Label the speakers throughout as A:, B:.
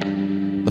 A: The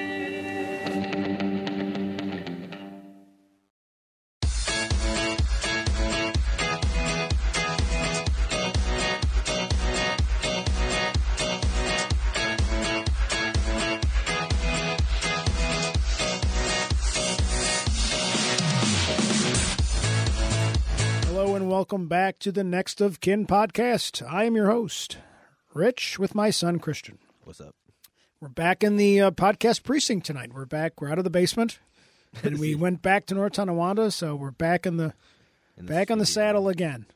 B: Hello and welcome back to the Next of Kin podcast. I am your host, Rich, with my son Christian.
A: What's up?
B: We're back in the uh, podcast precinct tonight. We're back. We're out of the basement, and we went back to North Tonawanda, so we're back in the back on the saddle again,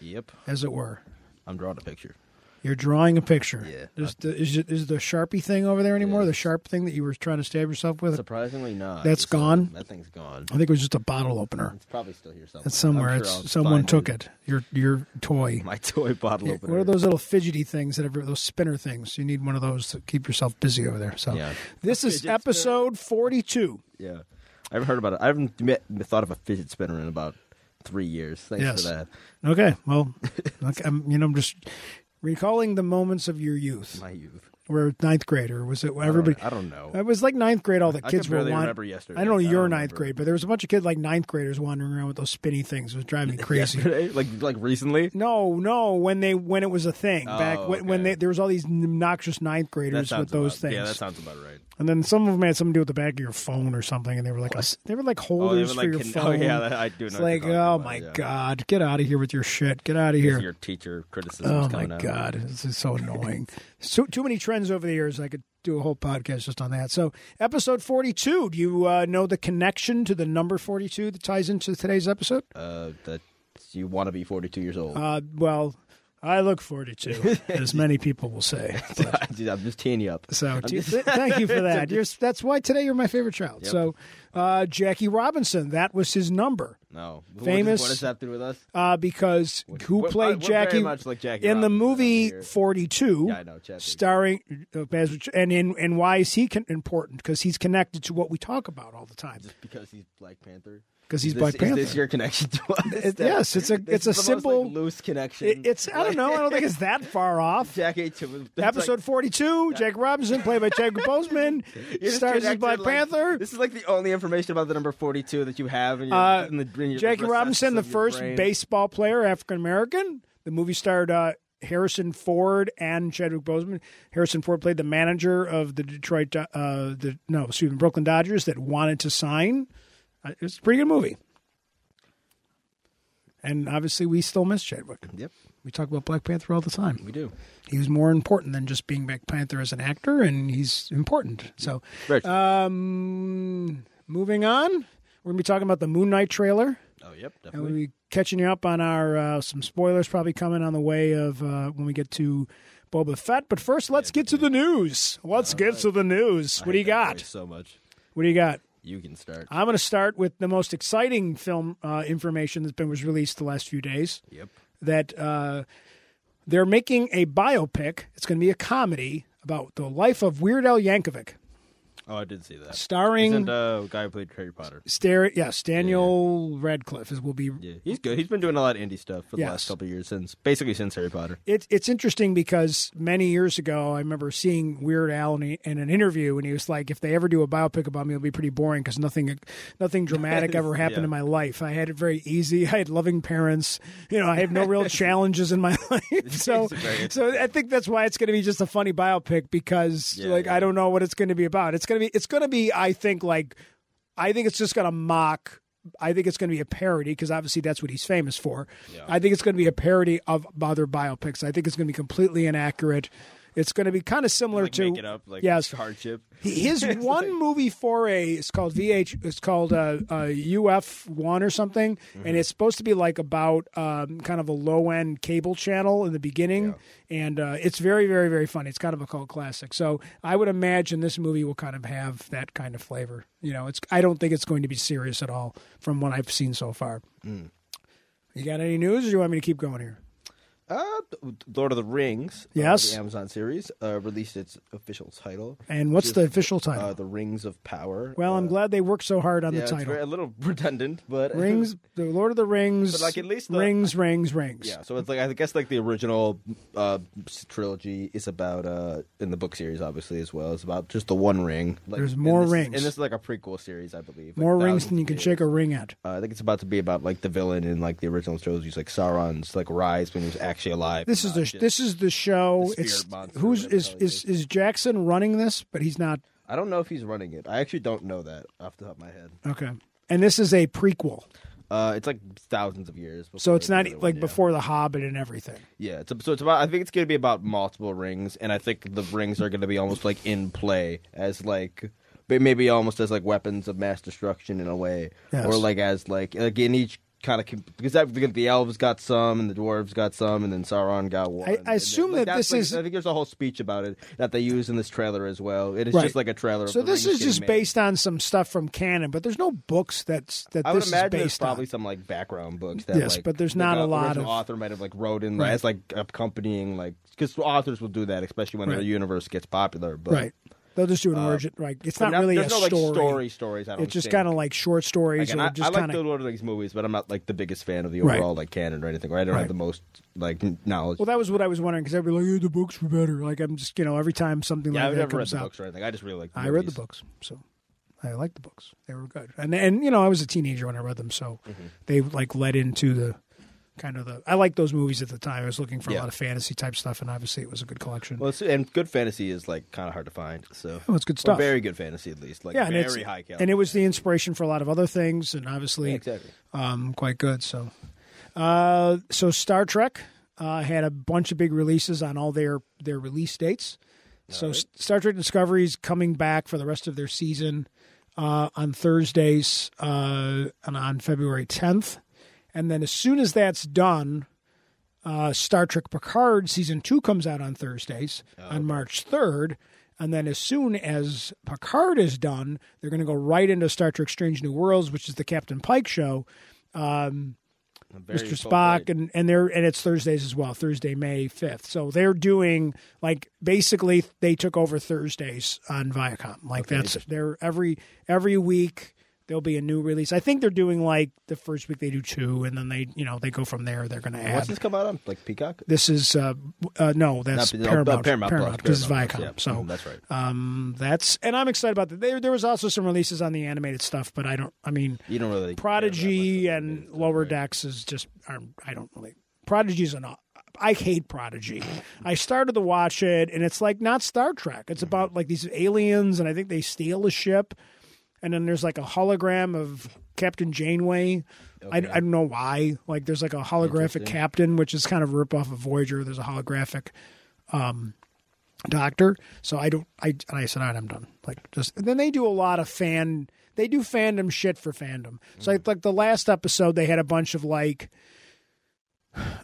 A: Yep.
B: as it were.
A: I'm drawing a picture.
B: You're drawing a picture.
A: Yeah.
B: There's the, is, it- is the sharpie thing over there anymore? The sharp thing that you were trying to stab yourself with? I
A: Surprisingly not.
B: That's
A: That's
B: gone?
A: That thing's gone.
B: think it was just a bottle opener.
A: It's probably still here somewhere.
B: It's somewhere.
A: I'm sure I'll
B: it's someone
A: find
B: took it. Your your toy.
A: My toy bottle opener.
B: What are those little fidgety things that ever those spinner things? You need one of those to keep yourself busy over there. So
A: Yeah.
B: this is episode forty two.
A: Yeah, I haven't heard about it. I haven't met, thought of a fidget spinner in about three years. Thanks
B: Yes.
A: for that.
B: Okay. Well okay, I'm you know, I'm just recalling the moments of your youth.
A: My youth.
B: Where ninth grader was it everybody
A: I don't know.
B: It was like ninth grade all the
A: I
B: kids
A: can
B: were
A: barely
B: wan-
A: remember yesterday.
B: I don't know
A: I
B: your
A: don't
B: ninth
A: remember.
B: grade, but there was a bunch of kids like ninth graders wandering around with those spinny things. It was driving me crazy.
A: Yesterday, like like recently.
B: No, no. When they when it was a thing back
A: Oh,
B: when, when
A: okay.
B: they, there was all these obnoxious ninth graders with
A: sounds
B: those
A: about,
B: things.
A: Yeah, that sounds about right.
B: And then some of them had something to do with the back of your phone or something, and they were like they were like
A: Oh, they
B: holders
A: were
B: for
A: like
B: your
A: con- oh,
B: phone.
A: yeah, that- I do know
B: It's
A: what you're
B: like,
A: talking
B: oh
A: about,
B: my
A: yeah.
B: god, get out of here with your shit. Get out of
A: Here's
B: here.
A: Your teacher criticism.
B: Oh my
A: coming out.
B: god, this is so annoying. so too many trends over the years. I could do a whole podcast just on that. So episode forty-two. Do you uh, know the connection to the number forty-two that ties into today's episode?
C: uh, that you want to be 42 years old.
B: Uh, well, I look forty-two, as many people will say.
C: Dude, I'm just teeing you up.
B: So do you- th- thank you for that. You're, that's why today you're my favorite child. So uh, Jackie Robinson, that was his number
C: No. What does-
B: Famous-
C: What does that have to do with us?
B: uh, because who
C: we're-
B: played
C: we're very
B: Jackie,
C: much like Jackie
B: in the
C: Robinson
B: movie
C: over here.
B: 42?
C: Yeah, I know, Jackie.
B: Starring uh, Baz- and in, and why is he con- important? Because he's connected to what we talk about all the time.
C: Because he's Black Panther.
B: Because he's
C: Is this-
B: Black Panther.
C: Is this your connection to us?
B: It- yes, it's a it's
C: This
B: a
C: is the most, like,
B: simple.
C: loose connection.
B: it- it's I don't know. I don't think it's that far off.
C: Jackie to
B: Episode 42, Jack Robinson, played by Chadwick Boseman,
C: Like,
B: stars as
C: as
B: Black Panther.
C: This is like the only information about the number 42 that you have in your,
B: Uh,
C: in the, in your
B: Jackie
C: recesses
B: Robinson, the
C: of your
B: first
C: brain.
B: baseball player, African American. The movie starred uh, Harrison Ford and Chadwick Boseman. Harrison Ford played the manager of the Detroit, uh, the no, excuse me, Brooklyn Dodgers that wanted to sign. Uh, it was a pretty good movie. And obviously, we still miss Chadwick.
C: Yep,
B: We talk about Black Panther all the time.
C: we do.
B: He was more important than just being Black Panther as an actor, and he's important. So,
C: Rich.
B: Uh, um, moving on, we're going to be talking about the Moon Knight trailer.
C: oh, yep,
B: And
C: definitely.
B: we'll be catching you up on our uh, some spoilers probably coming on the way of uh, when we get to Boba Fett. But first, let's get to the news. Let's get to the news. What do you
C: I hate that
B: got? Uh,
C: voice So much.
B: What do you got?
C: You can start.
B: I'm going to start with the most exciting film uh, information that's been was released the last few days.
C: Yep.
B: That uh, they're making a biopic. It's going to be a comedy about the life of Weird Al Yankovic,
C: Oh, I did see that.
B: starring
C: Isn't uh, guy who played Harry Potter?
B: Star- yes Daniel Radcliffe is will be
C: Yeah, he's good. He's been doing a lot of indie stuff for the
B: Yes.
C: last couple of years since basically since Harry Potter.
B: it, it's interesting because many years ago, I remember seeing Weird Al in, a- in an interview, and he was like, "If they ever do a biopic about me, it'll be pretty boring because nothing, nothing dramatic ever happened
C: Yeah.
B: in my life. I had it very easy. I had loving parents. You know, I have no real challenges in my life. So,
C: very-
B: so I think that's why it's going to be just a funny biopic because,
C: Yeah,
B: like,
C: yeah.
B: I don't know what it's going to be about. It's going to be, it's going to be, I think, like, I think it's just going to mock." I think it's going to be a parody because obviously that's what he's famous for. I think it's going to be a parody of other biopics. I think it's going to be completely inaccurate. It's going to be kind of similar
C: Like
B: to
C: make it up, like
B: yes.
C: hardship.
B: His one movie foray is called VH. It's called uh, uh, UF One or something,
C: Mm-hmm.
B: and it's supposed to be like about um, kind of a low end cable channel in the beginning, and uh, it's very, very, very funny. It's kind of a cult classic. So I would imagine this movie will kind of have that kind of flavor. You know, it's. I don't think it's going to be serious at
C: Mm.
B: all from what I've seen so far. You got any news, or do you want me to keep going here?
C: Uh, th- Lord of the Rings. uh,
B: Yes.
C: the Amazon series uh, released its official title.
B: And what's
C: which
B: the
C: is,
B: official title?
C: Uh, the Rings of Power.
B: well, I'm
C: Uh,
B: glad they worked so hard on
C: yeah,
B: the
C: it's
B: title.
C: very- a little redundant, but
B: Rings, the Lord of the Rings,
C: But, like, at least the-
B: rings, rings, rings.
C: Yeah, so it's like I guess like the original uh, s- trilogy is about uh in the book series obviously as well. It's about just the one ring. Like,
B: There's
C: and
B: more
C: this is-
B: rings.
C: and this is like a prequel series, I believe. like
B: More rings
C: thousands
B: than you
C: of
B: can
C: years.
B: shake a ring at.
C: Uh, I think it's about to be about like the villain in like the original trilogies, like Sauron's like rise when he was actually alive.
B: This is
C: not
B: the
C: just-
B: this is the show.
C: the
B: it's
C: spirit monster,
B: who's
C: whatever the
B: is
C: hell it
B: is is Jackson running this? But he's not.
C: I don't know if he's running it. I actually don't know that off the top of my head.
B: Okay. And this is a prequel,
C: Uh, it's like thousands of years. Before
B: so it's
C: the
B: not e,
C: other
B: like
C: one, yeah.
B: before the Hobbit and everything.
C: Yeah, it's, so it's about. I think it's going to be about multiple rings, and I think the rings are going to be almost like in play as like, but maybe almost as like weapons of mass destruction in a way,
B: Yes.
C: or like as like like in each kind of because that, because the elves got some and the dwarves got some and then Sauron got one.
B: I
C: And then-
B: assume
C: like,
B: that
C: that's,
B: this
C: like-
B: is-
C: I think there's a whole speech about it that they use in this trailer as well. It is
B: Right.
C: just like a trailer. of
B: So
C: the
B: this
C: rings
B: is just
C: getting made.
B: based on some stuff from canon, but there's no books that's that
C: I would
B: this is
C: imagine there's
B: based
C: probably
B: on.
C: some like background books that
B: Yes,
C: like,
B: but there's
C: the
B: not a
C: go-
B: lot
C: original
B: of-
C: author might have like wrote in
B: Right.
C: as like accompanying like because authors will do that especially when
B: Right.
C: their universe gets popular. But
B: Right. They'll just do an origin. Right. It's
C: Uh, but
B: not really a
C: there's no like
B: story.
C: story stories. I don't.
B: It's just
C: think.
B: kind of like short stories,
C: Again,
B: or
C: I, I
B: just
C: like
B: kind
C: the
B: of.
C: Lord of the Rings movies, but I'm not like the biggest fan of the
B: Right.
C: overall like canon or anything. Or I don't
B: Right.
C: have the most like n- knowledge.
B: Well, that was what I was wondering because I'd be like, "Yeah, the books were better." Like I'm just, you know, every time something
C: yeah,
B: like
C: I've
B: that
C: never read
B: comes
C: the
B: out,
C: books or anything. I just really like. The
B: I read the
C: movies.
B: books, so I liked the books. They were good, and and you know I was a teenager when I read them, so
C: Mm-hmm.
B: they like led into the kind of the. I liked those movies at the time. I was looking for a
C: Yeah.
B: lot of fantasy type stuff, and obviously it was a good collection.
C: Well, it's, and good fantasy is like kind of hard to find. So
B: Well, Oh, it's good
C: Or
B: stuff.
C: very good fantasy, at least. Like
B: yeah, and
C: very
B: it's
C: high caliber.
B: and it was the inspiration for a lot of other things, and obviously
C: Yeah, exactly.
B: um, quite good. So, uh, so Star Trek uh, had a bunch of big releases on all their their release dates. So S- Star Trek Discovery is coming back for the rest of their season uh, on Thursdays uh, and on February 10th, and then as soon as that's done, uh, Star Trek Picard season two comes out on Thursdays on March 3rd. And then as soon as Picard is done, they're going to go right into Star Trek Strange New Worlds, which is the Captain Pike show.
C: Very
B: Mr.
C: full
B: Spock
C: plate.
B: and and they're and it's Thursdays as well, Thursday May 5th. So they're doing like basically they took over Thursdays on Viacom. Like that's they're every every week there'll be a new release. I think they're doing like the first week they do two and then they, you know, they go from there. They're going to add
C: What's this come out on? Like Peacock?
B: this is uh, uh no, that's
C: Not- no,
B: Paramount.
C: uh, Paramount, Plus,
B: because it's
C: Paramount
B: Viacom.
C: Plus, yeah.
B: So
C: Mm, that's right.
B: um, that's and I'm excited about that. There, there was also some releases on the animated stuff, but I don't. I mean,
C: You don't really. care that
B: Prodigy
C: much about
B: and
C: it, right?
B: Lower Decks is just aren't, I don't really. Prodigy's an I hate Prodigy. I started to watch it, and it's like not Star Trek. It's about like these aliens, and I think they steal a ship, and then there's like a hologram of Captain Janeway. I, I don't know why. Like there's like a holographic captain, which is kind of a ripoff of Voyager. There's a holographic doctor. So I don't. I and I said, all right, I'm done. Like just and then they do a lot of fan. They do fandom shit for fandom. So
C: Mm.
B: like, like the last episode, they had a bunch of like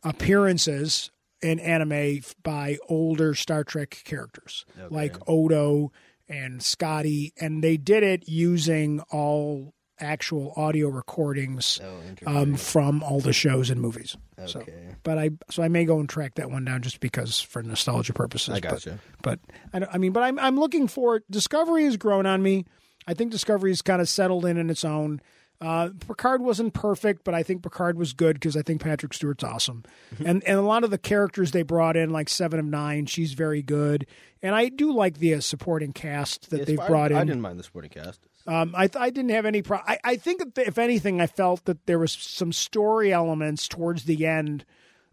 B: appearances in anime f- by older Star Trek characters like Odo and Scotty, and they did it using all actual audio recordings um, from all the shows and movies. So,
C: Oh, Okay.
B: but I so I may go and track that one down just because for nostalgia purposes.
C: I
B: but-
C: gotcha.
B: But, I, don't- I mean, but I'm I'm looking for Discovery has grown on me. I think Discovery has kind of settled in on its own. Uh, Picard wasn't perfect, but I think Picard was good because I think Patrick Stewart's awesome,
C: Mm-hmm.
B: and and a lot of the characters they brought in, like Seven of Nine, she's very good, and I do like the uh, supporting cast that
C: It's
B: they've
C: fine.
B: brought in.
C: I didn't mind the supporting cast.
B: Um, I, th- I didn't have any pro. I, I think that if anything, I felt that there was some story elements towards the end,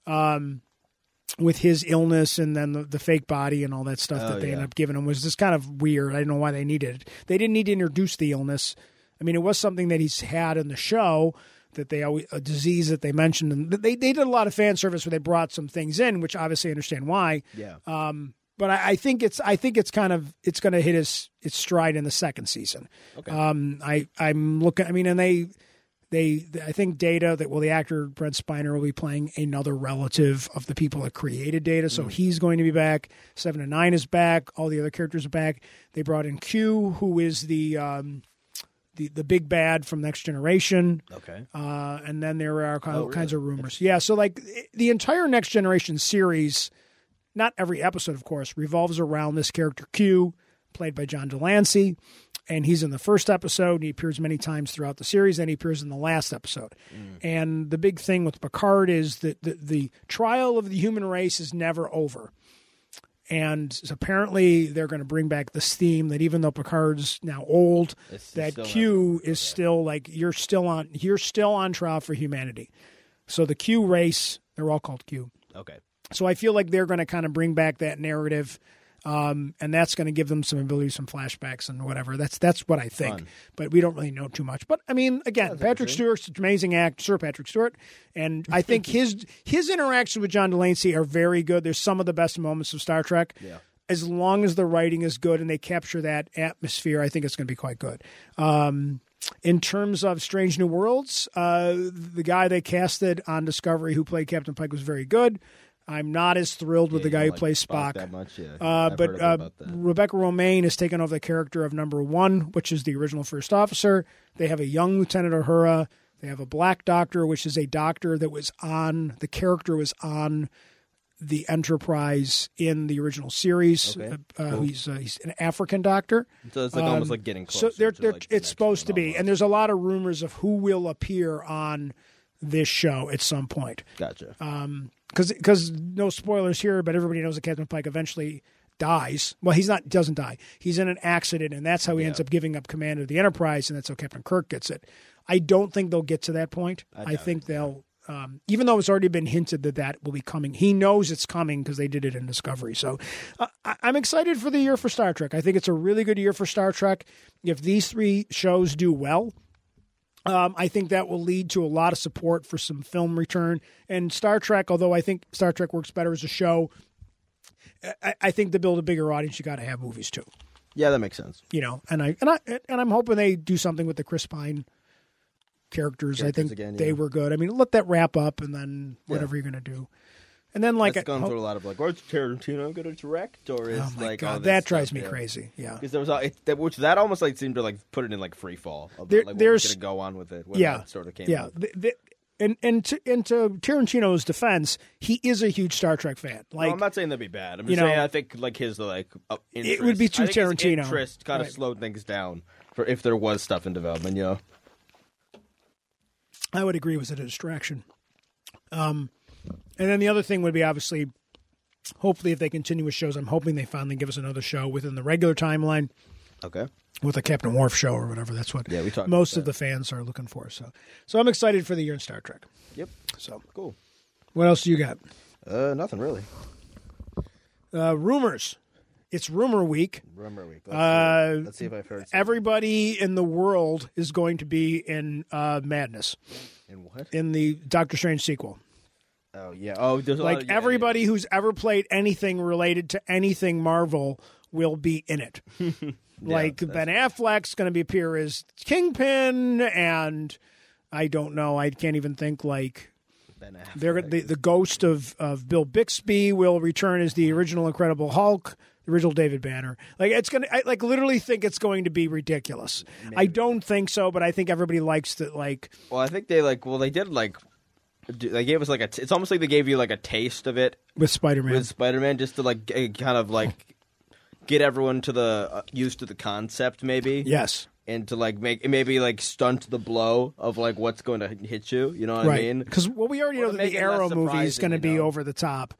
B: um, with his illness and then the, the fake body and all that stuff
C: Oh,
B: that they
C: yeah.
B: ended up giving him was just kind of weird. I don't know why they needed it. They didn't need to introduce the illness. I mean, it was something that he's had in the show that they always a disease that they mentioned and they they did a lot of fan service where they brought some things in, which obviously I understand why
C: Yeah.
B: uh, but I, I think it's I think it's kind of it's going to hit its its stride in the second season.
C: Okay.
B: Um, I I'm looking. I mean, and they they I think Data that well the actor Brent Spiner will be playing another relative of the people that created Data,
C: Mm.
B: so he's going to be back. Seven and Nine is back. All the other characters are back. They brought in Q, who is the um, the, the big bad from Next Generation.
C: Okay.
B: Uh, and then there are kind,
C: Oh,
B: all kinds of rumors. Yeah, so like i- the entire Next Generation series, not every episode, of course, revolves around this character Q, played by John Delancey. And he's in the first episode, and he appears many times throughout the series, and he appears in the last episode.
C: Mm.
B: And the big thing with Picard is that the, the trial of the human race is never over and so apparently they're going to bring back this theme that even though Picard's now old,
C: It's- it's
B: that
C: still
B: Q is still like you're still on you're still on trial for humanity. So the Q race, they're all called Q.
C: Okay.
B: So I feel like they're going to kind of bring back that narrative, um, and that's going to give them some ability, some flashbacks, and whatever. That's that's what I think. But we don't really know too much. But I mean, again, Patrick Stewart's an amazing act, Sir Patrick Stewart, and I think his his interactions with John Delancey are very good. There's some of the best moments of Star Trek. Yeah. As long as the writing is good and they capture that atmosphere, I think it's going to be quite good. Um, in terms of Strange New Worlds, uh, the guy they casted on Discovery who played Captain Pike was very good. I'm not as thrilled with the guy who plays Spock.
C: That much, yeah.
B: Uh,
C: I've
B: but
C: heard
B: uh,
C: about that.
B: Rebecca Romaine has taken over the character of number one, which is the original first officer. They have a young Lieutenant Uhura. They have a black doctor, which is a doctor that was on the character was on the Enterprise in the original series.
C: Okay.
B: Uh, uh, he's uh, he's an African doctor.
C: So it's like almost like getting
B: um, So
C: closer.
B: they're,
C: to,
B: they're,
C: like, the
B: it's
C: next
B: supposed to
C: one
B: be,
C: almost.
B: and there's a lot of rumors of who will appear on this show at some point
C: Gotcha.
B: uh, because because no spoilers here, but everybody knows that Captain Pike eventually dies. Well, he's not doesn't die. He's in an accident, and that's how he ends up giving up command of the Enterprise, and that's how Captain Kirk gets it. I don't think they'll get to that point. I, think they'll. Um, even though it's already been hinted that that will be coming, he knows it's coming because they did it in Discovery. So uh, I- I'm excited for the year for Star Trek. I think it's a really good year for Star Trek. If these three shows do well, um, I think that will lead to a lot of support for some film return and Star Trek. Although I think Star Trek works better as a show, I, I think to build a bigger audience, you got to have movies too.
C: yeah, that makes sense.
B: You know, and I and I and I'm hoping they do something with the Chris Pine characters. I think
C: Characters again,
B: they
C: yeah.
B: were good. I mean, let that wrap up, and then whatever you're gonna do, and then like
C: It's gone
B: oh,
C: through a lot of like, where's Tarantino going to direct, or is
B: oh my
C: like all
B: god,
C: this
B: that
C: stuff,
B: drives me
C: yeah.
B: crazy. Yeah,
C: Because there was all, it, that, which that almost like seemed to like put it in like free fall. About,
B: There-
C: like, what
B: there's-
C: was going to go on with it. When
B: yeah,
C: that sort of came.
B: yeah.
C: up.
B: Th- th- and and to, and to Tarantino's defense, he is a huge Star Trek fan.
C: No,
B: Like
C: I'm not saying that'd be bad. I'm
B: you
C: just saying
B: know-
C: I think like his like uh, interest.
B: It would be too
C: I think his
B: Tarantino.
C: interest kind of
B: Right.
C: slowed things down for if there was stuff in development. You know,
B: I would agree was it a distraction. Um, and then the other thing would be obviously, hopefully, if they continue with shows, I'm hoping they finally give us another show within the regular timeline
C: okay.
B: with a Captain Wharf show or whatever. That's what
C: Yeah, we talked about
B: most of
C: that.
B: the fans are looking for. So, so I'm excited for the year in Star Trek.
C: Yep.
B: So,
C: Cool.
B: what else do you got?
C: Uh, nothing really.
B: Uh, rumors. It's rumor week.
C: Rumor week. Let's,
B: Uh,
C: let's see if I've heard
B: Everybody in the world is going to be in uh, madness
C: in what.
B: in the Doctor Strange sequel.
C: Oh yeah. Oh, there's a lot
B: like
C: of- yeah,
B: everybody who's ever played anything related to anything Marvel will be in it. like Ben Affleck's going to be appear as Kingpin, and I don't know. I can't even think like.
C: yeah. Ben Affleck.
B: They're, the, the ghost of, of Bill Bixby will return as the original Incredible Hulk, the original David Banner. Like it's gonna, I like literally think it's going to be ridiculous. I don't think so, but I think everybody likes that. Like
C: Well, I think they like. Well, they did like. do- They gave us like a. T- it's almost like they gave you like a taste of it
B: with Spider Man,
C: with Spider-Man, just to like g- kind of like get everyone to the uh, used to the concept, maybe.
B: yes,
C: and to like make maybe like stunt the blow of like what's going to hit you. You know what I
B: right?
C: mean?
B: Because well, we already
C: Or
B: know
C: to
B: that
C: make
B: the
C: it less
B: Arrow movie is
C: surprising,
B: going to
C: you
B: be
C: know?
B: over the top.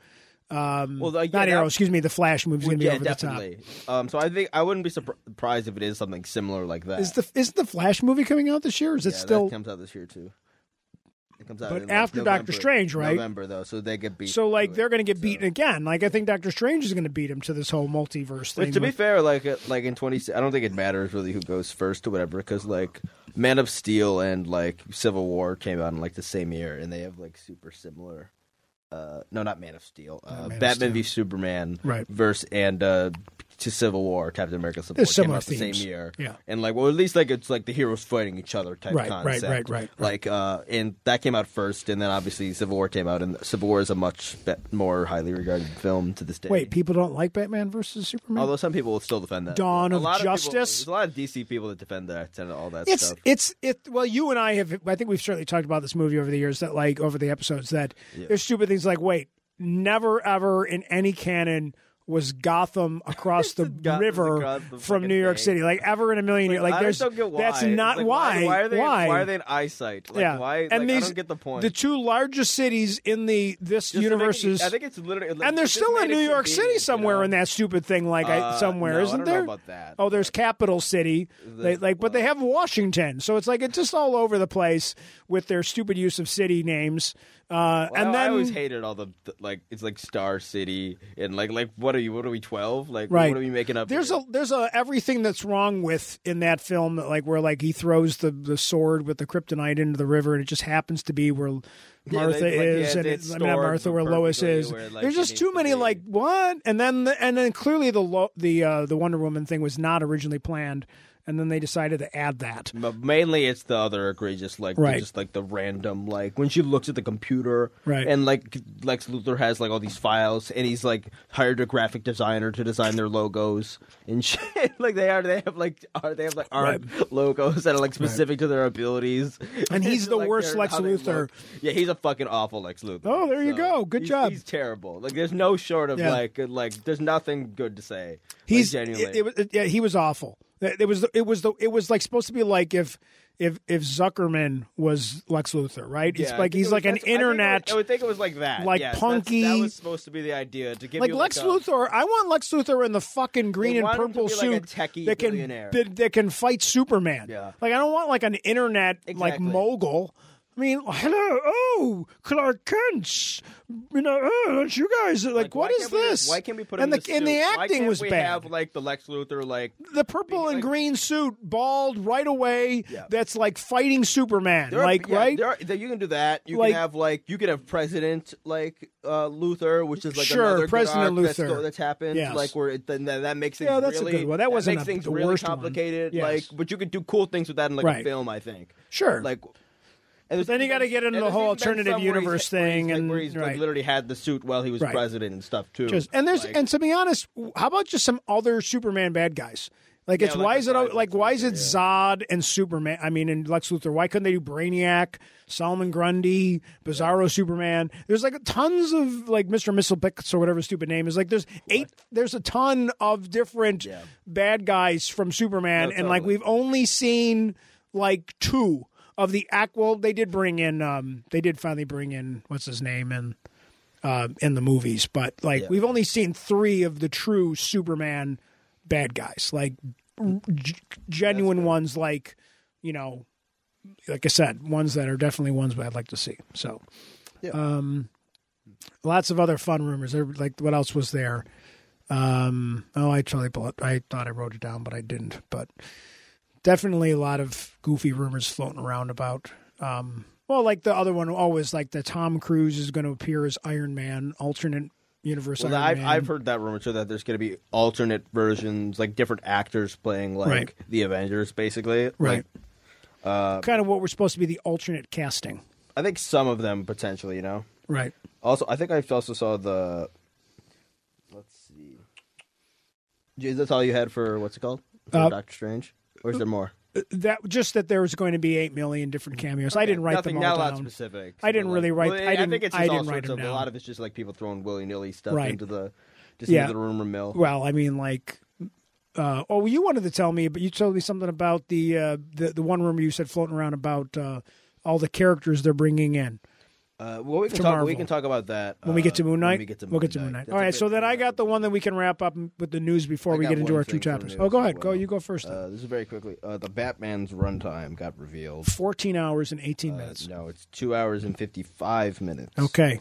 C: Well, like,
B: Not
C: yeah,
B: Arrow,
C: that-
B: excuse me. The Flash movie is going to be
C: yeah,
B: over the
C: definitely. Um, so I think I wouldn't be surpri- surprised if it is something similar like that.
B: top. Is the is the Flash movie coming out this year? Or is it
C: yeah,
B: still
C: that comes out this year too. It comes out,
B: But
C: in, like,
B: after Doctor
C: November-
B: Strange, right?
C: November though, so they could be
B: so like they're going to get
C: so-
B: beaten again? Like I think Doctor Strange is going to beat him to this whole multiverse thing.
C: Which, to be
B: with-
C: fair, like uh, like in twenty, I don't think it matters really who goes first or whatever, because like Man of Steel and like Civil War came out in like the same year, and they have like super similar. Uh, no, not Man of Steel. Uh,
B: Man of
C: Batman
B: Steel.
C: v Superman,
B: Right.
C: Verse and uh, to Civil War, Captain America Civil
B: There's
C: War came
B: similar
C: out the same
B: themes.
C: year.
B: Yeah.
C: And like well at least like it's like the heroes fighting each other type
B: Right, right,
C: concept.
B: right, right, right.
C: Like uh and that came out first and then obviously Civil War came out and Civil War is a much be- more highly regarded film to this day.
B: Wait, people don't like Batman versus Superman.
C: Although some people will still defend that.
B: Dawn
C: a
B: of
C: lot Of people,
B: Justice?
C: there's a lot of DC people that defend that and all that
B: it's
C: stuff.
B: it's it. Well, you and I have. I think we've certainly talked about this movie over the years. That like over the episodes that there's stupid things like wait, never ever in any canon was Gotham across the
C: Gotham's
B: river
C: across the
B: from
C: fucking
B: New York
C: thing.
B: City. Like ever in a million years. Like
C: I
B: there's
C: just don't get why.
B: that's
C: It's
B: not
C: like,
B: why.
C: Why are they? are they in eyesight? Like,
B: yeah.
C: Why? Like,
B: and these
C: I don't get the point.
B: The two largest cities in the this
C: Just to make
B: universe
C: it- e-,
B: is.
C: I think it's literally. like,
B: and there's
C: just
B: still a
C: made it
B: New York City
C: convenient,
B: somewhere
C: you know?
B: in that stupid thing, like I,
C: Uh,
B: somewhere,
C: no, I
B: isn't
C: don't know
B: there?
C: about that.
B: Oh, there's Capital City, they, like, but they have Washington, so it's like it's just all over the place with their stupid use of city names. Uh,
C: Well,
B: and
C: I
B: then
C: always hated all the the- like. It's like Star City and like like what are you? What are we twelve? Like
B: Right.
C: what are we making up?
B: There's
C: here?
B: a there's a everything that's wrong with in that film that like where like he throws the the sword with the kryptonite into the river and it just happens to be where Martha
C: they- like,
B: is
C: yeah,
B: and
C: they
B: it's I mean, not
C: stored
B: Martha
C: them
B: where Lois
C: perfectly
B: is.
C: where, like,
B: there's
C: it
B: just
C: needs
B: too
C: to
B: many
C: be.
B: like what and then the, and then clearly the lo- the uh, the Wonder Woman thing was not originally planned and then they decided to add that.
C: But mainly it's the other egregious, like the-
B: Right.
C: just like the random, like when she looks at the computer,
B: Right.
C: And like Lex Luthor has like all these files, and he's like hired a graphic designer to design their logos and shit. like they are, they have like are they have like art logos that are like specific to their abilities.
B: And he's the worst
C: their-
B: Lex
C: how they
B: Luthor.
C: look. Yeah, he's a fucking awful Lex Luthor.
B: Oh, there you go. Good
C: he's-
B: job.
C: He's terrible. Like there's no short of
B: Yeah.
C: like like there's nothing good to say.
B: He's
C: like, genuinely.
B: It, it was, it- yeah, he was awful. It, it was it was the it was like supposed to be like if if if Zuckerman was Lex Luthor, right? He's
C: Yeah, I
B: like
C: think it
B: he's
C: was-
B: like an
C: that's- I think it was-
B: internet.
C: I would think it was like that,
B: like,
C: yes, that's-
B: punky-
C: That was supposed to be the idea to give
B: Like
C: you
B: Lex
C: a,
B: Luthor, I want Lex Luthor in the fucking green
C: They
B: and
C: want him to
B: purple
C: be
B: suit
C: like a techie
B: that can
C: billionaire.
B: that, that can fight Superman.
C: Yeah.
B: Like I don't want like an internet like
C: Exactly.
B: mogul. I mean, hello, oh Clark Kent, you know, oh, that's you guys. Like,
C: Like,
B: what
C: why
B: is
C: can't we-
B: this?
C: why can't we put him
B: and
C: in
B: the and the
C: suit? Why
B: acting
C: can't
B: was
C: we
B: bad.
C: Have like the Lex Luthor, like
B: the purple and
C: like-
B: green suit, bald right away.
C: Yeah.
B: That's like fighting Superman,
C: there are-
B: like
C: yeah,
B: right.
C: There are, there- you can do that. You
B: Like-
C: can have like you can have President like uh, Luther, which is like
B: Sure,
C: another good
B: President
C: arc that's
B: Luther.
C: go- that's happened.
B: Yes.
C: Like where it, then that, that makes things
B: Yeah, that's a
C: really,
B: good one. That wasn't
C: makes
B: a-
C: things
B: the
C: really
B: worst one.
C: complicated.
B: Yes.
C: Like, but you could do cool things with that in like
B: Right.
C: a film. I think
B: Sure.
C: like. And
B: then you gotta get into the whole alternative universe thing and-
C: where he's like
B: right.
C: literally had the suit while he was
B: Right.
C: president and stuff too.
B: Just- and there's
C: Like-
B: and to be honest, how about just some other Superman bad guys? Like it's
C: like
B: why
C: the
B: is it al-
C: Zod
B: like
C: and
B: why is it Zod and Superman? I mean, and Lex Luthor. Why couldn't they do Brainiac, Solomon Grundy, Bizarro Superman? There's like tons of like Mister Mistlepix or whatever his stupid name is. Like there's eight. There's a ton of different bad guys from Superman,
C: No,
B: and like
C: totally.
B: we've only seen like two of the act. Well, they did bring in. um They did finally bring in what's his name and uh, in the movies, but like we've only seen three of the true Superman bad guys, like g- genuine ones, like you know, like I said, ones that are definitely ones that I'd like to see. So,
C: Yeah.
B: um, lots of other fun rumors. There, like what else was there? Um, oh, I totally pull it. I thought I wrote it down, but I didn't. But definitely a lot of goofy rumors floating around about. Um, well, like the other one, always like the Tom Cruise is going to appear as Iron Man, alternate universe.
C: Well,
B: Iron
C: I've,
B: Man.
C: I've heard that rumor too that there's going to be alternate versions, like different actors playing like
B: Right.
C: the Avengers, basically.
B: right,
C: Like, uh,
B: kind of what we're supposed to be the alternate casting,
C: I think some of them potentially, you know.
B: right?
C: Also, I think I also saw the. Let's see. Jay, That's all you had for what's it called? For
B: Uh,
C: Doctor Strange, or is there more?
B: That just that there was going to be eight million different cameos. I didn't write
C: Nothing,
B: them
C: not
B: all
C: a lot
B: down.
C: specific.
B: I didn't
C: Like-
B: really write-
C: Well,
B: I didn't-
C: think it's
B: I
C: just all
B: didn't write
C: sorts
B: them
C: of. A
B: down.
C: lot of it's just like people throwing willy nilly stuff
B: Right.
C: into the just
B: Yeah.
C: into the rumor mill.
B: Well, I mean, like, uh, oh, you wanted to tell me, but you told me something about the uh, the the one rumor you said floating around about uh, all the characters they're bringing in.
C: Uh, well, we
B: to
C: can talk.
B: Marvel.
C: We can talk about that uh,
B: When we get to Moon Knight,
C: We get to Moon
B: we'll get to Moon Knight.
C: That's
B: All
C: a
B: right,
C: bit-
B: so then I got the one that we can wrap up m- with the news before
C: I
B: we
C: got
B: get into
C: one
B: our two
C: thing for
B: chapters.
C: news
B: Oh, go
C: as
B: ahead, go.
C: well.
B: You go first. then.
C: Uh, this is very quickly. Uh, the Batman's runtime got revealed.
B: Fourteen hours and eighteen
C: Uh,
B: minutes.
C: no, it's two hours and fifty-five minutes.
B: Okay,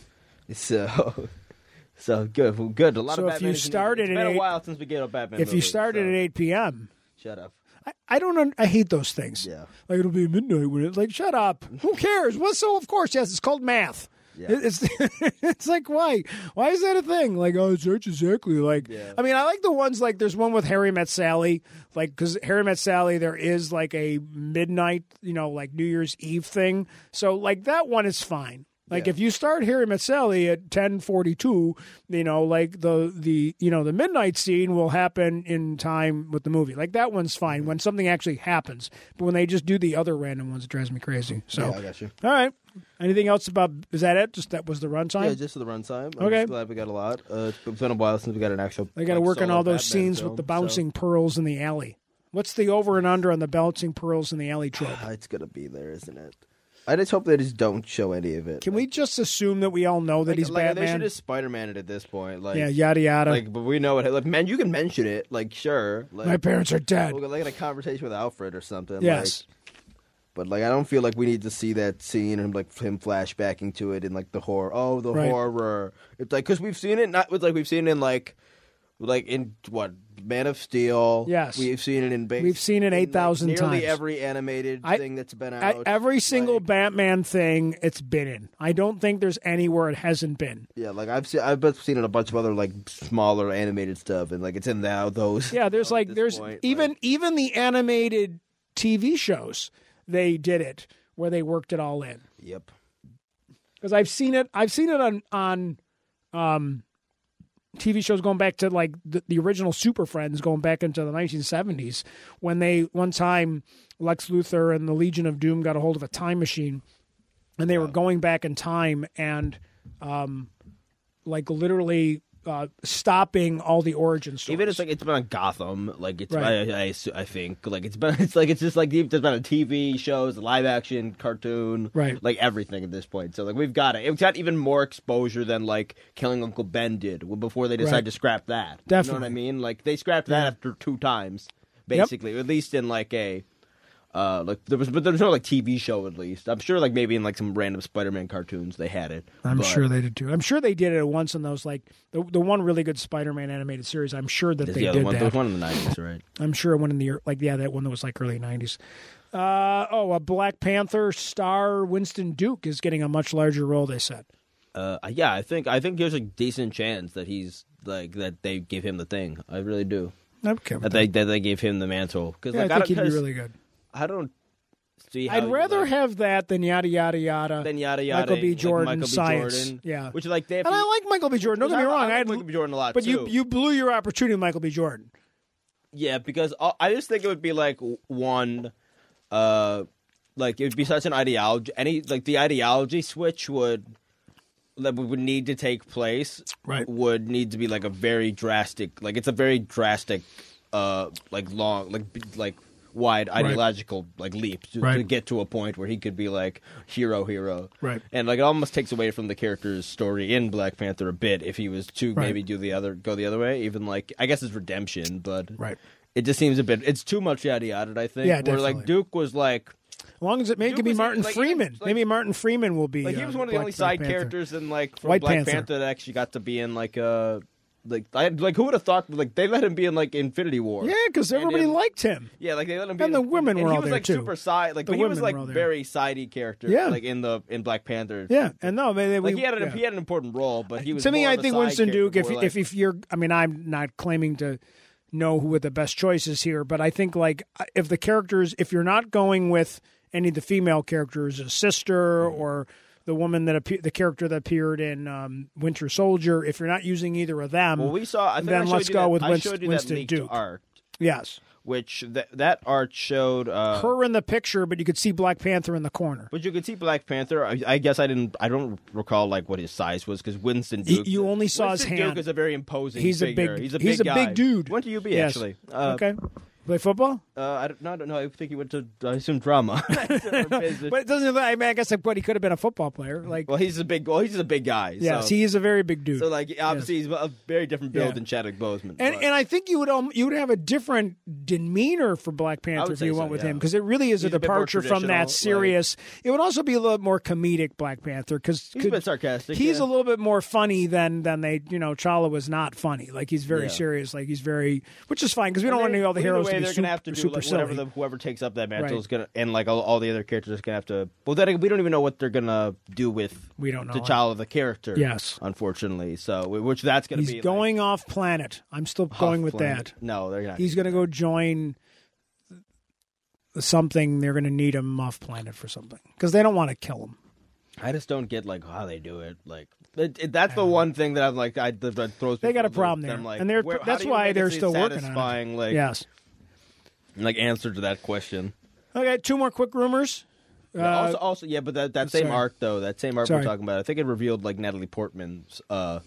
C: So, so good. Well, good. A lot
B: So
C: of
B: if
C: Batman
B: you
C: is news.
B: started
C: it's
B: at
C: been
B: eight-
C: a while since we get a Batman.
B: if you
C: movie,
B: started
C: so-
B: at eight p.m.
C: shut up.
B: I, I don't. Un- I hate those things.
C: Yeah.
B: Like it'll be midnight when it's like, shut up. Who cares? What? So of course, yes, it's called math.
C: Yeah.
B: It- It's it's like why why is that a thing? Like oh, it's Arch exactly like.
C: Yeah.
B: I mean, I like the ones like there's one with Harry Met Sally, like because Harry Met Sally there is like a midnight you know like New Year's Eve thing, so like that one is fine. Like
C: Yeah.
B: if you start Harry Met Sally at ten forty two, you know like the the you know the midnight scene will happen in time with the movie. Like that one's fine when something actually happens, but when they just do the other random ones, it drives me crazy. So
C: I got you.
B: all right. Anything else about? Is that it? Just that was the runtime.
C: Yeah, just for the runtime. I'm
B: Okay.
C: just glad we got a lot. Uh, it's been a while since we got an actual.
B: they got to
C: like,
B: work on
C: solo
B: all those
C: Batman
B: scenes
C: film,
B: with the
C: so-
B: bouncing pearls in the alley. What's the over and under on the bouncing pearls in the alley trope?
C: Ah, it's gonna be there, isn't it? I just hope they just don't show any of it.
B: Can we just assume that we all know that
C: Like,
B: he's
C: like, They
B: Batman?
C: should just Spider-Man it at this point. Like,
B: yeah, yada yada.
C: like, but we know it. Like, man, you can mention it. Like, sure. Like,
B: My parents are dead.
C: We'll get like in a conversation with Alfred or something.
B: yes.
C: Like, but like, I don't feel like we need to see that scene and like him flashbacking to it and like the horror. Oh, the
B: Right.
C: horror. It's like because we've seen it. Not with like we've seen it in like, like in what Man of Steel.
B: Yes.
C: we've seen it in. Ba-
B: We've seen it
C: in, like,
B: 8,000
C: Nearly
B: times.
C: every animated
B: I-
C: thing that's been
B: I-
C: out.
B: every single
C: like-
B: Batman thing it's been in. I don't think there's anywhere it hasn't been.
C: Yeah, like I've seen, I've been seen it in a bunch of other like smaller animated stuff, and like it's in now those.
B: Yeah, there's
C: at
B: like
C: this
B: there's
C: point,
B: even even the animated TV shows they did it where they worked it all in.
C: Yep.
B: because I've seen it. I've seen it on on um, TV shows going back to like the, the original Super Friends, going back into the 1970s when they one time Lex Luthor and the Legion of Doom got a hold of a time machine, and they were going back in time and um, like literally uh, stopping all the origin stories.
C: Even it's like it's been on Gotham, like it's
B: Right.
C: I, I, assu- I think like it's been it's like it's just like the- it's been on TV shows, live action, cartoon,
B: Right.
C: Like everything at this point. So like we've got it. It's got even more exposure than like Killing Uncle Ben did w- before they decided
B: Right.
C: to scrap that. you know
B: Definitely.
C: what I mean. Like they scrapped that after two times, basically, at least in like a. Uh, like there was, but there was no like TV show at least. I'm sure, like maybe in like some random Spider-Man cartoons they had it.
B: I'm
C: but-
B: sure they did too. I'm sure they did it once in those like the, the one really good Spider-Man animated series. I'm sure that they
C: the other
B: did
C: one,
B: that.
C: there was one in the nineties, right?
B: I'm sure one in the ear- like yeah, that one that was like early '90s. Uh, oh, a Black Panther star Winston Duke is getting a much larger role. They said.
C: Uh, yeah, I think I think there's a decent chance that he's like that they give him the thing. I really do.
B: Okay.
C: That they that they give him the mantle because
B: Yeah,
C: like,
B: I
C: I,
B: think he'd
C: don't,
B: be
C: 'cause
B: really good.
C: I don't see. How
B: I'd
C: you,
B: rather
C: like,
B: have that than yada yada yada.
C: than yada yada
B: Michael B.
C: like
B: Jordan
C: Michael B.
B: science.
C: Jordan,
B: Yeah.
C: which like they.
B: and I like Michael B. Jordan. Don't get me wrong.
C: I
B: I
C: like Michael B. Jordan a lot,
B: but you
C: too.
B: you blew your opportunity, with Michael B. Jordan.
C: Yeah, because I I just think it would be like one, uh, like it would be such an ideology. Any like the ideology switch would that would need to take place.
B: Right.
C: Would need to be like a very drastic. Like it's a very drastic, uh, like long, like b- like wide ideological like leap to, to
B: Right.
C: get to a point where he could be like hero hero
B: Right.
C: and like it almost takes away from the character's story in black panther a bit if he was to
B: Right.
C: maybe do the other go the other way even like i guess it's redemption but
B: Right.
C: it just seems a bit. It's too much yada yada. I think.
B: Yeah,
C: Where like
B: definitely.
C: Duke was like,
B: As long as it maybe
C: Duke
B: could be
C: was-
B: Martin
C: like, even-
B: Freeman.
C: like-
B: maybe Martin Freeman will be.
C: like he
B: uh,
C: was one of the
B: Black-
C: only
B: Black
C: side
B: Panther.
C: characters in like from
B: White
C: Black
B: Panther.
C: Panther. that actually got to be in like a like I like who would have thought like they let him be in like Infinity War.
B: Yeah, because
C: And
B: everybody
C: in-
B: liked him.
C: Yeah, like they let him be.
B: And the
C: in-
B: women
C: and
B: were
C: he
B: all
C: was
B: there,
C: like
B: too.
C: super side. Like
B: The
C: but he was
B: women
C: like
B: were all there.
C: very sidey character.
B: Yeah.
C: Like in the in Black Panther.
B: Yeah, and no, they, they,
C: Like
B: we,
C: he had an
B: yeah.
C: he had an important role, but he was
B: to me,
C: more
B: I
C: of a
B: think
C: side
B: Winston
C: character,
B: Duke. If,
C: more
B: if
C: like-
B: if you're, I mean, I'm not claiming to know who the best choice is here, but I think like uh, if the characters, if you're not going with any of the female characters, a sister or the woman that appe- the character that appeared in um, Winter Soldier, if you're not using either of them,
C: well, we saw. I think
B: then
C: I showed
B: let's
C: you
B: go
C: that,
B: with
C: I
B: Winst-
C: showed you
B: Winston
C: that leaked
B: Duke.
C: art,
B: yes,
C: which th- that art showed uh,
B: her in the picture, but you could see Black Panther in the corner.
C: But you could see Black Panther. I, I guess I didn't. I don't recall like what his size was because Winston
B: Y-
C: Duke.
B: you only saw his
C: Winston
B: hand.
C: Duke is a very imposing.
B: He's a
C: figure.
B: big-
C: He's a big.
B: he's a big
C: guy.
B: dude.
C: Went to UB
B: Yes.
C: actually. Uh,
B: okay, play football.
C: Uh, I don't, no, I don't know. I think he went to. I assume drama. Or business.
B: But it doesn't. I mean, I guess like, what he could have been a football player. Like,
C: well, he's a big. Well, he's a big guy.
B: yes,
C: so,
B: he is a very big dude.
C: So like obviously he's a very different build
B: Yeah.
C: than Chadwick Boseman.
B: And
C: but-
B: and I think you would um, you would have a different demeanor for Black Panther if
C: say
B: you
C: so,
B: went with
C: yeah.
B: him because it really is a
C: He's a bit more
B: departure from
C: traditional,
B: that
C: like-
B: serious. it would also be a little more comedic Black Panther because
C: He's a bit sarcastic,
B: He's
C: yeah.
B: a little bit more funny than than they you know Chala was not funny. Like he's very
C: Yeah.
B: serious. Like he's very which is fine because we don't
C: And
B: want
C: they-
B: any all the
C: either
B: heroes
C: way,
B: to be
C: they're
B: super-
C: gonna have to do
B: super
C: like whatever
B: silly.
C: the, whoever takes up that mantle
B: Right.
C: is gonna, and like all, all the other characters are gonna have to. Well, then we don't even know what they're gonna do with
B: We don't know.
C: the child of the character.
B: Yes.
C: unfortunately. So which that's gonna
B: He's
C: be like,
B: going off planet. I'm still
C: Huff
B: going with
C: Land.
B: that.
C: No, they're not.
B: He's going to go join something. They're going to need him off planet for something because they don't want to kill him.
C: I just don't get like how they do it. Like it, it, that's the one thing that I'm like, I that that throws.
B: They
C: me
B: got
C: for
B: a
C: loop.
B: problem
C: That
B: there.
C: I'm like,
B: And they're-
C: where- how
B: that's
C: do you
B: why
C: make
B: they're
C: this a
B: still working on it.
C: satisfying, Like,
B: yes.
C: like answer to that question.
B: Okay, two more quick rumors.
C: Yeah, also, also, yeah, but that, that same
B: Uh, sorry.
C: arc though, that same arc
B: Sorry.
C: we're talking about, I think it revealed like Natalie Portman's. uh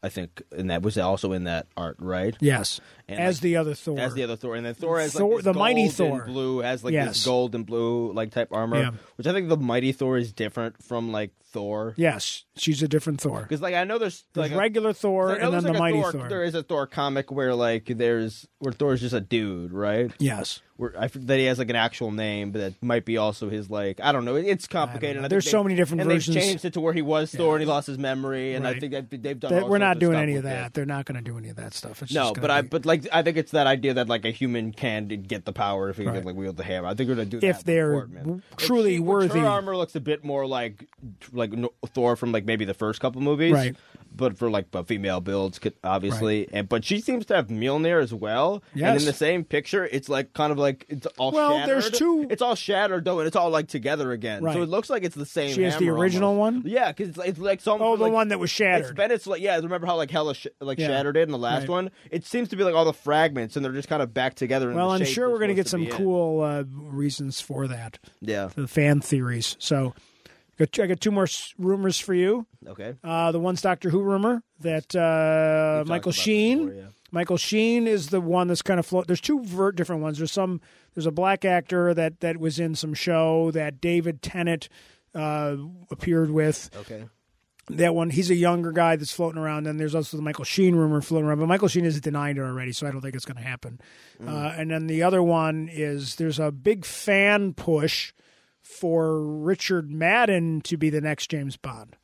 C: I think, and that was also in that art, right?
B: Yes,
C: And,
B: as
C: like,
B: the other Thor.
C: As the other Thor, and then Thor has
B: Thor-
C: like this
B: the mighty
C: gold and
B: Thor.
C: blue has like
B: Yes.
C: this gold and blue like type armor,
B: Yeah.
C: which I think the mighty Thor is different from like Thor.
B: Yes, she's a different Thor.
C: Because like I know there's
B: There's
C: like a-
B: regular Thor
C: There-
B: and
C: it
B: then
C: looks
B: the
C: like a
B: Mighty
C: Thor-
B: Thor.
C: There is a Thor comic where like there's where Thor's just a dude, right?
B: Yes.
C: Where I f that he has like an actual name, but that might be also his like I don't know. It's complicated.
B: know.
C: and I think
B: There's
C: they-
B: so many different
C: and
B: versions.
C: They've changed it to where he was Thor and he lost his memory, and
B: Right.
C: I think that they've done.
B: That-
C: all
B: we're
C: sorts
B: not
C: of
B: doing
C: stuff
B: any of
C: with it.
B: that. They're not going to do any of that stuff. It's
C: No,
B: just gonna
C: but I
B: be-
C: but like I think it's that idea that like a human can d- get the power if he
B: Right.
C: can like wield the hammer. I think we're gonna do that.
B: If
C: with
B: they're
C: Portman.
B: w-
C: But
B: truly
C: she- which
B: worthy.
C: Her armor looks a bit more like like no- Thor from like maybe the first couple movies,
B: Right.
C: But for like but female builds, could- obviously, and but she seems to have Mjolnir as well. And
B: Yes.
C: in the same picture, it's like kind of like it's all
B: Well,
C: Shattered.
B: there's two-
C: It's all shattered though, and it's all like together again.
B: Right.
C: So it looks like it's the same.
B: She has the
C: hammer
B: original
C: almost.
B: one?
C: Yeah, because it's, it's like some.
B: oh, the
C: like-
B: one that was
C: it's
B: shattered.
C: been it's like yeah. Remember how like hella sh- like
B: Yeah.
C: shattered it in the last
B: Right.
C: one? It seems to be like all the fragments and they're just kind of back together. In
B: Well,
C: the
B: I'm
C: shape
B: sure
C: they're
B: we're going to get some
C: supposed to be in.
B: cool uh, reasons for that,
C: Yeah.
B: the fan theories. So, got I got two more s- rumors for you.
C: Okay.
B: Uh, the one's Doctor Who rumor that uh,
C: We've
B: Michael
C: talked about
B: Sheen.
C: before, yeah.
B: Michael Sheen is the one that's kind of float. There's two ver- different ones. There's some. There's a black actor that that was in some show that David Tennant uh, appeared with.
C: Okay.
B: That one. He's a younger guy that's floating around. Then there's also the Michael Sheen rumor floating around, but Michael Sheen has denied it already, so I don't think it's going to happen.
C: Mm.
B: Uh, and then the other one is there's a big fan push for Richard Madden to be the next James Bond.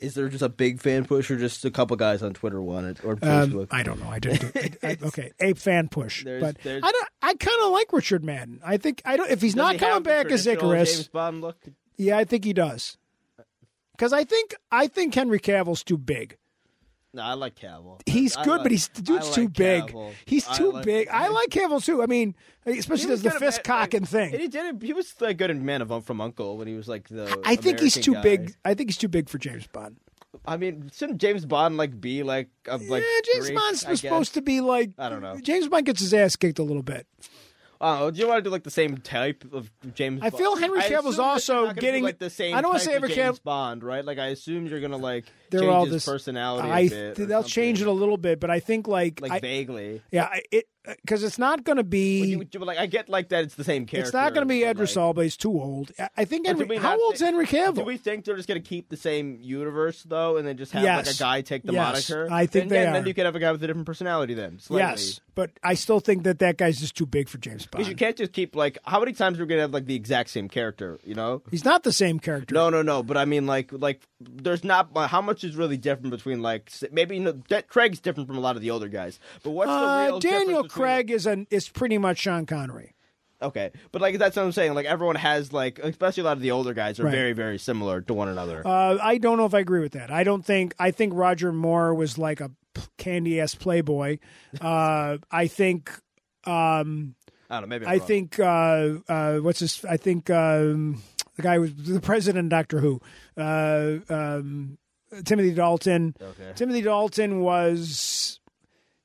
C: Is there just a big fan push or just a couple guys on Twitter want it or
B: Um,
C: Facebook?
B: I don't know. I didn't. Do, I, I, okay, a fan push,
C: There's-
B: but
C: there's-
B: I don't. I kind of like Richard Madden. I think I don't. If he's
C: Does
B: not
C: he
B: coming
C: have the
B: back as
C: traditional
B: Icarus,
C: James Bond look.
B: yeah, I think he does. Because I think I think Henry Cavill's too big.
C: No, I like Cavill.
B: He's
C: I
B: good,
C: like-
B: but he's the dude's
C: I like
B: too big.
C: Cavill.
B: He's
C: I
B: too
C: like-
B: big. I like Cavill too. I mean,
C: He
B: especially
C: was
B: does the
C: good at
B: fist
C: Man- like-
B: cocking thing.
C: And he did. It, he was like good in Man of Un- from Uncle when he was like the.
B: I think he's
C: American
B: too
C: guy.
B: big. I think he's too big for James Bond.
C: I mean, shouldn't James Bond like be like of like?
B: yeah, James
C: Greek,
B: Bond's
C: I guess?
B: supposed to be like
C: I don't know.
B: James Bond gets his ass kicked a little bit.
C: Oh, do you want to do like the same type of James?
B: I feel
C: Bond?
B: Henry
C: I
B: Cavill's
C: assume that
B: also
C: you're not gonna do,
B: getting-
C: like the same.
B: I don't wanna
C: type
B: say
C: of
B: Henry
C: James
B: Cavill-
C: Bond, right? Like I assume you're gonna like
B: They're
C: change
B: all
C: his
B: this
C: personality. a
B: I
C: bit or
B: they'll change it
C: something.
B: a little bit, but I think like
C: like
B: I-
C: vaguely.
B: Yeah, I- it because it's not going to
C: But
B: be.
C: you, but, like I get like that. It's the same character.
B: It's not going to be
C: but,
B: Idris
C: like-
B: Elba. He's too old. I- I think.
C: But do
B: Henry,
C: we
B: how
C: not
B: old's
C: thi-
B: Henry
C: Do
B: Cavill?
C: we think they're just going to keep the same universe though, and then just have like
B: Yes.
C: a guy take the
B: Yes.
C: moniker?
B: I think
C: and,
B: they
C: yeah, and
B: are.
C: then you could have a guy with a different personality then. Slightly.
B: yes, but I still think that that guy's just too big for James
C: because you
B: Bond.
C: can't just keep like how many times we're going to have like the exact same character, you know?
B: He's not the same character.
C: No, no, no. But I mean, like, like there's not uh, how much is really different between like s- maybe you know, De- Craig's different from a lot of the older guys. But what's the
B: uh,
C: real difference
B: Daniel
C: between-
B: Craig is an is pretty much Sean Connery.
C: Okay, but like that's what I'm saying. Like everyone has like, especially a lot of the older guys are
B: Right.
C: very, very similar to one another.
B: Uh, I don't know if I agree with that. I don't think. I think Roger Moore was like a candy ass playboy. Uh, I think. Um,
C: I don't know. Maybe I'm
B: I
C: wrong.
B: think uh, uh, what's his? I think um, the guy who was the president, of Doctor Who, uh, um, Timothy Dalton.
C: Okay.
B: Timothy Dalton was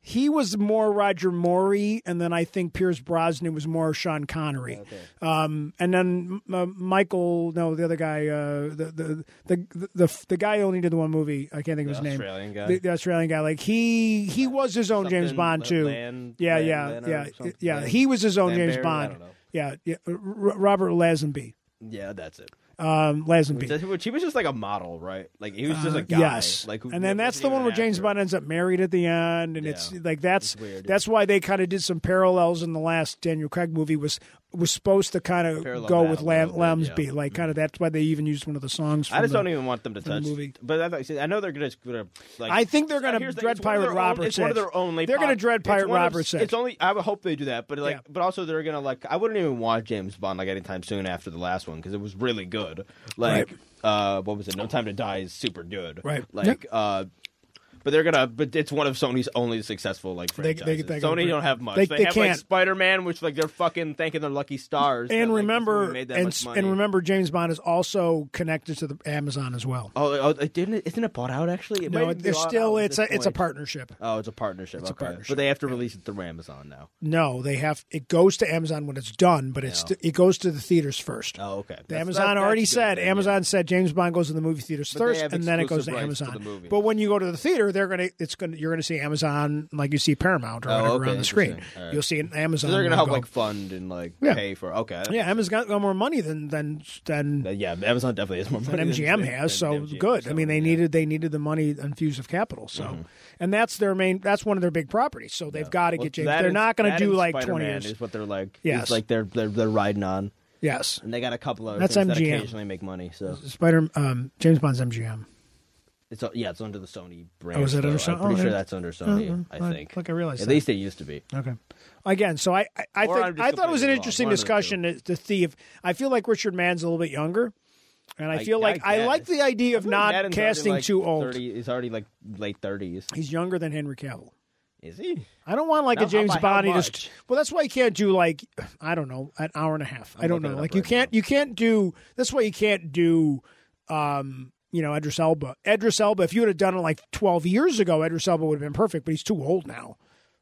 B: he was more Roger Morey, and then I think Pierce Brosnan was more Sean Connery. Um, and then uh, Michael, no, the other guy, uh, the, the the the the guy who only did the one movie. I can't think of his name.
C: Australian guy.
B: The, the Australian guy, like he he was his own James
C: Something,
B: Bond
C: uh,
B: too.
C: Land-
B: yeah,
C: Land-
B: yeah,
C: Leonard or
B: yeah,
C: something.
B: yeah.
C: Land-
B: He was his own
C: Lambert,
B: James
C: I
B: Bond.
C: don't know.
B: Yeah, yeah. R- R- Robert Lazenby.
C: yeah, that's it.
B: um, Lazenby.
C: Which he was just like a model, right? Like he was just a guy.
B: Uh, Yes,
C: Like, who-
B: and then
C: wasn't
B: that's the
C: even
B: one
C: an
B: where James
C: actor.
B: Bond ends up married at the end, and it's
C: Yeah.
B: like that's
C: It's weird.
B: that's why they kind of did some parallels in the last Daniel Craig movie was was supposed to kind of
C: Parallel
B: go
C: that
B: with
C: a
B: Lam-
C: little bit,
B: Lamsby,
C: yeah. Mm-hmm.
B: like kind of that's why they even used one of the songs.
C: I
B: from
C: just
B: the-
C: don't even want them to touch.
B: movie.
C: But I, thought- see, I know they're gonna, gonna like.
B: I think they're gonna
C: Here's the-
B: Dread
C: it's one of
B: Pirate
C: their own-
B: Roberts
C: It's one of
B: it.
C: their own. Like,
B: They're gonna
C: pod-
B: Dread
C: it's
B: Pirate
C: one of-
B: Roberts it.
C: It's only. I would hope they do that, but like,
B: Yeah.
C: but also they're gonna like. I wouldn't even watch James Bond like anytime soon after the last one because it was really good. Like, uh, what was it? No Time to Die is super good.
B: Right.
C: Like, uh. But they're gonna. But it's one of Sony's only successful like
B: They- they-
C: franchises.
B: they gotta
C: Sony
B: bring-
C: don't have much.
B: they-
C: They,
B: they
C: have like
B: can't.
C: Spider Man, which like they're fucking thanking their lucky stars. that,
B: and
C: like, this
B: remember
C: movie made that
B: and,
C: much
B: s-
C: money.
B: and remember James Bond is also connected to the Amazon as well.
C: Oh, oh, it didn't. Isn't it bought out actually? It might
B: no,
C: even be
B: it's
C: bought
B: still
C: out at
B: it's
C: this
B: a it's a
C: point.
B: partnership.
C: Oh, it's a partnership.
B: a
C: okay.
B: partnership,
C: But they have to release it through Amazon now.
B: No, they have it goes to Amazon when it's done, but it's
C: Yeah.
B: it goes to the theaters first.
C: Oh, okay.
B: The
C: That's-
B: Amazon
C: that- that's
B: already
C: good
B: said.
C: then, yeah.
B: Amazon said James Bond goes to the movie theaters
C: But they
B: first,
C: have
B: and then it goes to
C: exclusive rights to
B: Amazon.
C: the movie.
B: but when you go to the theater, they're gonna it's gonna you're gonna see Amazon like you see Paramount or
C: Oh,
B: whatever
C: okay,
B: on the screen.
C: interesting. All right.
B: You'll see an Amazon.
C: So they're gonna help
B: logo.
C: like fund and like
B: Yeah.
C: pay for. Okay. that-
B: yeah, Amazon's got more money than than than
C: that- yeah. Amazon definitely has more
B: than
C: money
B: MGM
C: than-
B: has.
C: than
B: So
C: MGM,
B: good. I mean, they
C: yeah. Mm-hmm.
B: needed they needed the money infused of capital. So, and that's their main. That's one of their big properties. So they've got to
C: Well,
B: get James.
C: that
B: They're
C: is-
B: not gonna
C: that
B: do
C: and
B: like twenty
C: Spider-Man
B: years.
C: Is what they're like.
B: Yes.
C: It's like they're they're they're riding on,
B: yes,
C: and they got a couple of
B: That's
C: things that
B: MGM.
C: occasionally make money. So
B: Spider um, James Bond's MGM.
C: it's uh, yeah, it's under the Sony brand.
B: Oh, is that
C: so
B: under
C: I'm
B: Sony?
C: pretty
B: Oh,
C: sure
B: yeah.
C: that's under Sony. I
B: I-
C: think.
B: like I realized
C: At
B: that.
C: least they used to be.
B: Okay. Again, so I I, I
C: Or I'm
B: think
C: just
B: I thought it was an
C: completely wrong.
B: interesting
C: One of the
B: discussion. The, the thief. I feel like Richard Mann's a little bit younger, and I
C: I-
B: feel
C: I
B: like I,
C: guess.
B: like the idea of not
C: Madden's already,
B: casting
C: like,
B: too old.
C: 30 he's already like late thirties.
B: He's younger than Henry Cavill.
C: Is he?
B: I don't want like
C: Now,
B: a
C: how-
B: James
C: by how
B: Bond. he
C: much?
B: Just well, that's why you can't do like I don't know an hour and a half. I don't
C: looking
B: know.
C: it up
B: Like you
C: right
B: can't you can't do that's why you can't do um you know Edris Elba. Edris Elba. If you would have done it like twelve years ago, Edris Elba would have been perfect. But he's too old now.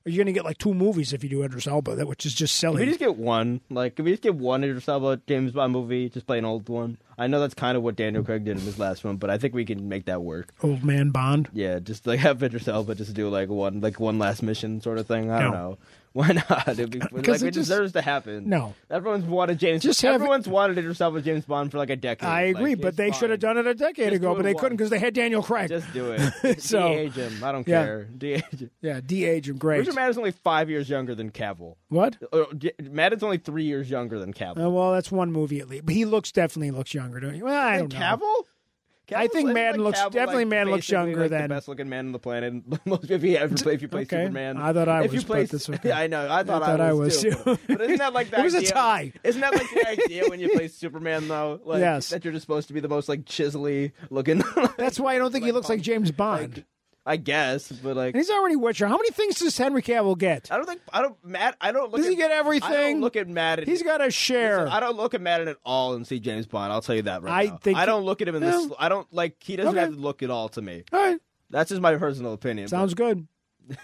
B: You're going to get like two movies if you do Edris Elba, that which is just
C: Can we
B: silly.
C: just get one? Like, can we just get one Idris Elba James Bond movie? Just play an old one. I know that's kind of what Daniel Craig did in his last one, but I think we can make that work.
B: Old man Bond.
C: Yeah, just like have Idris Elba just do like one, like one last mission sort of thing. I don't
B: No.
C: know. Why not? It'd be, like, it,
B: Because it just-
C: deserves to happen.
B: No.
C: everyone's wanted James.
B: Just
C: Just
B: have-
C: everyone's wanted Idris Elba James Bond for like a decade.
B: I
C: Like,
B: agree, but
C: it's
B: they should have
C: fine.
B: done it a decade
C: Just
B: ago,
C: do
B: but
C: it
B: they couldn't
C: once.
B: because they had Daniel Craig.
C: Just do it.
B: So-
C: de-age him. I don't
B: Yeah.
C: care. De-age. him.
B: yeah, de-age him. Great.
C: Richard Madden's only five years younger than Cavill.
B: What?
C: Uh, J- Madden's only three years younger than Cavill.
B: Uh, well, that's one movie at least. But he looks definitely looks younger, don't you? Well, I
C: And
B: don't know.
C: Cavill?
B: I think
C: Cavill's
B: Madden looks- definitely Madden looks
C: basically,
B: younger
C: like,
B: than-
C: the best looking man on the planet. Most if you ever play if you play
B: Okay.
C: Superman.
B: I thought I
C: if
B: was,
C: you
B: but
C: play,
B: that's okay.
C: I know. I thought I,
B: thought I was,
C: too.
B: too.
C: but isn't that like the
B: It was a
C: idea-
B: tie.
C: Isn't that like the idea when you play Superman though? Like,
B: Yes.
C: That you're just supposed to be the most like chiselly looking.
B: That's why I don't think he looks like James Bond.
C: I guess, but like
B: and he's already Witcher. How many things does Henry Cavill get?
C: I don't think I don't Matt. I don't Uh, look.
B: Does
C: at,
B: he get
C: I
B: everything?
C: don't look at Madden.
B: He's got a share.
C: I don't look at Madden at all and see James Bond. I'll tell you that right
B: I
C: now.
B: think-
C: I don't look at him in
B: Yeah.
C: this. I don't like. He doesn't
B: Okay.
C: have to look at all to me.
B: All right,
C: That's just my personal opinion.
B: sounds good.
C: but-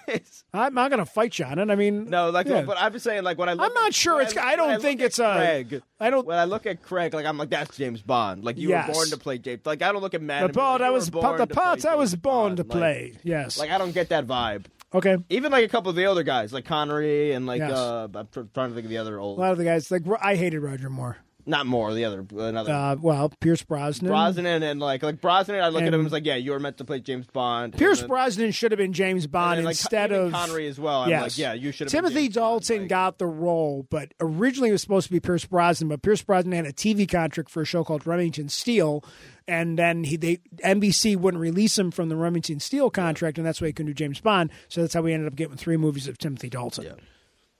B: I'm not going to fight you on it. I mean,
C: no, like,
B: yeah.
C: but I'm just saying, like, when I look
B: I'm not
C: at-
B: sure
C: when
B: it's-
C: I,
B: I
C: when
B: don't
C: look
B: think
C: at
B: it's uh, a-
C: Craig,
B: I don't-
C: When I look at Craig, like, I'm like, that's James Bond. Like, you
B: Yes.
C: were born to play James. Like, I don't look at Madden.
B: the
C: and be like,
B: part I
C: you were
B: was
C: born
B: the
C: to
B: parts
C: play
B: I was
C: James
B: born
C: Bond.
B: to
C: Like-
B: play. yes.
C: Like, I don't get that vibe.
B: okay.
C: Even like a couple of the older guys, like Connery and like
B: Yes.
C: uh, I'm tr- trying to think of the other old,
B: A lot of the guys like I hated Roger Moore.
C: not more, the other another
B: Uh, well, Pierce Brosnan.
C: Brosnan and like like Brosnan. I look at
B: And-
C: him and was like, yeah, you were meant to play James Bond.
B: Pierce
C: and then-
B: Brosnan should have been James
C: and
B: Bond
C: then, like,
B: instead
C: even
B: of
C: Connery as well. I'm
B: yes.
C: like, yeah, you should have. been
B: Timothy
C: James Bond,
B: Dalton
C: like-
B: got the role, but originally it was supposed to be Pierce Brosnan, but Pierce Brosnan had a TV contract for a show called Remington Steel, and then he they NBC wouldn't release him from the Remington Steel contract, and that's why he couldn't do James Bond. So that's how we ended up getting three movies of Timothy Dalton.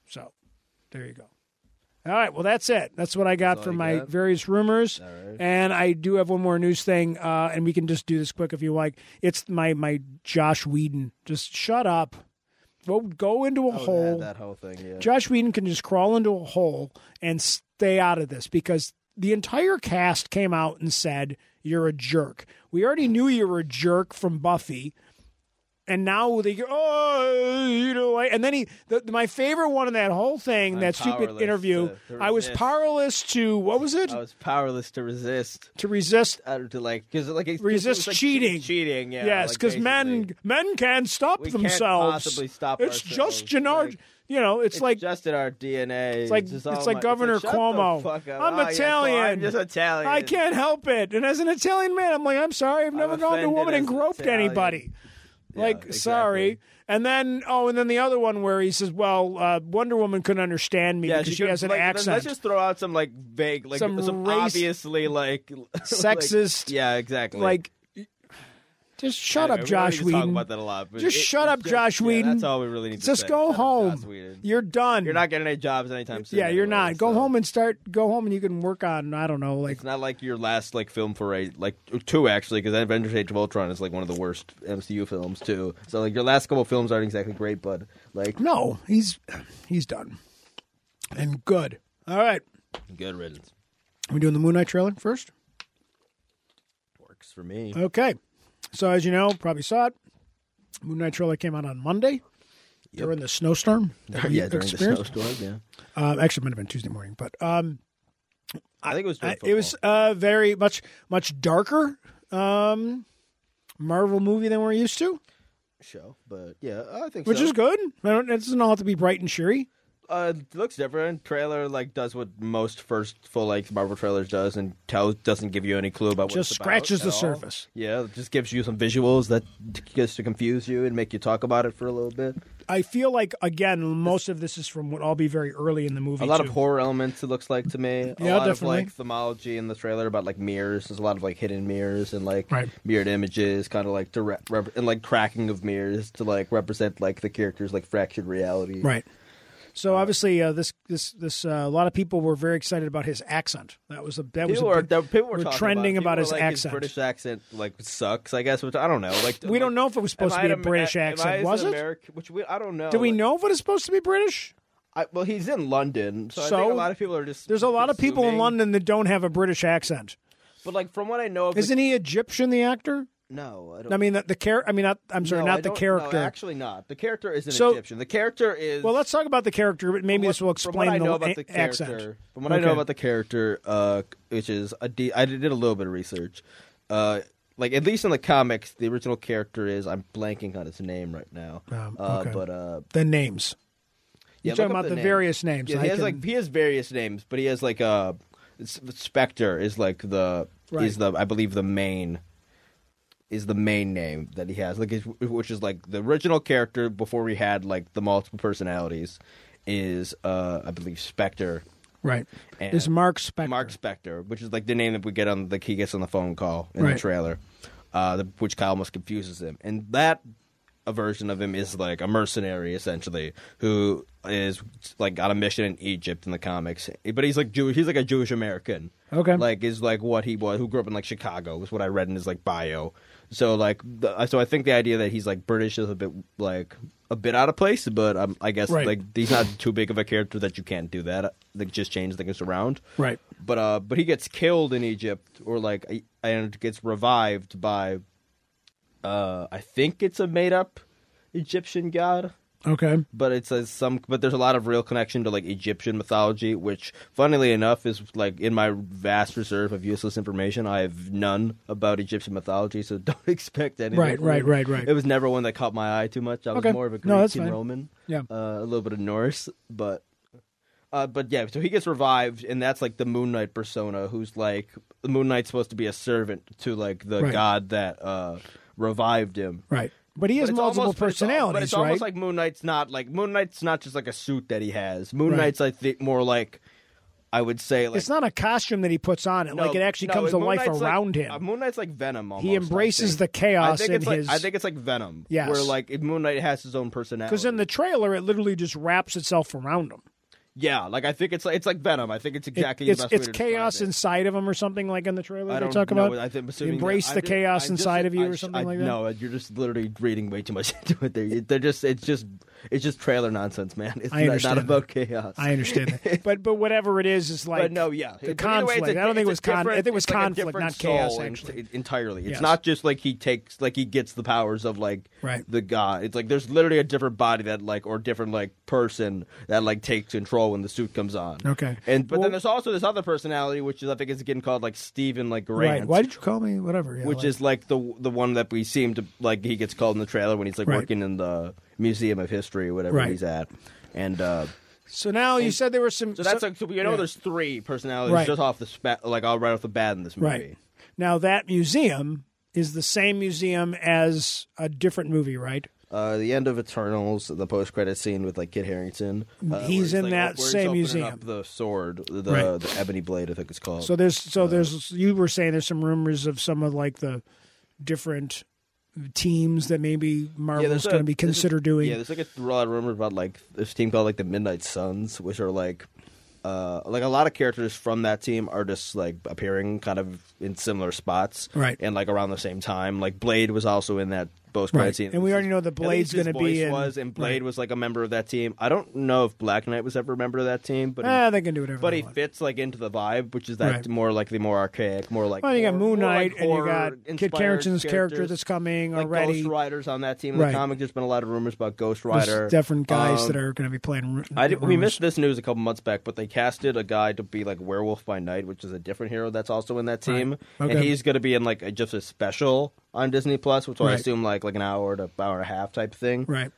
B: So there you go. All right, well that's it. That's what I got for
C: you
B: my
C: got?
B: various rumors, and I do have one more news thing, uh, and we can just do this quick if you like. It's my my Josh Whedon. Just shut up. Go go into a
C: Oh,
B: hole.
C: that, that whole thing. Yeah.
B: Josh Whedon can just crawl into a hole and stay out of this because the entire cast came out and said, You're a jerk. We already knew you were a jerk from Buffy. And now they go, oh, you know, I, and then he, the, my favorite one in that whole thing, that stupid
C: powerless
B: interview,
C: to- to
B: I was
C: resist.
B: powerless to, what was it?
C: I was powerless to resist.
B: to resist.
C: I don't- to like because like it- 'cause it
B: Resist
C: was, like,
B: cheating.
C: Cheating. Yeah.
B: yes,
C: like,
B: because men
C: basically.
B: men can't stop
C: We can't
B: themselves.
C: possibly stop
B: it's
C: ourselves.
B: just Gennard.
C: Like,
B: you know, it's, like
C: just in our DNA.
B: it's like it's,
C: just all
B: like
C: my-
B: Governor
C: it's like, shut the
B: Cuomo.
C: fuck up.
B: I'm
C: Oh, yes, well,
B: Italian.
C: I'm just Italian.
B: I can't help it. And as an Italian man, I'm like, I'm sorry, I've never gone to a
C: offended
B: woman and
C: as an
B: groped
C: Italian.
B: anybody.
C: Yeah,
B: Like,
C: exactly.
B: sorry. And then, oh, and then the other one where he says, "Well, uh, Wonder Woman couldn't understand me
C: Yeah,
B: because she,
C: could-
B: has an
C: like, let's-
B: accent."
C: Let's just throw out some like vague, like
B: Some
C: some,
B: race-
C: obviously like like-
B: Sexist,
C: yeah, exactly.
B: like, just shut
C: Anyway,
B: up,
C: we don't need
B: Josh
C: to talk
B: Whedon.
C: about that a lot. but
B: Just
C: it-
B: shut
C: it's
B: up, Josh
C: yeah,
B: Whedon.
C: that's all we really need. to
B: Just
C: say.
B: go
C: Shut up,
B: home.
C: Josh Whedon.
B: You're done.
C: You're not getting any jobs anytime soon.
B: Yeah, you're
C: anyway,
B: not. Go
C: so.
B: home and start. Go home and you can work on. I don't know, like
C: It's not like your last like film foray, like two actually, because Avengers: Age of Ultron is like one of the worst MCU films too. So like your last couple films aren't exactly great, but like
B: no. He's he's done, and good. All right,
C: good riddance
B: we doing the Moon Knight trailer first.
C: works for me.
B: Okay. So as you know, probably saw it. Moon Knight trailer came out on Monday during the snowstorm. that we
C: yeah, during
B: experienced.
C: the snowstorm. Yeah,
B: Uh, actually, it might have been Tuesday morning, but um,
C: I think it was. During
B: uh, it was uh, very much much darker um, Marvel movie than we're used to,
C: football show, but yeah, I think
B: which
C: so.
B: is good. I don't, it doesn't all have to be bright and cheery.
C: Uh, it looks different. Trailer like does what most first full length Marvel trailers does, and tells doesn't give you any clue about what
B: Just
C: it's about
B: scratches
C: at
B: the
C: all.
B: surface.
C: Yeah, it just gives you some visuals that gets to confuse you and make you talk about it for a little bit.
B: I feel like again, most of this is from what I'll be very early in the movie.
C: A lot
B: too.
C: of horror elements. It looks like to me.
B: Yeah,
C: a lot
B: definitely.
C: of like thermology in the trailer about like mirrors. There's a lot of like hidden mirrors and like
B: Right.
C: mirrored images, kind of like to re- rep- and like cracking of mirrors to like represent like the characters like fractured reality.
B: Right. So obviously, uh, this this this uh, a lot of people were very excited about his accent. That was a that was a
C: People were,
B: big-
C: there- people were,
B: were
C: talking
B: trending about
C: about, it. People
B: his
C: were like,
B: accent.
C: British accent like sucks, I guess. Which I don't know. Like
B: we don't know if it was supposed to be a British accent, was it?
C: it? Which we I don't know.
B: Do we
C: Like,
B: know if it is supposed to be British?
C: I, well, he's in London, so, I
B: So,
C: think a lot of people are just.
B: There's a lot of people in
C: assuming-
B: London that don't have a British accent.
C: but like from what I know, of the-
B: Isn't he Egyptian, the actor?
C: no, I don't.
B: I mean, the, the char- I mean, not, I'm sorry,
C: No, I
B: not the
C: don't-
B: character.
C: No, actually, not the character is an
B: So-
C: Egyptian. The character is.
B: well, let's talk about the character, but maybe
C: What-
B: this will
C: from what I
B: explain
C: know
B: the,
C: about
B: a-
C: the character,
B: accent.
C: From what I know
B: Okay.
C: about the character, uh, which is a D, I did a little bit of research. Uh, like at least in the comics, the original character is I'm blanking on his name right now.
B: Um,
C: uh,
B: okay.
C: but uh,
B: The names.
C: yeah,
B: You're talking
C: look up
B: about the,
C: name.
B: various names.
C: Yeah,
B: I
C: he has
B: can-
C: like he has various names, but he has like uh, S- Spectre is like the
B: Right.
C: is the I believe the main is the main name that he has, like his, which is like the original character before we had like the multiple personalities is uh I believe Spectre.
B: right.
C: and-
B: Is Mark Spector.
C: Mark Spector, which is like the name that we get on the he gets on the phone call in
B: Right.
C: the trailer, uh, the, which Kyle almost confuses him, and that a version of him is like a mercenary essentially who is like on a mission in Egypt in the comics, but he's like Jewish. He's like a Jewish American.
B: Okay.
C: like is like what he was, who grew up in like Chicago, was what I read in his like bio. So like, the, so I think the idea that he's like British is a bit like a bit out of place, but um, I guess
B: Right.
C: like he's not too big of a character that you can't do that. Like just change things around.
B: Right.
C: But uh, but he gets killed in Egypt, or like, I- and gets revived by, uh, I think it's a made up Egyptian god.
B: Okay.
C: But it says some, but there's a lot of real connection to like Egyptian mythology, which, funnily enough, is like in my vast reserve of useless information, I have none about Egyptian mythology, so don't expect anything.
B: Right,
C: from
B: right,
C: it.
B: right, right.
C: It was never one that caught my eye too much. I was
B: Okay.
C: more of a Greek
B: No, that's
C: and
B: fine.
C: Roman
B: Yeah.
C: uh, a little bit of Norse, but uh, but yeah, so he gets revived, and that's like the Moon Knight persona, who's like the Moon Knight's supposed to be a servant to like the
B: Right.
C: god that uh, revived him.
B: Right. But he has
C: But it's
B: multiple
C: almost- but it's al-
B: personalities,
C: but it's
B: right?
C: almost like Moon Knight's not like Moon Knight's not just like a suit that he has. Moon
B: Right.
C: Knight's I think more like I would say like
B: it's not a costume that he puts on it.
C: no,
B: like it actually
C: no,
B: comes to
C: Moon
B: life
C: Knight's like-
B: around
C: uh,
B: him.
C: Moon Knight's like Venom. Almost,
B: he embraces the
C: I
B: chaos
C: think
B: in
C: it's like
B: his.
C: I think it's like Venom.
B: Yes.
C: where like Moon Knight has his own personality.
B: because in the trailer it literally just wraps itself around him.
C: Yeah, like I think it's like it's like Venom. I think it's
B: It-
C: exactly
B: it's
C: the best
B: it's
C: way to describe
B: chaos
C: it.
B: inside of him or something like in the trailer
C: I
B: they
C: don't
B: talk
C: know,
B: about.
C: I think I'm assuming
B: embrace
C: that-
B: the
C: I just-
B: chaos
C: I just-
B: inside of you
C: I
B: or
C: just-
B: something
C: I-
B: like that?
C: No, you're just literally reading way too much into it. There, You- they're just it's just it's just trailer nonsense, man. It's
B: I
C: not-
B: understand
C: not about chaos.
B: I understand that, but but whatever it is, it's like
C: but no, yeah,
B: the
C: But either way,
B: conflict.
C: it's a-
B: I don't think it
C: it's a
B: was con. I
C: different-
B: think it was
C: it's like a
B: conflict,
C: different
B: not chaos.
C: soul en-
B: Actually,
C: entirely. It's
B: Yes.
C: not just like he takes like he gets the powers of like
B: Right.
C: the god. It's like there's literally a different body that like or different like person that like takes control when the suit comes on.
B: Okay.
C: and but
B: Well-
C: then there's also this other personality, which is I think is getting called like Stephen like Grant
B: right? Why did you call me? Whatever. Yeah,
C: which
B: like-
C: is like the the one that we seem to like he gets called in the trailer when he's like
B: Right.
C: working in the museum of history or whatever
B: Right.
C: he's at and uh,
B: So now you said there were some.
C: so that's like so we know
B: yeah.
C: there's three personalities
B: Right.
C: just off the spa- like all right off the bat in this movie.
B: right. Now that museum is the same museum as a different movie, right?
C: Uh, the end of Eternals, the post-credit scene with like Kid Harrington. Uh,
B: He's
C: where it's,
B: in
C: like,
B: that
C: where he's
B: same
C: opening
B: museum.
C: Up the sword, the,
B: Right.
C: the ebony blade, I think it's called.
B: So there's
C: uh,
B: so there's you were saying there's some rumors of some of like the different teams that maybe Marvel's
C: a-
B: going to be
C: there's a-
B: consider doing.
C: Yeah, there's like a lot of rumors about like this team called like the Midnight Suns, which are like, uh, like a lot of characters from that team are just like appearing kind of in similar spots,
B: Right.
C: And like around the same time, like Blade was also in that post credit
B: Right.
C: scene,
B: And we already know that
C: At least
B: Blade's
C: his
B: gonna be
C: voice
B: in-
C: was, and Blade
B: right.
C: was like a member of that team. I don't know if Black Knight was ever a member of that team, but he-
B: Ah, they can do whatever.
C: but
B: they
C: he
B: want.
C: fits like into the vibe, which is that
B: Right.
C: more like the more archaic, more like.
B: Well, you got
C: horror-
B: Moon
C: more
B: Knight,
C: like
B: and you got Kid
C: horror-inspired
B: Carrington's character
C: characters,
B: that's coming
C: like
B: already.
C: Ghost Riders on that team in
B: Right.
C: the comic. There's been a lot of rumors about Ghost
B: There's
C: Rider.
B: different guys
C: Um,
B: that are going to be playing. ru-
C: I did, we
B: rumors.
C: missed this news a couple months back, but they casted a guy to be like Werewolf by Night, which is a different hero that's also in that team,
B: Right.
C: and
B: Okay.
C: he's going to be in like a, just a special on Disney Plus, which I
B: Right.
C: assume like like an hour to hour and a half type thing.
B: right.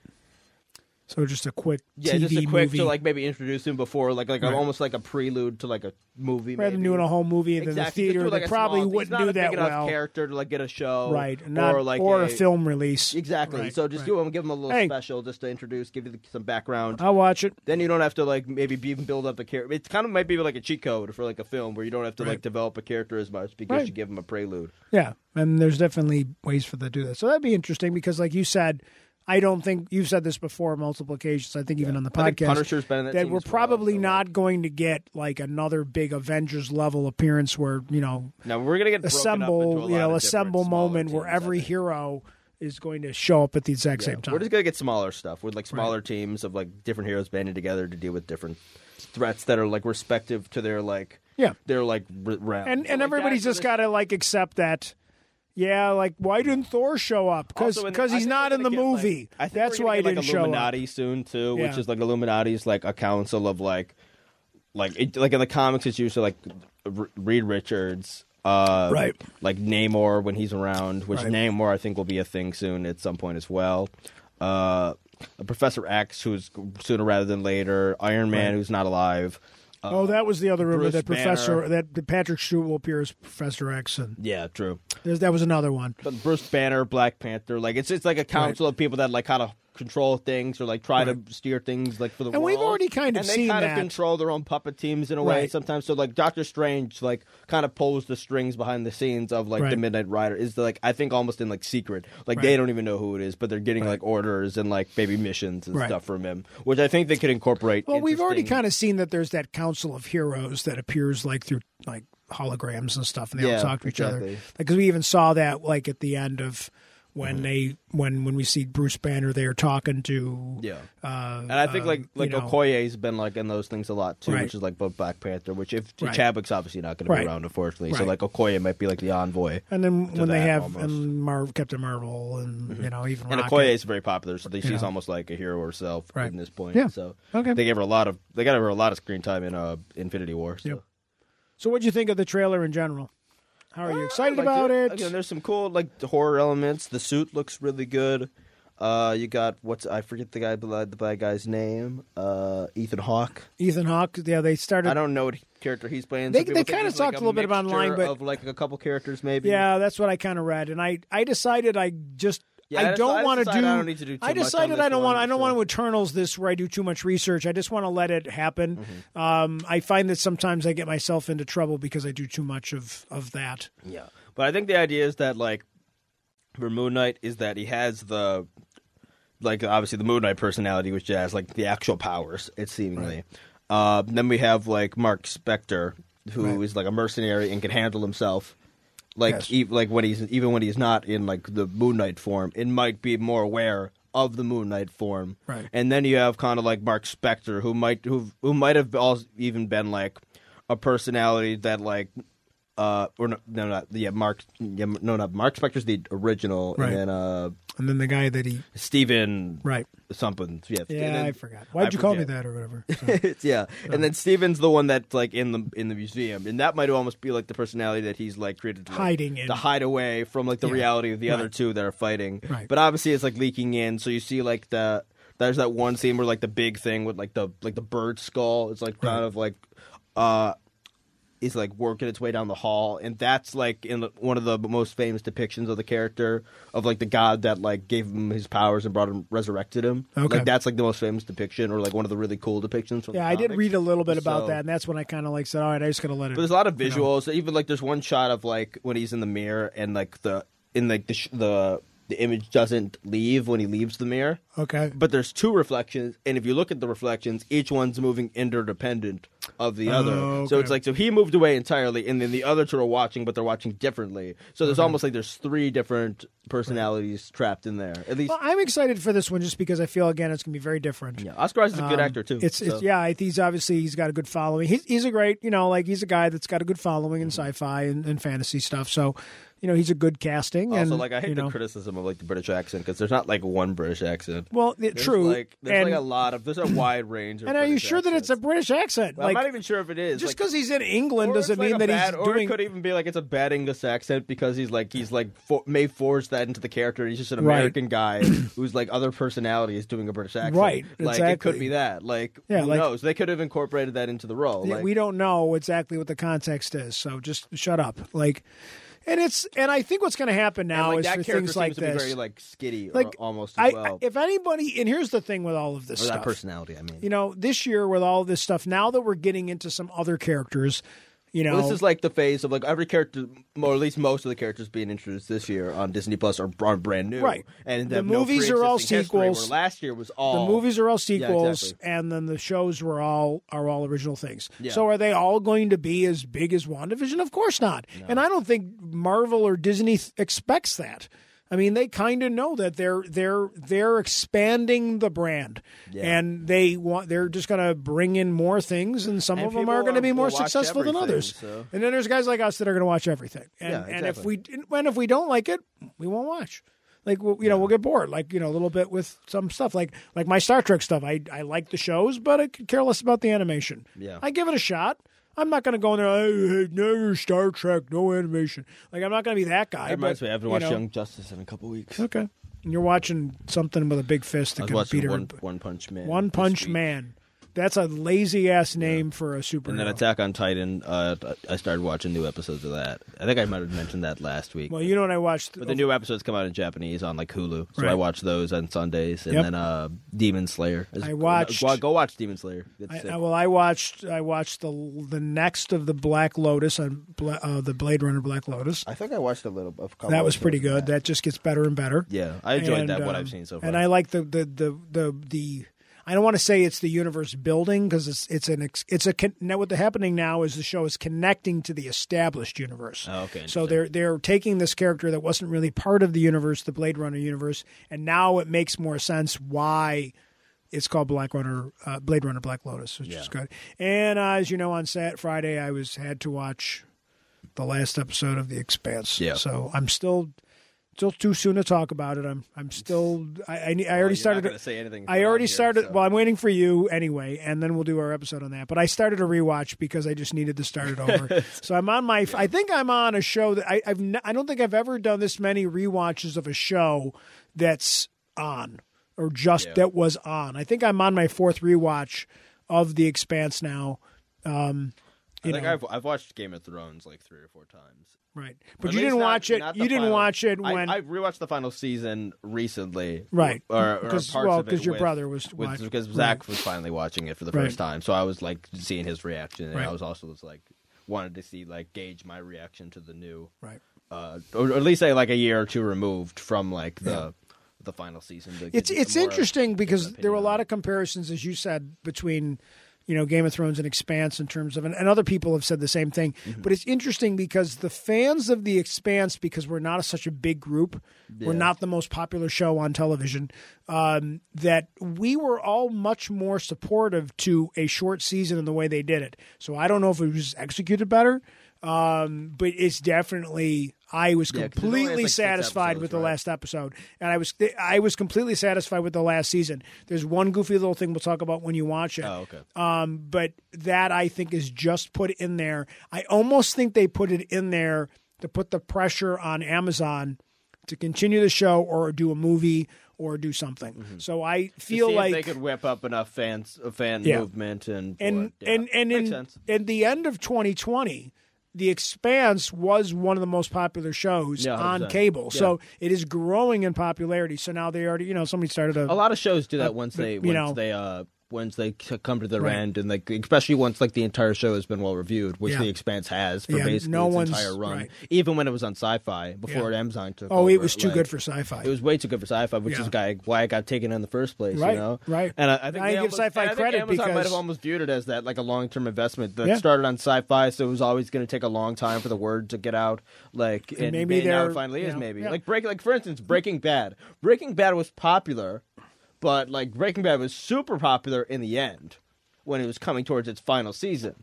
B: So just a quick
C: Yeah,
B: TV
C: just a quick
B: movie.
C: to like maybe introduce him before like like a-
B: Right.
C: almost like a prelude to like a movie.
B: rather than
C: maybe.
B: doing a whole movie in the
C: Exactly. Just
B: theater,
C: do, like,
B: they
C: a
B: probably
C: small- he's
B: wouldn't
C: not
B: do
C: a
B: that
C: big enough
B: well,
C: character to like get a show,
B: right? Not
C: or like
B: or a, film release.
C: Exactly.
B: Right,
C: So just
B: right.
C: do them, give them a little
B: Hey. Uh-huh.
C: special just to introduce, give you the, some background.
B: I'll watch it.
C: then you don't have to like maybe be- build up a character. It kind of might be like a cheat code for like a film where you don't have to like
B: Right.
C: develop a character as much because
B: Right.
C: you give them a prelude.
B: Yeah, and there's definitely ways for them to do that. So that'd be interesting because, like you said, I don't think you've said this before on multiple occasions. I think even on the
C: I think
B: podcast,
C: Punisher's been in that team
B: we're
C: as well,
B: probably
C: so, like-
B: not going to get like another big Avengers level appearance where you know
C: Now we're gonna get broken up into a
B: assemble, you
C: lot
B: know,
C: of
B: assemble
C: different smaller
B: moment where
C: teams, I
B: every
C: think.
B: hero is going to show up at the exact same time.
C: We're just gonna get smaller stuff with like smaller teams of like different heroes banding together to deal with different threats that are like respective to their like
B: Yeah.
C: their like r- round.
B: and
C: So,
B: and
C: like,
B: everybody's
C: that's where
B: just
C: this-
B: got to like accept that. Yeah, like why didn't Thor show up? Because
C: Also, in the- I
B: he's
C: think
B: not
C: we're
B: in the
C: gonna get, like-
B: movie.
C: I think
B: That's
C: we're gonna
B: why he
C: get, like,
B: didn't show up.
C: Illuminati soon too,
B: Yeah.
C: which is like Illuminati's like a council of like like it, like in the comics it's usually like R- Reed Richards. Uh,
B: Right.
C: Like Namor when he's around, which
B: Right.
C: Namor I think will be a thing soon at some point as well. Uh, Professor X, who's sooner rather than later. Iron Man, who's not alive. Uh,
B: Oh, that was the other rumor
C: Bruce
B: that Professor
C: Banner.
B: that that Patrick Stewart will appear as Professor X, and
C: yeah, true.
B: there's, that was another one.
C: But Bruce Banner, Black Panther, like it's it's like a council of people that like kind of control things or like try to steer things like for the
B: And
C: world.
B: we've already kind of
C: and they
B: seen
C: kind
B: that.
C: of control their own puppet teams in a way
B: Right.
C: sometimes. So like Doctor Strange, like kind of pulls the strings behind the scenes of like the
B: Right.
C: Midnight Rider is like I think almost in like secret, like they
B: Right.
C: don't even know who it is, but they're getting like orders and like maybe missions and
B: Right.
C: stuff from him, which I think they could incorporate.
B: Well, we've already
C: interesting-
B: kind of seen that there's that Council of Heroes that appears like through like holograms and stuff, and they
C: Yeah,
B: all talk to each other.
C: exactly.
B: Because we even saw that like at the end of when
C: Mm-hmm.
B: they when when we see Bruce Banner, they are talking to
C: yeah.
B: Uh,
C: And I think
B: uh,
C: like like
B: you know,
C: Okoye's been like in those things a lot too,
B: Right.
C: which is like both Black Panther, which if
B: Right.
C: Chadwick's obviously not going to
B: Right.
C: be around, unfortunately. So
B: Right.
C: like Okoye might be like the envoy,
B: and then when they
C: that
B: have
C: almost. Mm-hmm.
B: and Mar- Captain Marvel and you know even
C: and
B: Rocket.
C: Okoye is very popular, so they, she's
B: know.
C: almost like a hero herself
B: Right.
C: at this point.
B: Yeah.
C: So
B: Okay.
C: they gave her a lot of they got her a lot of screen time in uh Infinity War. So.
B: Yep. So, what'd you think of the trailer in general? How
C: Uh,
B: are you excited
C: I
B: about it?
C: liked Again, there's some cool like the horror elements. The suit looks really good. Uh, you got what's I forget the guy the bad guy's name. Uh, Ethan Hawke.
B: Ethan Hawke. Yeah, they started.
C: I don't know what character he's playing.
B: They-
C: Some people
B: they
C: think
B: kinda
C: he's, like,
B: talked a little bit about
C: mixture
B: online, but-
C: of like a couple characters maybe.
B: yeah, that's what I kind of read, and I I decided I just.
C: Yeah, I
B: I
C: dec- I
B: don't want
C: decided
B: do.
C: I don't need to do too
B: I
C: much on
B: decided
C: this
B: I don't want.
C: one,
B: I don't
C: so-
B: want to Eternals this where I do too much research. I just want to let it happen.
C: Mm-hmm.
B: Um, I find that sometimes I get myself into trouble because I do too much of of that.
C: Yeah. But I think the idea is that like for Moon Knight is that he has the like obviously the Moon Knight personality, which has like the actual powers, it seemingly. Uh, then we have like Mark Spector, who is
B: Right.
C: like a mercenary and can handle himself. Like
B: Yes.
C: e- like when he's even when he's not in like the Moon Knight form, it might be more aware of the Moon Knight form.
B: Right.
C: And then you have kind of like Mark Spector, who might who who might have also even been like a personality that like uh or no no not yeah Mark yeah, no not Mark Spector's the original
B: Right.
C: and then uh
B: And then the guy that he
C: Stephen
B: right.
C: something yeah
B: Yeah,
C: and then-
B: I forgot. Why'd
C: I
B: you call me
C: forget.
B: that or whatever? So,
C: yeah
B: Uh-huh.
C: and then Steven's the one that's like in the in the museum and that might almost be like the personality that he's like created to, like,
B: Hiding in.
C: to hide away from like the
B: Yeah.
C: reality of the other
B: Right.
C: two that are fighting
B: Right.
C: but obviously it's like leaking in so you see like the There's that one scene where like the big thing with like the like the bird skull is like kind of like uh is like working its way down the hall and that's like in the, one of the most famous depictions of the character of like the god that like gave him his powers and brought him resurrected him
B: Okay.
C: like that's like the most famous depiction or like one of the really cool depictions from
B: Yeah,
C: the
B: I did
C: comic.
B: read a little bit about
C: So-
B: that, and that's when I kind of like said, all right, I just gotta let it.
C: but there's a lot of visuals. Even like there's one shot of like when he's in the mirror and like the in like the sh- the the image doesn't leave when he leaves the mirror.
B: okay,
C: But there's two reflections, and if you look at the reflections, each one's moving interdependent of the other.
B: Oh,
C: So
B: okay.
C: it's like so he moved away entirely, and then the other two are watching, but they're watching differently. So there's almost like there's three different personalities trapped in there. At least
B: well, I'm excited for this one just because I feel again it's gonna be very different.
C: yeah. Oscar Isaac's a good
B: Um,
C: actor too.
B: It's, it's
C: so-
B: yeah. I- He's obviously he's got a good following. He's, he's a great, you know, like he's a guy that's got a good following in
C: Mm-hmm.
B: sci-fi and, and fantasy stuff. So, you know, he's a good casting.
C: Also,
B: and
C: like I hate
B: you
C: the
B: know,
C: criticism of like the British accent because there's not like one British accent.
B: Well, it,
C: There's
B: true.
C: Like, there's
B: and
C: like a lot of there's a wide range. Of
B: and are you
C: British
B: sure that it's a
C: accents.
B: British accent?
C: Well,
B: like,
C: I'm not even sure if it is.
B: just
C: like,
B: because he's in England
C: or it's,
B: doesn't
C: like,
B: mean
C: a
B: that
C: bad,
B: he's
C: Or
B: doing.
C: it could even be like it's a bad English accent because he's like he's like for, may force that into the character. He's just an
B: Right.
C: American guy whose like other personality is doing a British accent.
B: Right,
C: Like it
B: exactly.
C: could be that. Like
B: Yeah,
C: who
B: like-
C: knows? They could have incorporated that into the role.
B: Yeah,
C: like,
B: we don't know exactly what the context is, so just shut up. Like, and it's and I think what's going to happen
C: and,
B: now
C: like
B: is
C: that
B: for
C: character
B: things
C: seems
B: like
C: to
B: this.
C: be very like skitty or
B: Like,
C: almost
B: I,
C: as well.
B: I- if anybody, and here's the thing with all of this
C: or that
B: stuff.
C: personality. I mean,
B: you know, this year with all this stuff, now that we're getting into some other characters, you know,
C: Well, this is like the phase of like every character, or at least most of the characters being introduced this year on Disney Plus are, are brand new,
B: Right.
C: And
B: The
C: have no
B: movies are all
C: pre-existing history,
B: sequels.
C: Where last year was all
B: the movies are all sequels,
C: exactly.
B: and then the shows were all are all original things.
C: Yeah.
B: So are they all going to be as big as WandaVision? Of course not. And I don't think Marvel or Disney th- expects that. I mean, they kind of know that they're they're they're expanding the brand,
C: Yeah.
B: and they want they're just going to bring in more things, and some
C: And
B: of them
C: people
B: are going to
C: will-
B: be more
C: will watch
B: successful than
C: everything,
B: others.
C: so-
B: And then there's guys like us that are going to watch everything. And,
C: Yeah,
B: and if we and if we don't like it, we won't watch. Like we'll, you know, we'll get bored. Like you know, a little bit with some stuff. Like like my Star Trek stuff. I I like the shows, but I could care less about the animation.
C: Yeah.
B: I give it a shot. I'm not going to go in there. I hate never Star Trek, no animation. Like I'm not going to be that guy.
C: That reminds
B: but,
C: me, I haven't
B: you
C: watched
B: know.
C: Young Justice in a couple weeks. I
B: Okay, and you're watching something with a big fist. That
C: was
B: could
C: watching
B: Peter,
C: one, one Punch Man.
B: One
C: this
B: Punch
C: week.
B: Man. That's a lazy ass name for a
C: And then
B: superhero.
C: Attack on Titan. Uh, I started watching new episodes of that. I think I might have mentioned that last week.
B: well, you know what I watched.
C: but the new episodes come out in Japanese on like Hulu, so
B: Right.
C: I watch those on Sundays. And
B: Yep.
C: then uh, Demon Slayer. is-
B: I watched-
C: Go, go watch Demon Slayer. It's
B: I,
C: sick.
B: I, well, I watched I watched the the next of the Black Lotus on Bla- uh, the Blade Runner Black Lotus.
C: I think I watched a little. A couple
B: That was
C: episodes
B: pretty
C: of
B: good.
C: that.
B: That just gets better and better.
C: Yeah, I enjoyed
B: And,
C: that.
B: um,
C: What I've seen so far.
B: and I like the the the the the. I don't want to say it's the universe building because it's it's an ex, it's a con- now what the happening now is the show is connecting to the established universe.
C: Oh, okay,
B: So
C: interesting.
B: they're they're taking this character that wasn't really part of the universe, the Blade Runner universe, and now it makes more sense why it's called Black Runner, uh, Blade Runner Black Lotus, which is good. And uh, as you know, on Sat Friday, I was had to watch the last episode of The Expanse.
C: Yeah.
B: So I'm still still too soon to talk about it. I'm I'm still I I, ne- I already started.
C: to say anything.
B: I already started. Well, I'm waiting for you anyway, and then we'll do our episode on that. But I started a rewatch because I just needed to start it over. so I'm on my. I think I'm on a show that I, I've. n- I don't think I've ever done this many rewatches of a show that's on or just that was on. I think I'm on my fourth rewatch of The Expanse now.
C: I think I've, I've watched Game of Thrones like three or four times.
B: Right, but
C: At
B: you
C: least
B: didn't
C: not-
B: watch it.
C: not the
B: You didn't
C: final-
B: watch it
C: I-
B: when
C: I, rewatched the final season recently,
B: Right.
C: Or, or
B: 'Cause-
C: parts
B: well,
C: of it
B: 'cause your
C: with-
B: brother was
C: with,
B: watch-
C: because
B: right.
C: Zach was finally watching it for the
B: Right.
C: first time, so I was like seeing his reaction, and
B: Right.
C: I was also was like wanted to see like gauge my reaction to the new,
B: right.
C: uh, or at least say like a year or two removed from like the the final season. to
B: It's
C: get some
B: it's
C: more-
B: interesting because there were a
C: opinion
B: lot
C: on
B: of comparisons, as you said, between you know Game of Thrones and Expanse in terms of, and, and other people have said the same thing.
C: Mm-hmm.
B: But it's interesting because the fans of the Expanse, because we're not such a big group, we're
C: Yeah.
B: not the most popular show on television, um, that we were all much more supportive to a short season and the way they did it. So I don't know if it was executed better, um, but it's definitely. I was
C: 'cause there's only,
B: completely
C: like, six
B: satisfied
C: episodes,
B: with the
C: right?
B: last last episode, and I was I was completely satisfied with the last season. There's one goofy little thing we'll talk about when you watch it,
C: Oh, okay.
B: um, but that I think is just put in there. I almost think they put it in there to put the pressure on Amazon to continue the show or do a movie or do something. So I feel
C: Mm-hmm. See if
B: like
C: they could whip up enough fans, a fan
B: Yeah.
C: movement, and
B: and
C: yeah.
B: and and
C: Makes
B: in,
C: sense.
B: in the end of 2020 the expanse was one of the most popular shows
C: Yeah,
B: on
C: 100%.
B: cable so it is growing in popularity so now they already you know somebody started a,
C: a lot of shows do that once they
B: you
C: once
B: know.
C: they uh once they c- come to their
B: Right.
C: end and like especially once like the entire show has been well reviewed which
B: Yeah.
C: the expanse has for
B: Yeah,
C: basically
B: no
C: its
B: one's-
C: entire run
B: right.
C: even when it was on sci-fi before amazon took
B: oh it
C: over,
B: was too
C: like,
B: good for sci-fi
C: it was way too good for sci-fi which
B: Yeah.
C: is guy why it got taken in the first place
B: Right,
C: you know
B: right.
C: and i, I think
B: I
C: they
B: give
C: almost-
B: sci-fi
C: and I think
B: credit
C: amazon might
B: because-
C: have almost viewed it as that like a long-term investment that
B: Yeah.
C: started on sci-fi so it was always going to take a long time for the word to get out like and
B: maybe
C: maybe now
B: they're-
C: it finally
B: you
C: is
B: know,
C: maybe
B: yeah.
C: like break like for instance breaking bad breaking bad was popular but like Breaking Bad was super popular in the end when it was coming towards its final season.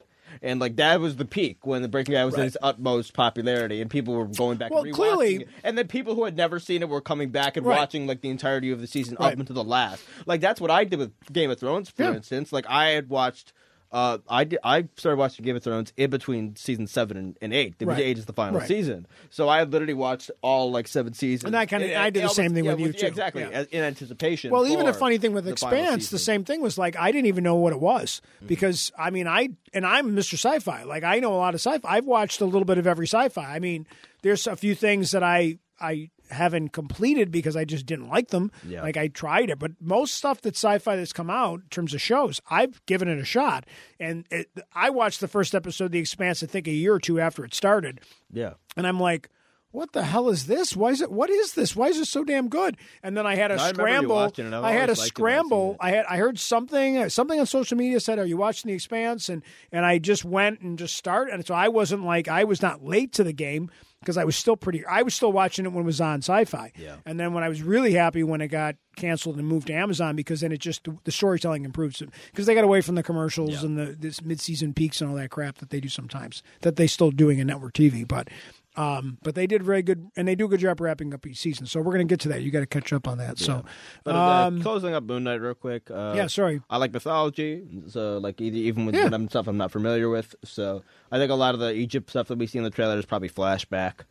C: And like that was the peak when the Breaking Bad was in its utmost popularity, and people were going back.
B: Well,
C: and rewatching
B: clearly-
C: it. and then people who had never seen it were coming back and
B: Right.
C: watching like the entirety of the season
B: Right.
C: up until the last. Like that's what I did with Game of Thrones, for
B: Yeah.
C: instance. Like I had watched, uh, I did, I started watching Game of Thrones in between season seven and, and eight. Which
B: Right.
C: eight is the final
B: Right.
C: season, so I had literally watched all like seven seasons.
B: And I kinda-
C: And-
B: I did the
C: and-
B: same thing
C: yeah,
B: with you, too.
C: yeah, exactly.
B: Yeah.
C: As- in anticipation.
B: well even a
C: for
B: funny thing with
C: final
B: expanse the
C: season. Mm-hmm.
B: same thing was like i didn't even know what it was because i mean i and i'm mr sci-fi like i know a lot of sci-fi i've watched a little bit of every sci-fi i mean there's a few things that i i haven't completed because i just didn't like them
C: Yeah.
B: like i tried it but most stuff that's sci-fi that's come out in terms of shows i've given it a shot and it, i watched the first episode of the expanse i think a year or two after it started
C: Yeah.
B: and I'm like, what the hell is this? Why is it? What is this? Why is it so damn good? And then I had a
C: I remember you
B: scramble.
C: watching it. I've
B: I had a
C: always liked it when I've seen
B: scramble.
C: it.
B: I had I heard something uh, something on social media said, "Are you watching The Expanse?" and and I just went and just started. And so I wasn't like I was not late to the game because I was still pretty. I was still watching it when it was on Sci-Fi.
C: Yeah.
B: And then when I was really happy when it got canceled and moved to Amazon because then it just the storytelling improves because they got away from the commercials and the this mid-season peaks and all that crap that they do sometimes that they still doing in network TV, but. Um, but they did very good, and they do a good job wrapping up each season. So we're going to get to that. You got to catch up on that. So,
C: But uh, closing up Moon Knight real quick. Uh,
B: Um, yeah, sorry.
C: I like mythology, so like either, even with
B: Yeah.
C: what I'm, stuff I'm not familiar with. So I think a lot of the Egypt stuff that we see in the trailer is probably flashback.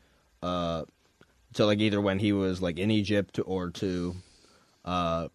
C: Uh, so like either when he was like in Egypt or to, because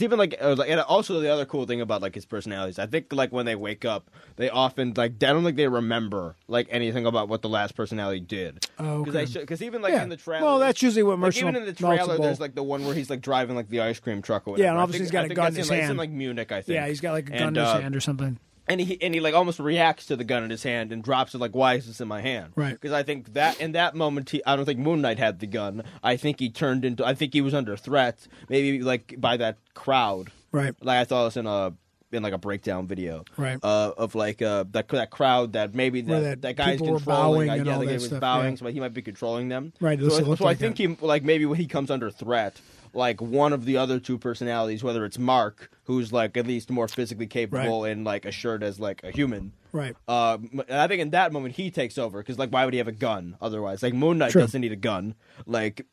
C: even like, uh, like and also the other cool thing about like his personalities, I think like when they wake up, they often like I don't think they remember like anything about what the last personality did.
B: Oh, okay.
C: because even like
B: yeah.
C: in the trailer,
B: well, that's usually what
C: like,
B: Mercer
C: even in the trailer,
B: multiple-
C: there's like the one where he's like driving like the ice cream truck or whatever.
B: Yeah, and
C: I
B: obviously he's
C: think-
B: got
C: I
B: a
C: think
B: gun in
C: that's
B: his
C: like- it's
B: hand.
C: like Munich, I think.
B: yeah, he's got like a gun
C: And,
B: in his
C: uh,
B: hand or something.
C: and he and he like almost reacts to the gun in his hand and drops it like, "Why is this in my hand?"
B: Right.
C: Because I think that in that moment, he, I don't think Moon Knight had the gun. I think he turned into. I think he was under threat, maybe like by that crowd.
B: Right.
C: Like I saw this in a in like a breakdown video.
B: Right.
C: Uh, of like uh that that crowd that maybe
B: Where
C: that
B: that
C: that, guy's
B: people were
C: controlling.
B: bowing
C: I,
B: and
C: yeah,
B: all
C: the
B: that
C: guy was
B: stuff,
C: bowing,
B: yeah.
C: so he might be controlling them.
B: Right,
C: So,
B: this
C: I-
B: looked
C: so
B: like
C: I think he like maybe when he comes under threat. Like one of the other two personalities, whether it's Mark, who's like at least more physically capable and like assured as like a human,
B: Right.
C: uh, m- and I think in that moment he takes over because like why would he have a gun otherwise? Like Moon Knight
B: True.
C: doesn't need a gun, like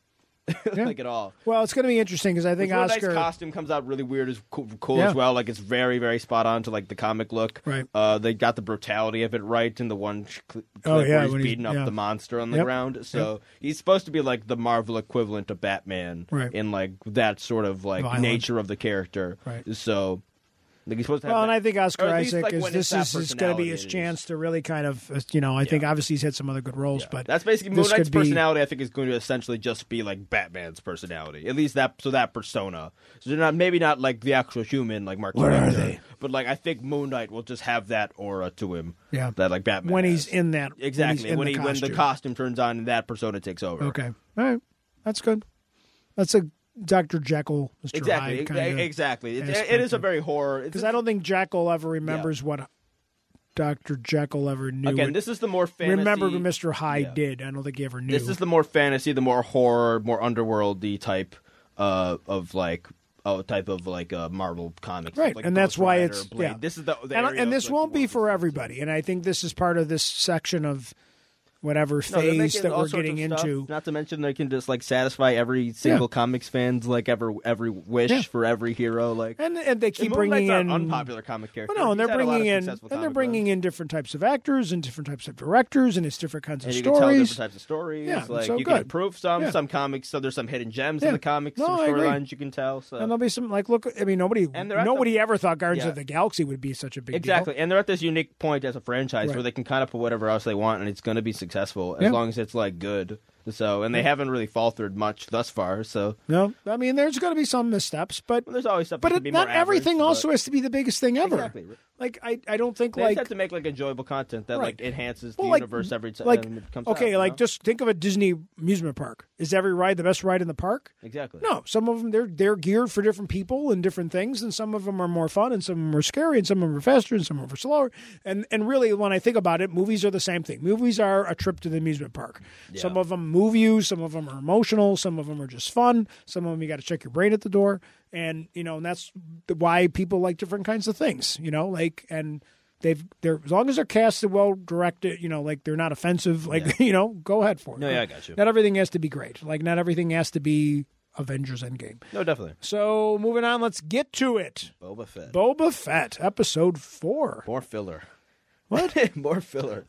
C: like at all.
B: Well, it's going to be interesting because I think
C: Moon Knight's
B: Oscar.
C: costume comes out really weird, is cool, cool
B: Yeah.
C: as well. Like it's very very spot on to like the comic look.
B: Right.
C: Uh, they got the brutality of it right in the one sh- cl- clip
B: Oh, yeah,
C: where he's
B: when he's-
C: beating up
B: yeah.
C: the monster on the
B: Yep.
C: ground. So he's supposed to be like the Marvel equivalent of Batman
B: Right.
C: in like that sort of like
B: Violent.
C: nature of the character.
B: Right.
C: So like he's supposed to. Have
B: Well, and
C: that-
B: I think Oscar
C: or at least,
B: Isaac
C: like,
B: is
C: when it's
B: this
C: that
B: is, is going to be his
C: personality it is.
B: chance to really kind of uh, you know I think obviously he's had some other good roles, but
C: That's basically Moon
B: this
C: Knight's
B: could be-
C: personality. I think is going to essentially just be like Batman's personality, at least that so that persona. So they're not maybe not like the actual human like Mark.
B: Where are
C: Spector,
B: they?
C: But like I think Moon Knight will just have that aura to him.
B: Yeah.
C: that like Batman
B: when
C: has.
B: he's in that when he's
C: exactly
B: in
C: when
B: the
C: he when the
B: costume.
C: costume turns on and that persona takes over.
B: Okay, all right, that's good. That's a Doctor Jekyll, Mister
C: exactly,
B: Hyde kind of
C: exactly. It,
B: aspect
C: it is a
B: of-
C: very horror.
B: because I don't think Jekyll ever remembers what Doctor Jekyll ever knew.
C: again.
B: it-
C: This is the more fantasy.
B: remembered what Mister Hyde
C: Yeah.
B: did. I don't think he ever knew.
C: This is the more fantasy, the more horror, more underworldy type uh, of like oh type of like uh, Marvel comics,
B: Right,
C: Like
B: and
C: Ghost
B: that's why
C: Rider,
B: it's-
C: Blade.
B: yeah.
C: This is the, the
B: and,
C: area
B: and
C: of,
B: this
C: like,
B: won't be
C: Marvel.
B: for everybody. And I think this is part of this section of whatever
C: No, they're
B: phase
C: making
B: that
C: all
B: we're
C: sorts
B: getting
C: of stuff.
B: into.
C: Not to mention they can just like satisfy every single comics fans like ever every wish
B: Yeah.
C: for every hero. Like
B: And and they
C: And
B: keep
C: Moon
B: bringing
C: Knight's
B: in
C: not unpopular comic character.
B: Well, no, and
C: He's
B: they're
C: had a lot
B: bringing
C: of
B: in
C: successful
B: and they're
C: comic
B: bringing
C: runs.
B: in different types of actors and different types of directors and it's different kinds of
C: And you can tell
B: stories.
C: different types of stories.
B: Yeah,
C: like
B: so
C: you
B: good.
C: can improve some.
B: Yeah.
C: Some comics, so there's some hidden gems
B: Yeah.
C: in the comics.
B: No,
C: some
B: I agree.
C: storylines you can tell. So
B: and there'll be some like look. I mean, nobody
C: And they're at
B: nobody ever thought Guardians
C: Yeah.
B: of the Galaxy would be such a big
C: Exactly,
B: deal.
C: and they're at this unique point as a franchise
B: Right.
C: where they can kind of put whatever else they want, and it's going to be successful as
B: Yeah.
C: long as it's like good. So, and they haven't really faltered much thus far. So,
B: No, I mean, there's going to be some missteps, but
C: well, there's always stuff.
B: but
C: that
B: it,
C: could be
B: not
C: more
B: everything
C: average,
B: also
C: But
B: has to be the biggest thing ever.
C: Exactly.
B: Like I, I don't think
C: they just
B: like
C: have to make like enjoyable content that
B: Right.
C: like enhances
B: Well,
C: the
B: like-
C: universe every time
B: like
C: it comes. out,
B: okay,
C: you
B: like
C: know?
B: just think of a Disney amusement park. Is every ride the best ride in the park?
C: exactly.
B: No, some of them they're they're geared for different people and different things, and some of them are more fun, and some of them are scary, and some of them are faster, and some of them are slower. And and really, when I think about it, movies are the same thing. Movies are a trip to the amusement park. Some of them move you, some of them are emotional, some of them are just fun, some of them you got to check your brain at the door, and you know, and that's the- why people like different kinds of things. You know, like and. They've they're as long as they're casted well directed, you know, like they're not offensive, like you know, go ahead for it.
C: No, yeah, I got you.
B: Not everything has to be great. Like not everything has to be Avengers Endgame.
C: no, definitely.
B: So moving on, let's get to it.
C: Boba Fett.
B: Boba Fett, episode four.
C: More filler.
B: What?
C: More filler.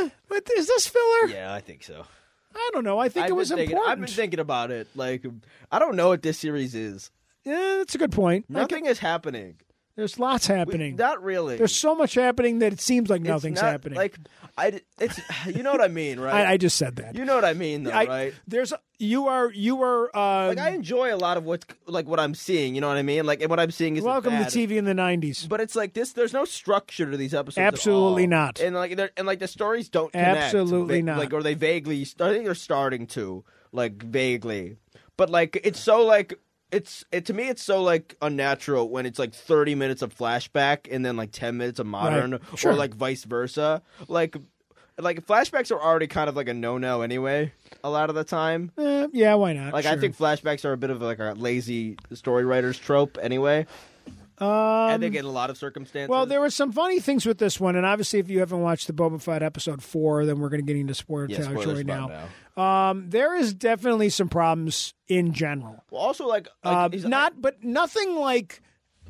B: Uh, but is this filler?
C: Yeah, I think so.
B: I don't know. I think
C: I've
B: it
C: been
B: was
C: thinking, I've been
B: important.
C: thinking about it. Like, I don't know what this series is.
B: yeah, that's a good point. I
C: Nothing
B: could-
C: is happening.
B: there's lots
C: We-
B: happening.
C: Not really.
B: there's so much happening that it seems like
C: It's
B: nothing's
C: not-
B: happening.
C: Like, I, d- it's you know what I mean, right?
B: I, I just said that.
C: you know what I mean, though,
B: I,
C: right?
B: There's you are you are uh,
C: Like, I enjoy a lot of what like what I'm seeing. You know what I mean? Like, and what I'm seeing is
B: welcome to
C: bad.
B: TV in the '90s.
C: But it's like this. There's no structure to these episodes. at
B: Absolutely
C: all.
B: not.
C: And like, they're- and like the stories don't connect.
B: Absolutely
C: They-
B: not.
C: Like, or they vaguely. I think they're starting to like vaguely, but like it's so like it's it to me it's so like unnatural when it's like 30 minutes of flashback and then like 10 minutes of modern
B: Right. Sure.
C: or like vice versa. Like, like flashbacks are already kind of like a no no anyway. A lot of the time.
B: Eh, yeah, why not?
C: Like I
B: Sure.
C: think flashbacks are a bit of like a lazy story writers trope anyway. I
B: Um,
C: think in a lot of circumstances.
B: Well, there were some funny things with this one, and obviously, if you haven't watched the Boba Fett episode four, then we're going to get into spoiler
C: Yeah, spoilers
B: territory
C: about
B: now. Um, there is definitely some problems in general.
C: Well, also like,
B: Uh,
C: like, is-
B: not, but nothing like.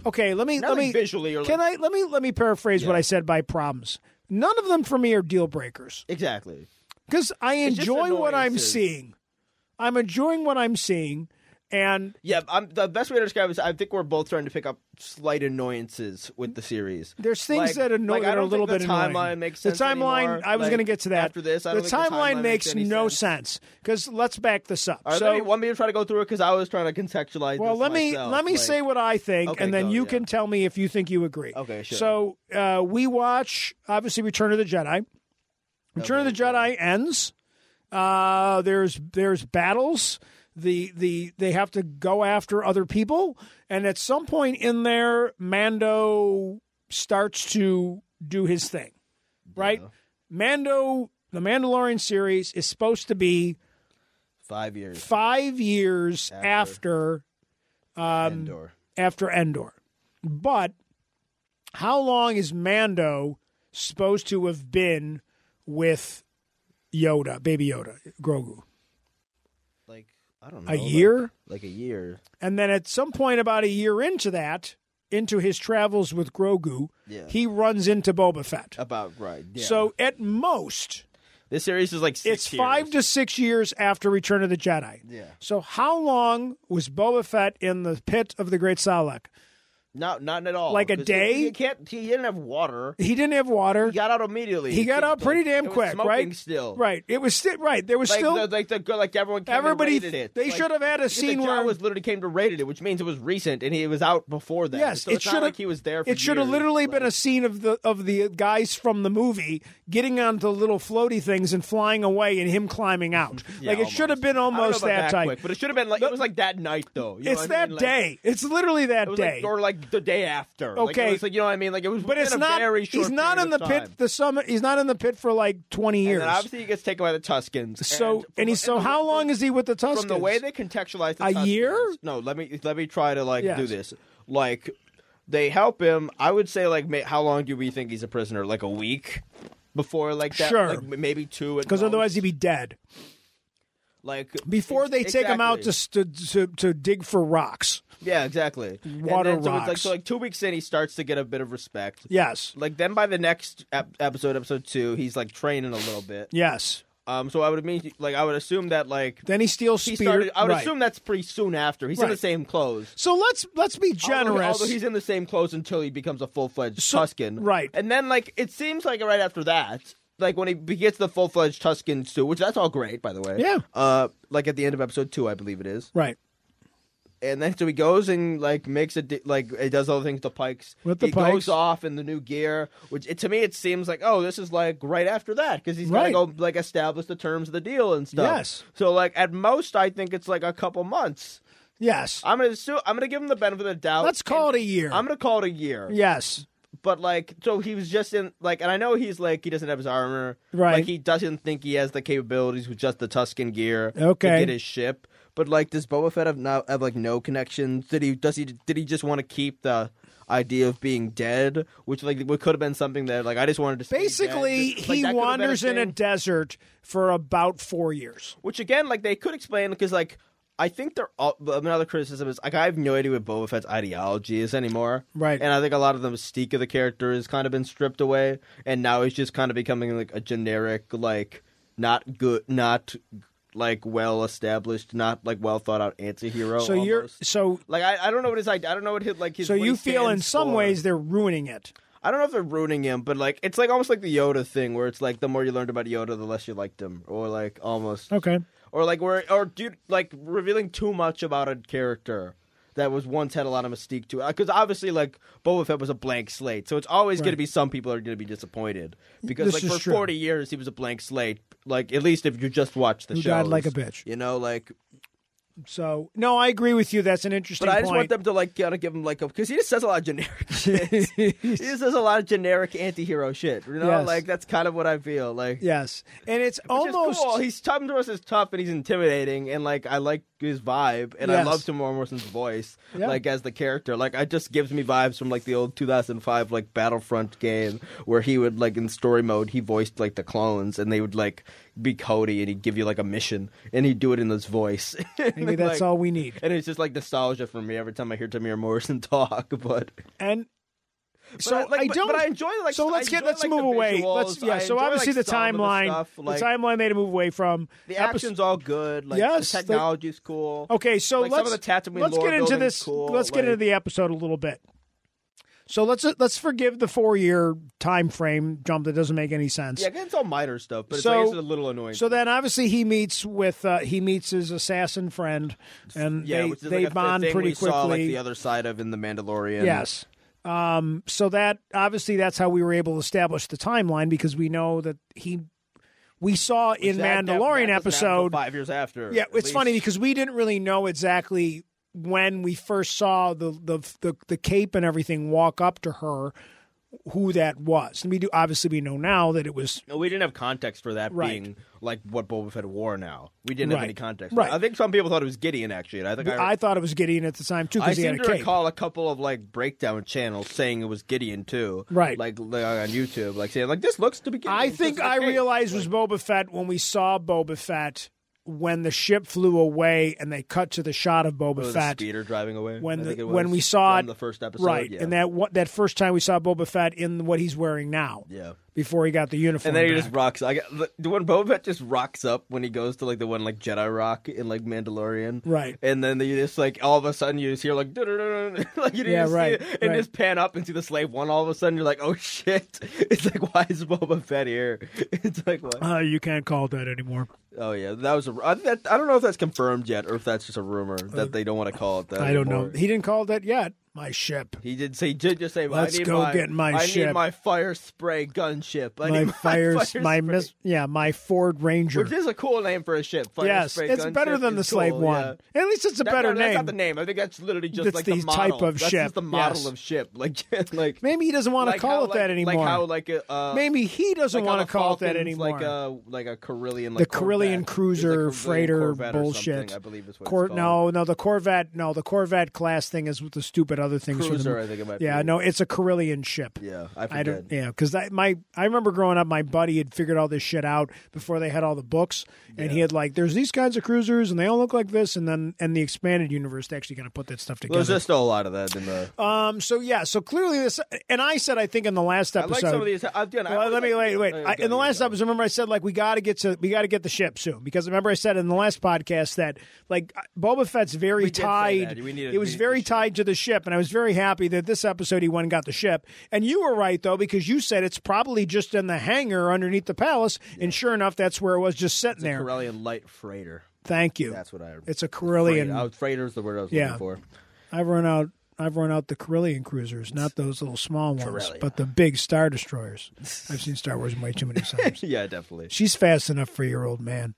B: Okay, let me let
C: Nothing
B: me
C: visually or
B: can I let me let me paraphrase what
C: Yeah.
B: I said by problems. None of them for me are deal breakers
C: exactly.
B: because I
C: just
B: enjoy what I'm
C: annoyances.
B: seeing. I'm enjoying what I'm seeing, and
C: Yeah, I'm, the best way to describe it is I think we're both trying to pick up slight annoyances with the series.
B: There's things
C: Like-
B: that annoy
C: like, I
B: that are a
C: don't
B: little
C: think
B: bit
C: the
B: annoying.
C: timeline makes sense
B: the timeline.
C: anymore.
B: I was
C: Like,
B: going to get to that
C: after this, I
B: the,
C: don't think the
B: timeline
C: timeline
B: makes,
C: makes any
B: no
C: sense.
B: sense because let's back this up.
C: Are
B: so,
C: there any, want me to try to go through it because I was trying to contextualize.
B: well,
C: this
B: let me
C: myself,
B: let me
C: like-
B: say what I think,
C: Okay,
B: and then
C: go,
B: you
C: yeah.
B: can tell me if you think you agree.
C: Okay, sure.
B: So uh, we watch obviously Return of the Jedi. Return of the Jedi ends. Uh, there's there's battles. The the they have to go after other people, and at some point in there, Mando starts to do his thing, right? Mando, the Mandalorian series is supposed to be
C: five years.
B: five years after um,
C: Endor.
B: after Endor, but how long is Mando supposed to have been with Yoda, Baby Yoda, Grogu?
C: Like I don't know.
B: A
C: like-
B: year?
C: Like a year.
B: And then at some point, about a year into that, into his travels with Grogu,
C: Yeah.
B: he runs into Boba Fett.
C: About right. Yeah.
B: So at most,
C: this series is like six
B: it's
C: years.
B: five to six years after Return of the Jedi.
C: Yeah.
B: So how long was Boba Fett in the pit of the Great Salak?
C: Not not at all.
B: Like a
C: 'Cause
B: day?
C: He, he can't. He didn't have water.
B: He didn't have water.
C: He got out immediately.
B: He got
C: It
B: up
C: was,
B: pretty
C: like-
B: damn
C: it was
B: quick,
C: smoking
B: right?
C: Still.
B: Right. It was still right. There was
C: Like
B: still
C: the, like the girl- like everyone. Came
B: everybody.
C: and rated it.
B: They
C: Like,
B: should have had a
C: because
B: scene
C: the
B: where
C: was literally came to rated it, which means it was recent and he was out before that.
B: Yes,
C: so
B: it
C: it's not
B: should have-
C: like he was there. For
B: it should have
C: years.
B: literally
C: Like,
B: been a scene of the of the guys from the movie getting onto little floaty things and flying away, and him climbing out. like it should have been
C: I don't know
B: almost
C: about
B: that
C: that
B: type.
C: quick, but it should have been like it was like that night though. You know
B: it's
C: what I
B: that
C: mean? Like,
B: day. It's literally that
C: It was
B: day.
C: like, or like the day after. like,
B: Okay.
C: it was like you know what I mean. Like it was,
B: but it's
C: within
B: not.
C: A very short
B: He's not
C: period
B: in the
C: of
B: pit.
C: time.
B: The summit. He's not in the pit for like twenty years.
C: And obviously he gets taken by the Tuscans.
B: so and,
C: and, from-
B: he's so
C: and the-
B: how long is he with the Tuscans?
C: from the way they contextualize the
B: A
C: Tuscans-
B: year?
C: No, let me let me try to like do
B: Yes.
C: this. Like they help him. I would say like ma- how long do we think he's a prisoner? Like a week. before like that.
B: Sure.
C: like, m- maybe two. at
B: because
C: most.
B: otherwise he'd be dead.
C: like
B: Before they take him out to,
C: Exactly.
B: s- to to to dig for rocks.
C: yeah, exactly.
B: Water
C: and then, So, it's like,
B: rocks.
C: so like two weeks in, he starts to get a bit of respect.
B: Yes,
C: Like then by the next ep- episode, episode two, he's like training a little bit.
B: yes.
C: Um, so I would mean like I would assume that like
B: Then he steals
C: he
B: Speeder.
C: started. I would
B: right.
C: assume that's pretty soon after. He's in the
B: Right.
C: same clothes.
B: So let's let's be
C: Although-
B: generous.
C: Although, he's in the same clothes until he becomes a full fledged
B: So-
C: Tuscan.
B: right.
C: And then like it seems like right after that, like when he be- gets the full fledged Tuscan suit, which that's all great by the way.
B: Yeah.
C: Uh, like at the end of episode two, I believe it is.
B: right.
C: And then so he goes and like makes it like it does all the things to Pikes.
B: With the
C: he
B: Pikes.
C: goes off in the new gear, which it, to me it seems like oh this is like right after that because he's
B: Right.
C: gotta go like establish the terms of the deal and stuff.
B: Yes.
C: So like at most I think it's like a couple months.
B: Yes.
C: I'm gonna assume, I'm gonna give him the benefit of the doubt.
B: Let's call it a year.
C: Uh, I'm gonna call it a year.
B: yes.
C: But like, so he was just in like, and I know he's like he doesn't have his armor,
B: Right.
C: Like he doesn't think he has the capabilities with just the Tuscan gear,
B: Okay.
C: to get his ship. But like, does Boba Fett have now have like no connections? Did he does he did he just want to keep the idea of being dead, which like what could have been something that like I just wanted to stay dead.
B: Basically,
C: Like,
B: he
C: that could have been a
B: wanders in a
C: thing.
B: desert for about four years.
C: Which again, like they could explain because like I think they're all, another criticism is like I have no idea what Boba Fett's ideology is anymore.
B: Right.
C: And I think a lot of the mystique of the character has kind of been stripped away, and now he's just kind of becoming like a generic, like not good, not like well established, not like well thought out anti-hero.
B: So you're
C: Oh, almost.
B: so
C: like I, I don't know what his I, I don't know what his like his
B: so
C: what
B: you
C: he
B: feel in
C: stands
B: some
C: for.
B: ways they're ruining it.
C: I don't know if they're ruining him, but like it's like almost like the Yoda thing where it's like the more you learned about Yoda, the less you liked him, or like almost
B: Okay.
C: or like where or dude like revealing too much about a character that was once had a lot of mystique to it because obviously like Boba Fett was a blank slate, so it's always going
B: Right.
C: to be some people are going to be disappointed because
B: This
C: like
B: is
C: for
B: true.
C: forty years he was a blank slate. Like at least if you just watch the
B: Who
C: show,
B: died like a bitch.
C: you know like.
B: So no, I agree with you. That's an interesting
C: But I just want
B: point.
C: them to like kind of give him like a because he just says a lot of generic shit. he just says a lot of generic anti-hero shit. You know,
B: Yes.
C: like that's kind of what I feel like.
B: yes, and it's
C: Which is
B: almost
C: cool. He's Tom Morris is tough and he's intimidating and like I like his vibe and I
B: Yes.
C: love Tom Morrison's voice
B: Yeah.
C: like as the character. Like it just gives me vibes from like the old 2005 like Battlefront game where he would like in story mode he voiced like the clones and they would like be Cody and he'd give you like a mission and he'd do it in his voice.
B: maybe that's all we need.
C: And it's just like nostalgia for me every time I hear Tamir Morrison talk, but
B: And
C: but
B: so
C: I, like,
B: I
C: but-
B: don't.
C: But I enjoy like.
B: so
C: I
B: let's get
C: enjoy,
B: let's
C: like, the
B: move away.
C: visuals.
B: Let's yeah.
C: I
B: so
C: enjoy,
B: obviously
C: like,
B: the
C: some of
B: timeline,
C: stuff, like-
B: the timeline they made a move away from.
C: The
B: Episode-
C: action's all good. Like
B: Yes,
C: the
B: they-
C: technology's cool.
B: Okay, so
C: Like, some
B: let's
C: of the Tatooine
B: let's
C: lore
B: get into
C: building's
B: this.
C: cool,
B: let's get into
C: like-
B: the episode a little bit. So let's let's forgive the four year time frame jump that doesn't make any sense.
C: Yeah, again, it's all minor stuff, but it's,
B: So-
C: like, it's a little annoying.
B: So then, obviously, he meets with uh, he meets his assassin friend, and
C: yeah,
B: they
C: which is
B: they
C: like a
B: bond
C: thing
B: pretty
C: we
B: quickly.
C: Saw, like the other side of in the Mandalorian.
B: Yes. Um, so that obviously that's how we were able to establish the timeline because we know that he we saw in
C: That- that-
B: Mandalorian
C: that was now
B: episode.
C: five years after.
B: Yeah,
C: at
B: it's funny
C: least.
B: because we didn't really know exactly when we first saw the the the, the cape and everything walk up to her who that was. And we do obviously we know now that it was
C: No, we didn't have context for that
B: Right.
C: being like what Boba Fett wore. Now we didn't
B: Right.
C: have any context.
B: Right.
C: I think some people thought it was Gideon actually. And I think I,
B: I thought it was Gideon at the time too
C: I
B: because he
C: seem
B: had a
C: to
B: cape.
C: recall a couple of like breakdown channels saying it was Gideon too.
B: Right.
C: Like, like, on YouTube, like saying like this looks to be. Gideon.
B: I
C: It's
B: think
C: just a
B: I
C: cape.
B: realized was Boba Fett when we saw Boba Fett when the ship flew away and they cut to the shot of Boba
C: It was a
B: Fett.
C: speeder driving away.
B: when
C: I
B: the-
C: think it
B: when
C: was
B: we saw
C: from
B: it-
C: the first Oh, episode,
B: Right,
C: yeah.
B: and that what that first time we saw Boba Fett in what he's wearing now,
C: yeah.
B: before he got the uniform,
C: And then he
B: back.
C: just rocks. I got, the when Boba Fett just rocks up when he goes to like the one like Jedi Rock in like Mandalorian,
B: Right.
C: And then you just like all of a sudden you just hear like, "Dun-dun-dun-dun," like you didn't
B: Yeah,
C: see
B: right,
C: it, and
B: right.
C: just pan up and see the slave one. All of a sudden you're like, oh shit! It's like why is Boba Fett here? It's like what?
B: Uh, you can't call it that anymore.
C: oh yeah, that was a. I, that, I don't know if that's confirmed yet or if that's just a rumor that they don't want to call it that.
B: Uh, I don't
C: anymore.
B: know. He didn't call it that yet. My ship,
C: He did say, did just say,
B: Let's
C: I need
B: go
C: my,
B: get my
C: I
B: ship.
C: need my fire spray gunship. I
B: my
C: need
B: fire,
C: my, fire
B: my
C: spray.
B: mis- yeah, my Ford Ranger.
C: Which is a cool name for a ship. Fire
B: yes,
C: spray
B: it's
C: gunship
B: better than
C: is
B: the slave
C: cool, yeah.
B: one. At least it's a
C: That-
B: better
C: no,
B: name.
C: That's not the name. I think that's literally just
B: That's
C: like
B: the
C: the model.
B: type of
C: that's
B: ship,
C: Just the model
B: yes.
C: of ship, like like.
B: Maybe he doesn't want
C: like
B: to call
C: how,
B: it
C: like,
B: that anymore.
C: Like how like a uh,
B: Maybe he doesn't
C: like how
B: want to
C: the
B: call it that
C: Falcon's
B: anymore.
C: Like uh, a like a Carillion, like
B: the Carillion
C: Corvette. It's like a
B: cruiser
C: Carillion
B: freighter
C: Corvette or something,
B: bullshit.
C: I believe is what
B: Cor-
C: it's
B: no,
C: called.
B: no, the Corvette, no, the Corvette class thing is with the stupid other things. from the
C: Cruiser,
B: mo-
C: I think it might
B: yeah,
C: be.
B: no, it's a Carillion ship.
C: Yeah, I
B: I don't.
C: forget.
B: Yeah, because my I remember growing up, my buddy had figured all this shit out before they had all the books, and he had like, there's these kinds of cruisers, and they all look like this, and then and the expanded universe they actually kind of put that stuff
C: Well,
B: together.
C: There's just a lot of that in the.
B: um. So yeah. So clearly this, and I said I think in the last
C: I
B: episode.
C: like some of these. uh, I've done.
B: Well, let me wait. Wait.
C: Oh,
B: I,
C: go,
B: in the
C: you
B: last
C: go.
B: episode, remember I said like we got to get to we got to get the ship soon because remember I said in the last podcast that like Boba Fett's very
C: did say that.
B: tied.
C: We needed-
B: it
C: we
B: was
C: needed
B: very
C: the ship.
B: tied to the ship, and I was very happy that this episode he went and got the ship. And you were right though because you said it's probably just in the hangar underneath the palace, and sure enough, that's where it was just sitting there.
C: Corellian light freighter.
B: Thank you.
C: That's what I.
B: It's a
C: freighter.
B: Carillion.
C: Oh, freighter's the word I was
B: Yeah.
C: looking for.
B: I've run out. I've run out the Carillion cruisers, not those little small ones,
C: Corellion.
B: but the big Star Destroyers. I've seen Star Wars way too many times.
C: Yeah, definitely.
B: She's fast enough for your old man.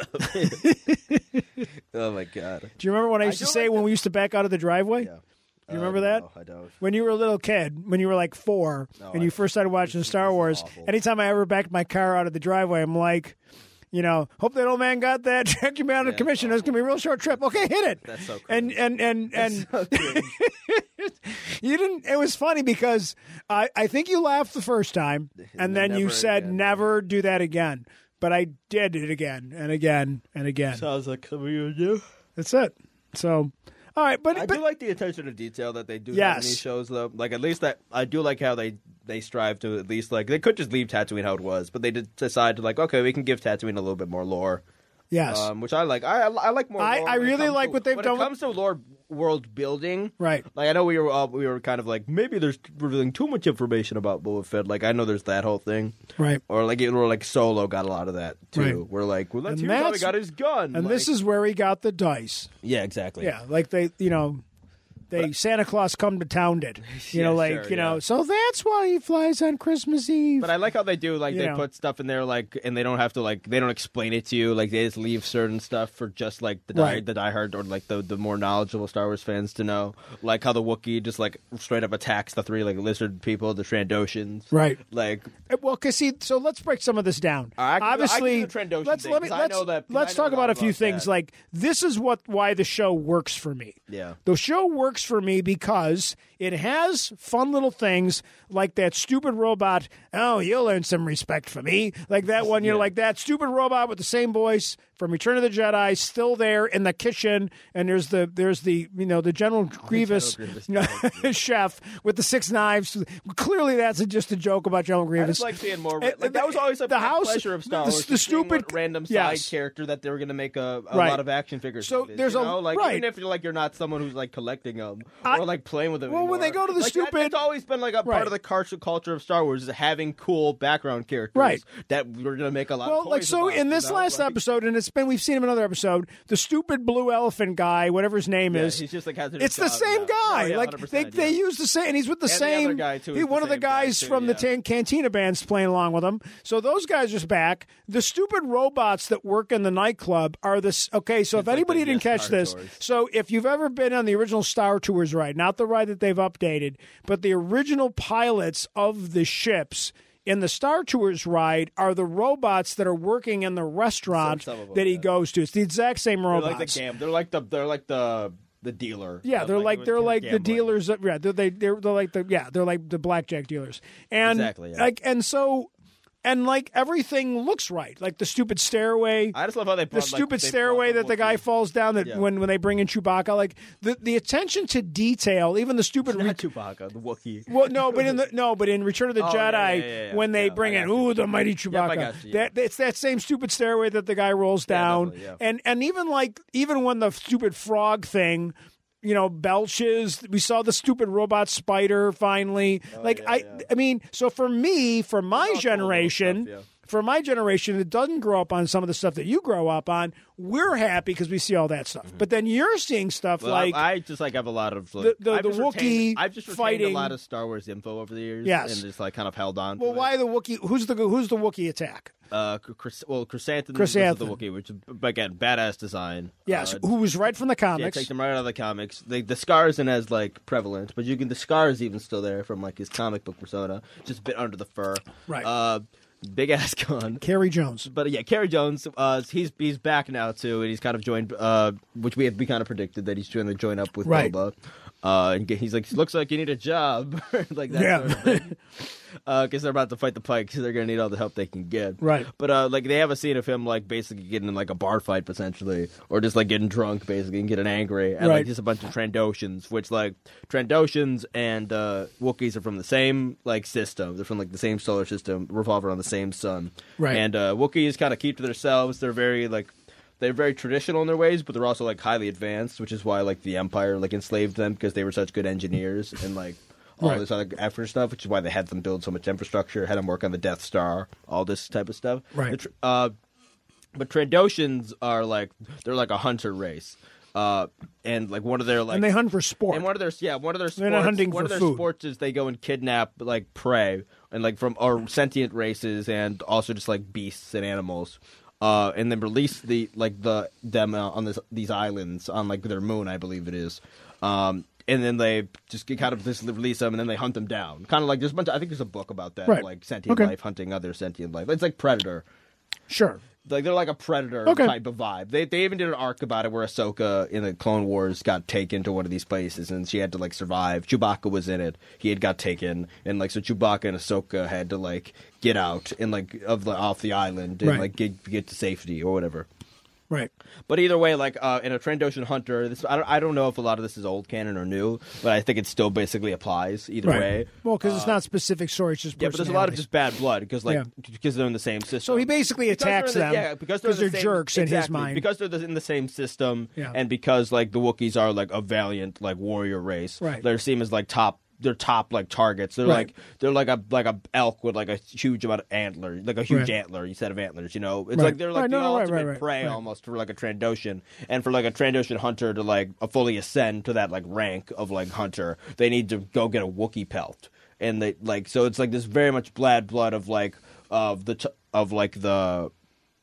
C: up. oh my god.
B: Do you remember what I used
C: do
B: to say
C: like
B: when we used to back out of the driveway?
C: Yeah.
B: You remember
C: Uh,
B: that?
C: no, I don't.
B: When you were a little kid, when you were like four, and
C: I-
B: you first started watching Star Wars,
C: awful.
B: anytime I ever backed my car out of the driveway, I'm like, you know, hope that old man got that. Check your man on
C: it's
B: commission. It's gonna be a real short trip. Okay, hit it.
C: That's so
B: And and and and you didn't. It was funny because I I think you laughed the first time, and, then,
C: then
B: you
C: never
B: said
C: again.
B: never do that again. But I did it again and again and again.
C: Sounds like something you do.
B: That's it. So, all right, but,
C: I
B: but
C: do like the attention to detail that they do have
B: Yes.
C: in these shows, though. Like at least that I do like how they they strive to at least like they could just leave Tatooine how it was, but they did decide to like okay, we can give Tatooine a little bit more lore,
B: yes,
C: um, which I like. I I like more.
B: I-
C: lore
B: I
C: when it
B: really
C: comes
B: like
C: to-
B: what they've
C: when
B: done
C: When
B: with-
C: it comes to lore world building,
B: right.
C: Like I know we were all, we were kind of like maybe there's revealing too much information about Boba Fett. Like I know there's that whole thing,
B: Right.
C: Or like even or like Solo got a lot of that too.
B: Right.
C: We're like, well, let's
B: And
C: hear how he
B: that's-
C: got his gun.
B: And this
C: Like-
B: is where he got the dice.
C: yeah, exactly.
B: Yeah, like they, you know, they Santa Claus come to town it. You know,
C: Yeah,
B: like
C: sure,
B: you know,
C: yeah.
B: so that's why he flies on Christmas Eve.
C: But I like how they do like
B: You
C: they
B: know.
C: put stuff in there like and they don't have to like they don't explain it to you like they just leave certain stuff for just like the die,
B: Right.
C: the diehard or like the the more knowledgeable Star Wars fans to know like how the Wookiee just like straight up attacks the three like lizard people the Trandoshans
B: Right.
C: like
B: Uh, well, cause see, so let's break some of this down.
C: All right, I can do- I can
B: Obviously,
C: do the Trandoshan
B: let's
C: thing,
B: let me
C: 'cause I
B: let's
C: know that- 'cause
B: let's
C: I know
B: talk
C: a lot
B: about a few
C: about
B: things.
C: that.
B: Like this is what why the show works for me.
C: Yeah.
B: the show works for me because it has fun little things like that stupid robot. Oh, you'll earn some respect for me. Like that one, you're like that stupid robot with the same voice from Return of the Jedi, still there in the kitchen. And there's the there's the you know the General Grievous,
C: Grievous
B: you know, chef with the six knives. Clearly, that's just a joke about General
C: I
B: Grievous.
C: just like seeing more.
B: And-
C: Like that was always a
B: the house-
C: pleasure of Star
B: the-
C: Wars.
B: the
C: just seeing
B: stupid-
C: what random side
B: yes.
C: character that they were going to make a, a
B: Right.
C: lot of action figures.
B: So
C: with it,
B: there's
C: you
B: a-
C: know? like
B: right.
C: even if you're like you're not someone who's like collecting them
B: I-
C: or like playing with them.
B: Well, when they
C: anymore.
B: go to the
C: Like, that-
B: stupid-
C: it's always been like a
B: Right.
C: part of the culture culture of Star Wars is having cool background characters
B: Right.
C: that we're going to make a lot.
B: Well,
C: uh, of
B: like
C: toys
B: so
C: about,
B: in this
C: you know?
B: last
C: Like,
B: episode, and it's been we've seen him in another episode. The stupid blue elephant guy, whatever his name
C: yeah,
B: is,
C: he's just like has a
B: it's the
C: job
B: same
C: now.
B: guy.
C: No, yeah,
B: like they
C: 100%,
B: they
C: yeah.
B: use the same, and he's with the
C: the
B: same.
C: other guy, too,
B: he-
C: is the
B: one of the
C: same guy,
B: guys
C: too,
B: from the
C: yeah.
B: Tan- Cantina band's playing along with them. So those guys are back. The stupid robots that work in the nightclub are this. Okay, so if
C: like
B: anybody
C: the
B: didn't
C: Star
B: catch this,
C: Tours.
B: so if you've ever been on the original Star Tours ride, not the ride that they've updated, but the original pilots of the ships. In the Star Tours ride are the robots that are working in the restaurant
C: Some- some of them,
B: that he
C: yeah.
B: goes to. It's the exact same
C: They're
B: robots.
C: like the gam. They're like the they're like the the dealer.
B: Yeah,
C: of,
B: they're like, they're
C: when
B: like
C: you're
B: the
C: gambling.
B: dealers. That, yeah, they're, they they're, they're like the yeah they're like the blackjack dealers. And
C: Exactly, yeah.
B: like and so and like everything looks right. Like the stupid stairway,
C: I just love how they
B: the
C: brought, like,
B: stupid
C: they brought
B: stairway that the guy
C: Wookiee.
B: falls down. That
C: Yeah.
B: when when they bring in Chewbacca, like the the attention to detail, even the stupid. re-
C: Not Chewbacca, the Wookiee.
B: well, no, but in the no, but in Return of the
C: Oh,
B: Jedi,
C: yeah, yeah, yeah, yeah.
B: when they
C: Yeah,
B: bring
C: I
B: in
C: got you.
B: ooh the mighty Chewbacca,
C: got you, yeah.
B: that it's that same stupid stairway that the guy rolls down,
C: definitely, yeah.
B: and and even like even when the stupid frog thing. You know, belches. We saw the stupid robot spider finally.
C: Oh,
B: like I, I mean, so for me, for my
C: all cool little
B: generation,
C: stuff, yeah.
B: for my generation that doesn't grow up on some of the stuff that you grow up on, we're happy because we see all that stuff. But then you're seeing stuff
C: Mm-hmm. Well,
B: like
C: I, I just like have a lot of like,
B: The- the-
C: I've
B: the
C: just retained-
B: Wookiee
C: I've just retained
B: fighting-
C: a lot of Star Wars info over the years,
B: Yes.
C: and just like kind of held on.
B: Well,
C: to
B: why
C: It.
B: the Wookiee? Who's the who's the Wookiee attack?
C: Uh, Chris, well, Chrysanthemum,
B: Chrysanthemum.
C: was the Wookiee, which is, again, badass design.
B: Yes,
C: uh,
B: who was right from the
C: yeah,
B: comics.
C: take them right out of the comics. The, the scar isn't as like prevalent, but you can the scar is even still there from like his comic book persona, just a bit under the fur.
B: Right.
C: Uh, big ass gun.
B: Carrie Jones.
C: But uh, yeah, Kerry Jones, uh, he's he's back now too, and he's kind of joined, uh, which we had, we kind of predicted that he's going to join up with
B: Right.
C: Boba. Uh, and he's like, "Looks like you need a job," like that.
B: Yeah.
C: Sort of thing. because they're about to fight the Pike, so they're gonna need all the help they can get.
B: Right.
C: But uh, like they have a scene of him like basically getting in like a bar fight potentially, or just like getting drunk basically and getting angry, and
B: Right.
C: like just a bunch of Trandoshans, which like Trandoshans and uh, Wookiees are from the same like system. They're from like the same solar system, revolve around the same sun.
B: Right.
C: And uh, Wookiees kind of keep to themselves. They're very like. They're very traditional in their ways, but they're also like highly advanced, which is why like the Empire like enslaved them because they were such good engineers and like all
B: Right.
C: this other effort stuff, which is why they had them build so much infrastructure, had them work on the Death Star, all this type of stuff.
B: Right.
C: The tr- uh, but Trandoshans are like they're like a hunter race, uh, and like one of their like
B: and they hunt for sport.
C: and one of their yeah, one of their sports,
B: They're not hunting
C: one
B: for
C: of their
B: food.
C: sports is they go and kidnap like prey and like from or sentient races and also just like beasts and animals. Uh, and then release the like the them uh, on this these islands on like their moon, I believe it is. Um, and then they just get kind of just release them, and then they hunt them down. Kind of like there's a bunch. Of, I think there's a book about that,
B: Right.
C: like sentient
B: Okay.
C: life hunting other sentient life. It's like predator.
B: sure.
C: Like they're like a predator
B: Okay.
C: type of vibe. They they even did an arc about it where Ahsoka in the Clone Wars got taken to one of these places and she had to like survive. Chewbacca was in it. He had got taken and like so Chewbacca and Ahsoka had to like get out and like of the off the island and
B: Right.
C: like get get to safety or whatever.
B: Right.
C: But either way, like uh, in a Trandoshan hunter, this I don't I don't know if a lot of this is old canon or new, but I think it still basically applies either
B: Right.
C: way.
B: Well, because it's not specific story. It's just
C: Uh, Yeah, but there's a lot of
B: personalities.
C: just bad blood because like
B: Yeah.
C: because they're in the same system.
B: So he basically
C: Because they're
B: attacks
C: in the-
B: them
C: yeah, because they're, in the
B: they're
C: same-
B: jerks in his
C: exactly,
B: mind.
C: Because they're in the same system,
B: Yeah.
C: and because like the Wookiees are like a valiant like warrior race,
B: Right.
C: They're seen as like top. They're top like targets. They're
B: Right.
C: like they're like a like a elk with like a huge amount of antlers, like a huge
B: Right.
C: antler instead of antlers. You know, it's
B: Right.
C: like they're like
B: Right,
C: the
B: no, no, right,
C: ultimate
B: right, right,
C: prey
B: right.
C: almost for like a Trandoshan, and for like a Trandoshan hunter to like fully ascend to that like rank of like hunter, they need to go get a Wookiee pelt, and they like so it's like this very much blood blood of like of the t- of like the.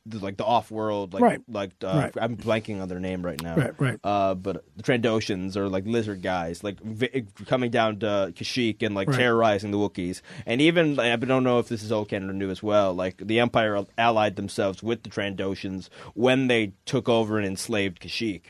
C: the- Like the off-world, like
B: Right.
C: like uh,
B: Right.
C: I'm blanking on their name right now.
B: Right, right.
C: Uh, but the Trandoshans are like lizard guys, like vi- coming down to Kashyyyk and like
B: Right.
C: terrorizing the Wookiees. And even I don't know if this is old canon or new as well. Like the Empire allied themselves with the Trandoshans when they took over and enslaved Kashyyyk.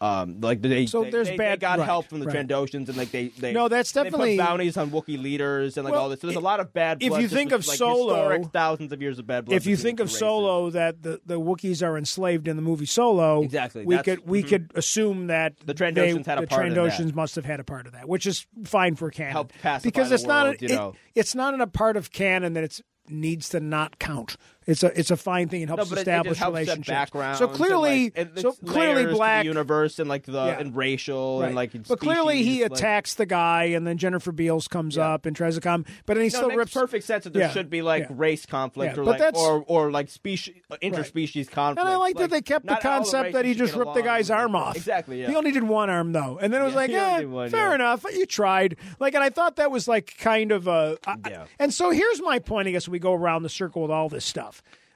C: Um, like they,
B: So
C: they,
B: there's
C: they- they
B: bad-
C: got
B: right,
C: help from the
B: right.
C: Trandoshans and like they, they
B: No, that's
C: they
B: definitely-
C: put bounties on Wookiee leaders and like
B: Well,
C: all this. So there's a
B: i-
C: lot of bad.
B: if
C: Blood
B: you
C: just
B: think
C: with,
B: of
C: like,
B: Solo-
C: historic thousands of years of bad blood.
B: if you
C: between
B: think
C: the
B: of
C: two races.
B: Solo, that the, the Wookiees are enslaved in the movie Solo,
C: Exactly,
B: we
C: that's- mm-hmm.
B: could we could assume that
C: The Trandoshans
B: they-
C: had a
B: the
C: part in that.
B: Trandoshans must have had a part of that, which is fine for canon.
C: Helped pacify
B: because
C: the
B: it's not
C: world,
B: a-
C: you
B: it-
C: know.
B: it's not in a part of canon that it's needs to not count. It's a it's a fine thing. It helps
C: no, but it- it,
B: establish
C: just helps set
B: relationships.
C: background.
B: so clearly,
C: and like, and
B: so
C: it's layers
B: clearly,
C: to
B: black
C: the universe and like the
B: Yeah.
C: and racial and like.
B: Right.
C: and
B: but clearly he
C: species, like-
B: attacks the guy, and then Jennifer Beals comes
C: Yeah.
B: up and tries to come, but then he
C: No, it
B: still
C: makes
B: rips.
C: perfect sense that there
B: Yeah.
C: should be like
B: Yeah.
C: race conflict
B: Yeah,
C: or
B: but
C: like
B: that's-
C: or or like species interspecies conflict.
B: And I like, that they kept the
C: not all
B: concept
C: races
B: that he
C: should
B: just
C: get
B: ripped the
C: along.
B: guy's arm off.
C: Exactly. Yeah.
B: He only did one arm though, and then it was
C: Yeah,
B: like,
C: he only
B: yeah,
C: did one,
B: fair
C: yeah.
B: enough. You tried. Like, and I thought that was like kind of a. I- I-
C: Yeah.
B: and so here's my point. I guess we go around the circle with all this stuff.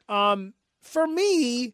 B: Um, for me,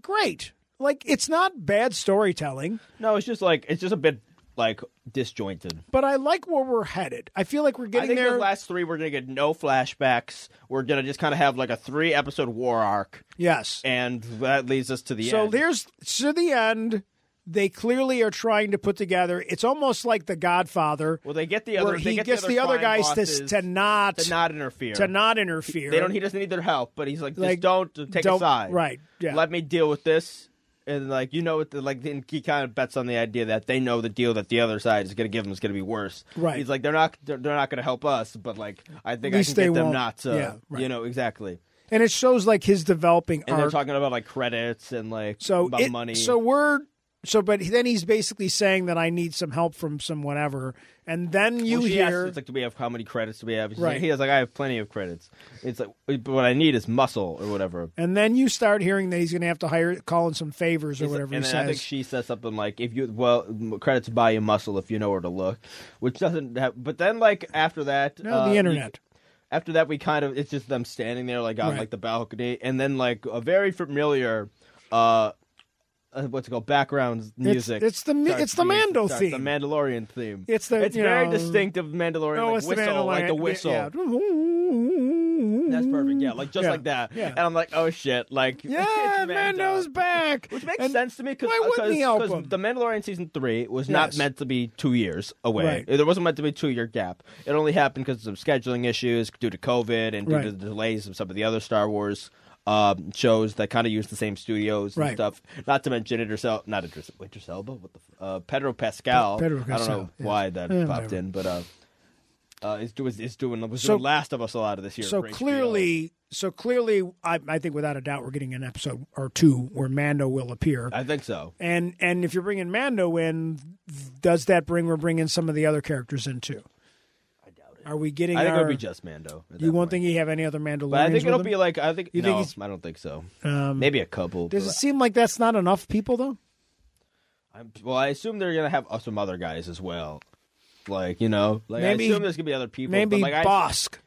B: great. Like, it's not bad storytelling.
C: no, it's just like it's just a bit like disjointed.
B: But I like where we're headed. I feel like we're
C: I
B: getting
C: think
B: there.
C: the last three we're gonna get no flashbacks. We're gonna just kind of have like a three episode war arc,
B: yes.
C: and that leads us to the
B: so
C: end.
B: there's to the end. They clearly are trying to put together. It's almost like The Godfather,
C: well, they get the
B: where
C: other. they
B: he
C: get
B: gets the other
C: crime
B: guys
C: bosses
B: to, to not
C: to not interfere.
B: to not interfere.
C: They don't. He doesn't need their help, but he's like, just
B: Like,
C: don't take
B: don't-
C: a side.
B: right, yeah.
C: Let me deal with this. And like you know, what the, like then he kind of bets on the idea that they know the deal that the other side is going to give them is going to be worse.
B: Right.
C: He's like, they're not, they're, they're not going to help us, but like I think I
B: least
C: can
B: they
C: get them
B: won't-
C: not to.
B: yeah, right.
C: You know exactly.
B: and it shows like his developing
C: And they're
B: arc.
C: talking about like credits and like
B: so
C: about
B: it-
C: money.
B: So we're so, but then he's basically saying that I need some help from some whatever, and then you
C: Well, she asks,
B: hear
C: it's like, do we have how many credits do we have? She's
B: Right.
C: Like, he was like, I have plenty of credits. It's like, but what I need is muscle or whatever.
B: and then you start hearing that he's going to have to hire call in some favors or whatever
C: and
B: he
C: then
B: says.
C: I think she says something like, "If you well, m- credits buy you muscle if you know where to look," which doesn't. Have, but then, like after that,
B: no,
C: uh,
B: the
C: you-
B: internet.
C: after that, we kind of it's just them standing there, like on
B: Right.
C: like the balcony, and then like a very familiar, uh, uh, what's it called? Background music.
B: it's the mu-
C: starts
B: it's the
C: being-
B: Mando
C: starts,
B: theme.
C: the Mandalorian theme.
B: It's the,
C: it's
B: you
C: very
B: know-
C: distinctive Mandalorian
B: No,
C: like,
B: it's
C: whistle,
B: the Mandalorian.
C: like the whistle.
B: Yeah.
C: That's perfect. Yeah, like just
B: Yeah.
C: like that.
B: Yeah.
C: And I'm like, oh shit, like
B: Yeah,
C: it's
B: Mando's back.
C: Which makes
B: And-
C: sense to me because
B: why wouldn't he help him?
C: the Mandalorian season three was not
B: Yes.
C: meant to be two years away.
B: Right.
C: There wasn't meant to be a two year gap. It only happened because of scheduling issues due to COVID and due
B: Right.
C: to the delays of some of the other Star Wars um, shows that kind of use the same studios and
B: Right.
C: stuff. Not to mention Idris El- not Idris, Idris Elba, what the f- uh, Pedro Pascal.
B: Pe- Pedro
C: I don't know
B: Pascal, yes.
C: why that
B: Eh,
C: popped
B: whatever.
C: in, but. Uh, uh, is doing is doing was
B: So-
C: doing Last of Us a lot of this year.
B: So
C: for HBO.
B: clearly, so clearly, I, I think without a doubt, we're getting an episode or two where Mando will appear.
C: I think so.
B: And and if you're bringing Mando in, does that bring we're bringing some of the other characters in too?
C: I doubt it.
B: Are we getting?
C: I think
B: our,
C: it'll be just Mando. at
B: you
C: that
B: won't
C: point.
B: think you have any other Mandalorians?
C: But I think
B: with
C: it'll
B: him?
C: be like I think
B: You
C: you
B: think
C: no,
B: he's-
C: I don't think so.
B: Um,
C: Maybe a couple.
B: Does it
C: but
B: seem like that's not enough people though?
C: I'm, well, I assume they're gonna have uh, some other guys as well. Like you know, like
B: Maybe-
C: I assume there's gonna be other people.
B: Maybe
C: but, like, I,
B: Bosk.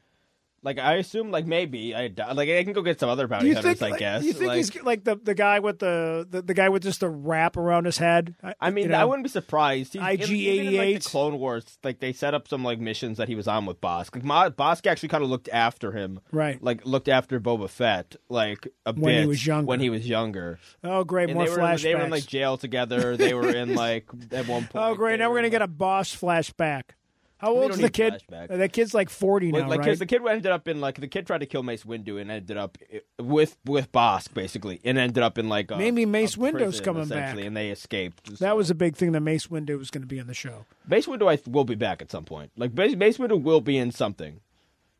C: like I assume, like maybe I d- like I can go get some other bounty
B: you
C: hunters.
B: think?
C: I
B: like,
C: guess.
B: You think
C: like,
B: he's like the, the guy with the, the the guy with just the wrap around his head?
C: I mean,
B: you know?
C: I wouldn't be surprised. He,
B: IG-88?
C: even in, like, the Clone Wars, like they set up some like missions that he was on with Bosk. Like Ma- Bosk actually kind of looked after him,
B: Right.
C: Like looked after Boba Fett, like a
B: When he
C: bit
B: was younger.
C: When he was younger,
B: Oh, great!
C: And
B: More
C: they were
B: flashbacks.
C: they were in like jail together. They were in like at one point.
B: Oh, great.
C: they
B: Now we're
C: in,
B: going to
C: like-
B: get a boss flashback. How
C: We
B: old's
C: don't
B: the
C: need
B: kid?
C: flashback.
B: Uh, That kid's like 40
C: Well,
B: now,
C: like, 'cause
B: right?
C: the kid ended up in like the kid tried to kill Mace Windu and ended up i- with with Bosk basically, and ended up in like a,
B: Maybe
C: a
B: Mace Windu's
C: prison,
B: coming
C: essentially,
B: back.
C: and they escaped.
B: That was a big thing that Mace Windu was going to be on the show.
C: Mace Windu. I th- will be back at some point. Like Mace, Mace Windu will be in something.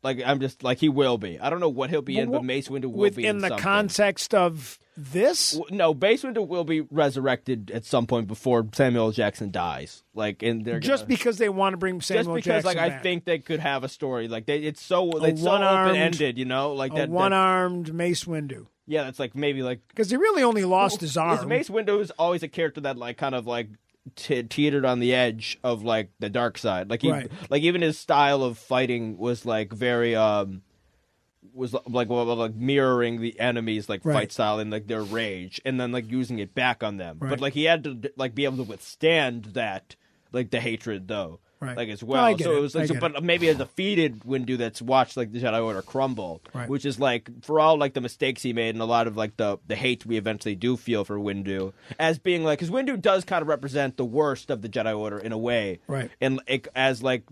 C: Like I'm just like he will be. I don't know what he'll be in,
B: what-
C: but Mace Windu will be
B: Within
C: in
B: the
C: something.
B: context of this?
C: W- No, Mace Windu will be resurrected at some point before Samuel L. Jackson dies. Like, and they're
B: Just
C: gonna-
B: because they want to bring
C: just
B: Samuel
C: because
B: Jackson
C: like I
B: back.
C: think they could have a story like they it's so it's so
B: one-armed-
C: open ended, you know, like
B: A
C: that, that-
B: one-armed Mace Windu.
C: yeah, that's like maybe like
B: Because he really only lost his
C: Is
B: arm.
C: Mace Windu is always a character that like kind of like te- teetered on the edge of like the dark side. Like he,
B: Right.
C: like even his style of fighting was like very um was like well, well, like mirroring the enemy's like
B: Right.
C: fight style and like their rage, and then like using it back on them.
B: Right.
C: But like he had to like be able to withstand that like the hatred though.
B: Right.
C: Like as
B: No,
C: well,
B: I get
C: so
B: it.
C: it was
B: I
C: like, so,
B: get
C: but uh, maybe a defeated Windu that's watched like the Jedi Order crumble,
B: Right.
C: which is like for all like the mistakes he made and a lot of like the the hate we eventually do feel for Windu as being like because Windu does kind of represent the worst of the Jedi Order in a way,
B: Right.
C: And like, as like.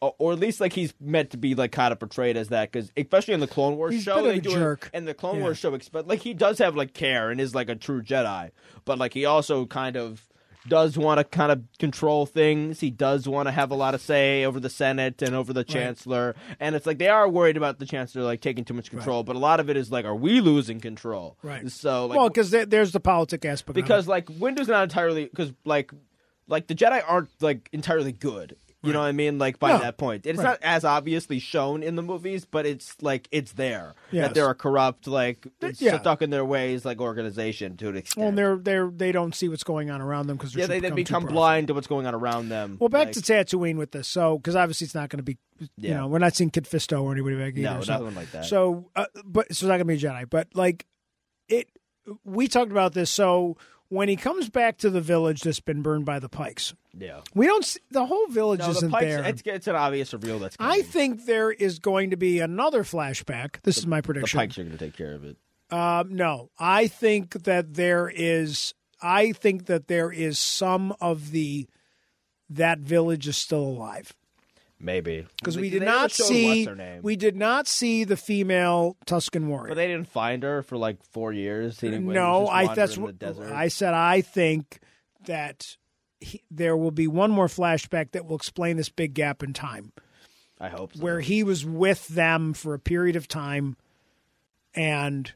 C: o- Or at least like he's meant to be like kind of portrayed as that because especially in the Clone Wars
B: He's a
C: show
B: bit of
C: they
B: a
C: do
B: jerk.
C: it, and the Clone
B: Yeah.
C: Wars show expect like he does have like care and is like a true Jedi but like he also kind of does want to kind of control things he does want to have a lot of say over the Senate and over the Chancellor and it's like they are worried about the Chancellor like taking too much control but a lot of it is like are we losing control
B: Right.
C: so like
B: well, because there's the politic aspect. of it.
C: because like Windows not entirely because like like the Jedi aren't like entirely good. You know what I mean? Like by
B: No.
C: that point, it's
B: Right.
C: not as obviously shown in the movies, but it's like it's there
B: Yes.
C: that they're a corrupt, like
B: yeah.
C: stuck in their ways, like organization to an extent.
B: Well, and they're, they're, they don't see what's going on around them because
C: yeah, they, they become
B: blind.
C: blind to what's going on around them.
B: Well, back
C: like,
B: to Tatooine with this, so because obviously it's not going to be, you
C: Yeah.
B: know, we're not seeing Kid Fisto or anybody back either.
C: no,
B: so,
C: nothing like that.
B: so, uh, but so it's not going to be a Jedi. But like it, we talked about this. So when he comes back to the village that's been burned by the Pikes,
C: yeah,
B: we don't. See, the whole village
C: no, the
B: isn't
C: Pikes,
B: there.
C: It's, it's an obvious reveal that's coming.
B: I think there is going to be another flashback. This is my
C: the
B: prediction.
C: Pikes are going to take care of it.
B: Um, no, I think that there is. I think that there is some of the that village is still alive.
C: Maybe
B: because
C: They-
B: we
C: they
B: did
C: never
B: not
C: showed
B: see
C: what's her name.
B: we did not see the female Tuscan warrior.
C: But they didn't find her for like four years. Anyway,
B: no,
C: just
B: I that's
C: wandering
B: what
C: the desert.
B: I said. I think that he, there will be one more flashback that will explain this big gap in time
C: I hope so.
B: where he was with them for a period of time, and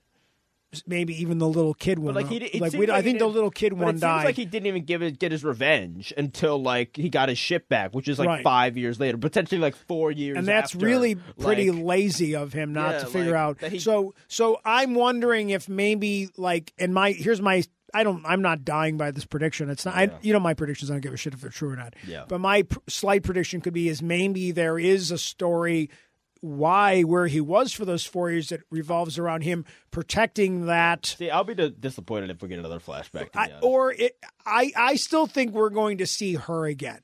B: maybe even the little kid one.
C: but like he, di-
B: uh,
C: it
B: like
C: seems
B: we,
C: like
B: I
C: he
B: think the
C: didn't-
B: little kid
C: but
B: one
C: it seems
B: died.
C: Like he didn't even give it, get his revenge until like he got his ship back, which is like
B: Right.
C: five years later, potentially like four years.
B: and that's
C: after.
B: really pretty
C: Like,
B: lazy of him not
C: Yeah,
B: to figure
C: like,
B: out.
C: that he-
B: so so I'm wondering if maybe like and my here's my I don't I'm not dying by this prediction. It's not I,
C: Yeah.
B: you know my predictions I don't give a shit if they're true or not.
C: Yeah.
B: But my pr- slight prediction could be is maybe there is a story why where he was for those four years that revolves around him protecting that
C: see, I'll be di- disappointed if we get another flashback. To uh,
B: I,
C: be honest.
B: or it, I I still think we're going to see her again,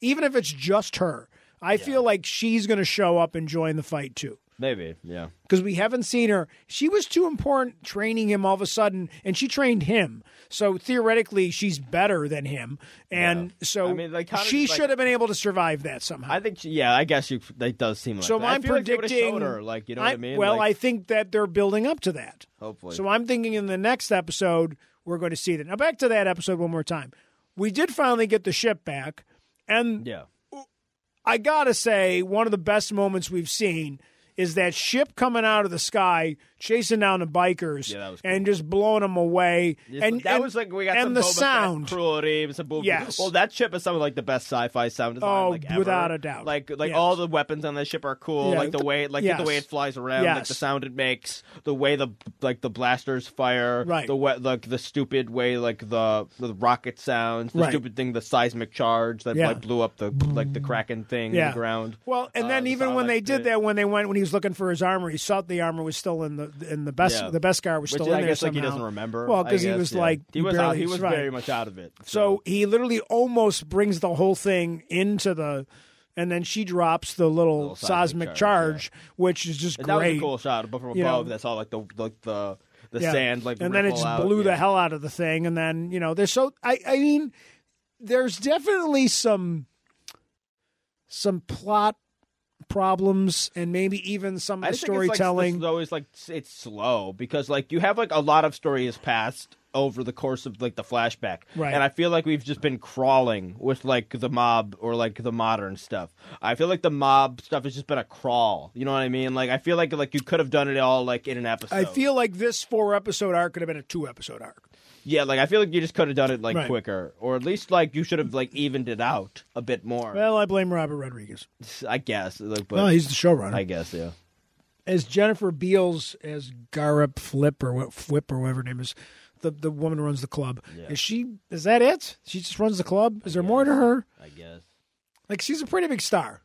B: even if it's just her. I feel like she's going to show up and join the fight too.
C: Maybe. Yeah.
B: because we haven't seen her. She was too important training him all of a sudden, and she trained him. So theoretically, she's better than him, and so
C: I mean, like, how did-
B: she
C: like-
B: should have been able to survive that somehow.
C: I think. She, yeah. I guess you. That does seem like.
B: so
C: that. I
B: I'm
C: feel like they would've
B: predicting.
C: shown her, like you know what I mean.
B: Well,
C: Like,
B: I think that they're building up to that.
C: Hopefully.
B: So I'm thinking in the next episode we're going to see that. Now back to that episode one more time. We did finally get the ship back, and
C: Yeah.
B: I gotta say, one of the best moments we've seen is that ship coming out of the sky, chasing down the bikers,
C: that was
B: and just blowing them away.
C: Yes,
B: and
C: that
B: and-
C: was like we got
B: and
C: some
B: the
C: Boba Fett
B: sound.
C: cruelty, some Boba.
B: Yes.
C: Well, that ship is some of like the best sci-fi sound design.
B: Oh,
C: like, ever.
B: without a doubt.
C: Like like
B: Yes.
C: all the weapons on that ship are cool.
B: Yeah.
C: Like the way like
B: Yes.
C: the way it flies around, like the
B: Yes.
C: sound it makes, the way the like the blasters fire,
B: Right.
C: The way like the stupid way like the the rocket sounds, the
B: Right.
C: stupid thing, the seismic charge that
B: Yeah.
C: like blew up the like the kraken thing in
B: Yeah.
C: the ground.
B: Well, and
C: Uh,
B: then
C: the
B: even
C: sound
B: when they
C: like
B: did
C: the-
B: that, when they went when he was looking for his armor, he saw the armor was still in the in the best
C: Yeah.
B: the best car was
C: Which
B: still
C: I
B: in there
C: guess
B: somehow.
C: like he doesn't remember.
B: Well,
C: I
B: because he
C: guess,
B: was
C: yeah.
B: like
C: he was
B: barely,
C: out, he was
B: right.
C: very much out of it.
B: So he literally almost brings the whole thing into the, and then she drops the little,
C: seismic
B: seismic,
C: charge,
B: charge, which is just
C: That was
B: great.
C: a cool shot, but from
B: You
C: above,
B: know?
C: that's all like the like the the
B: Yeah.
C: sand like
B: and then it
C: ripple
B: just
C: out,
B: blew the
C: yeah.
B: hell out of the thing. And then you know, there's so I I mean, there's definitely some some plot problems and maybe even some of the
C: I just think it's, like,
B: storytelling.
C: It's always like s- it's slow because like you have like a lot of story has passed over the course of like the flashback,
B: Right.
C: And I feel like we've just been crawling with like the mob or like the modern stuff. I feel like the mob stuff has just been a crawl. You know what I mean? Like I feel like like you could have done it all like in an episode.
B: I feel like this four episode arc could have been a two episode arc.
C: yeah, like I feel like you just could have done it like
B: Right.
C: quicker, or at least like you should have like evened it out a bit more.
B: Well, I blame Robert Rodriguez.
C: I guess. Like, but
B: Well, he's the showrunner.
C: I guess yeah.
B: as Jennifer Beals as Garup Flip or what Flip or whatever her name is, the the woman who runs the club. Is she? Is that it? She just runs the club. Is there more to her?
C: I guess.
B: Like she's a pretty big star.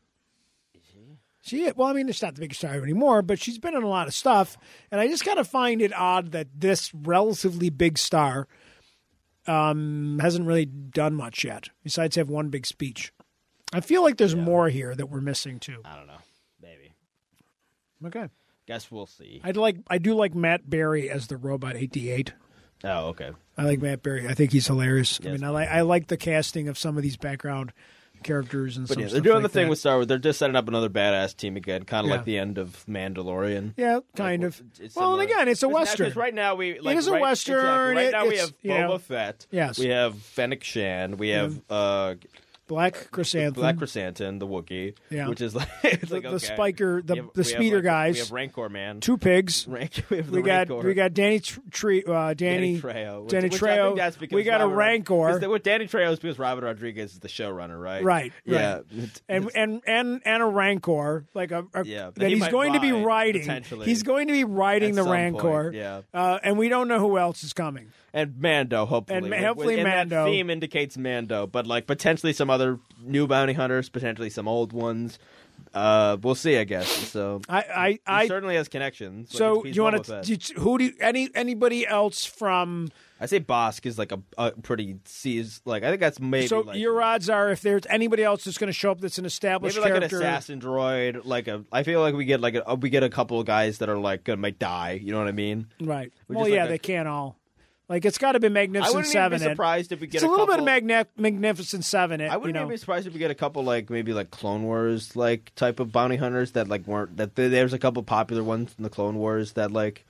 B: She well, I mean, it's not the biggest star anymore, but she's been in a lot of stuff, and I just kind of find it odd that this relatively big star um, hasn't really done much yet, besides have one big speech. I feel like there's more here that we're missing too.
C: I don't know. Maybe.
B: Okay,
C: Guess we'll see.
B: I'd like I do like Matt Berry as the robot eighty eight.
C: Oh, okay.
B: I like Matt Berry. I think he's hilarious. I
C: Yes.
B: mean, I like I like the casting of some of these background characters and
C: But
B: some
C: yeah, they're
B: stuff
C: doing
B: like
C: the thing
B: that.
C: with Star Wars. They're just setting up another badass team again, kind of
B: Yeah.
C: like the end of Mandalorian.
B: yeah, kind of.
C: It's
B: Well, and
C: similar.
B: again, it's a
C: 'Cause now- 'cause
B: western.
C: right now we like
B: is a
C: right-
B: western,
C: exactly. Right
B: it-
C: now we
B: it's-
C: have
B: you
C: Boba
B: know.
C: Fett.
B: Yes.
C: We have Fennec Shan. We have uh,
B: Black Chrysanthemum.
C: Black Chrysanthemum, the Wookiee.
B: Yeah.
C: Which is like, it's
B: The-
C: like
B: the
C: okay.
B: spiker- the-
C: We have-
B: the
C: we have,
B: speeder
C: like-
B: guys.
C: We have Rancor man.
B: Two pigs.
C: Rank. We have the
B: We got
C: Rancor.
B: we got Danny Tr- Tre- uh, Danny
C: Danny Trejo. Which,
B: Danny
C: which I
B: Trejo.
C: think that's because
B: we got a
C: Robert-
B: Rancor.
C: because they- With Danny Trejo is because Robert Rodriguez is the showrunner, right?
B: Right,
C: Yeah.
B: right. and and and and a rancor like a, a-
C: Yeah, that
B: that
C: he
B: he's
C: might
B: going to be
C: ride,
B: riding.
C: potentially,
B: He's going to be riding
C: at
B: the
C: some
B: rancor.
C: point, yeah.
B: uh, and we don't know who else is coming.
C: and Mando, hopefully.
B: And ma-
C: With-
B: hopefully
C: and
B: Mando.
C: That theme indicates Mando, but like potentially some other new bounty hunters, potentially some old ones. Uh, we'll see, I guess. So
B: I I,
C: he
B: I
C: certainly has connections. Like,
B: so
C: he's- he's
B: you want
C: Boba Fett.
B: to who do you, any anybody else from
C: I say Bosk is like a, a pretty sees like I think that's maybe
B: So
C: like,
B: your odds are if there's anybody else that's going to show up that's an established
C: Maybe like
B: character,
C: an assassin droid, like a. I feel like we get like a, we get a couple of guys that are like gonna might die. You know what I mean?
B: right?
C: We're
B: Well,
C: just like
B: yeah,
C: a-
B: they can't all. Like it's got to be
C: I
B: Magnificent
C: wouldn't even be
B: Seven. it.
C: surprised if we get
B: It's a little
C: couple,
B: bit of Magne- Magnificent Seven. It,
C: I wouldn't
B: you
C: even
B: know.
C: be surprised if we get a couple like maybe like Clone Wars like type of bounty hunters that like weren't that th- there's a couple popular ones in the Clone Wars that like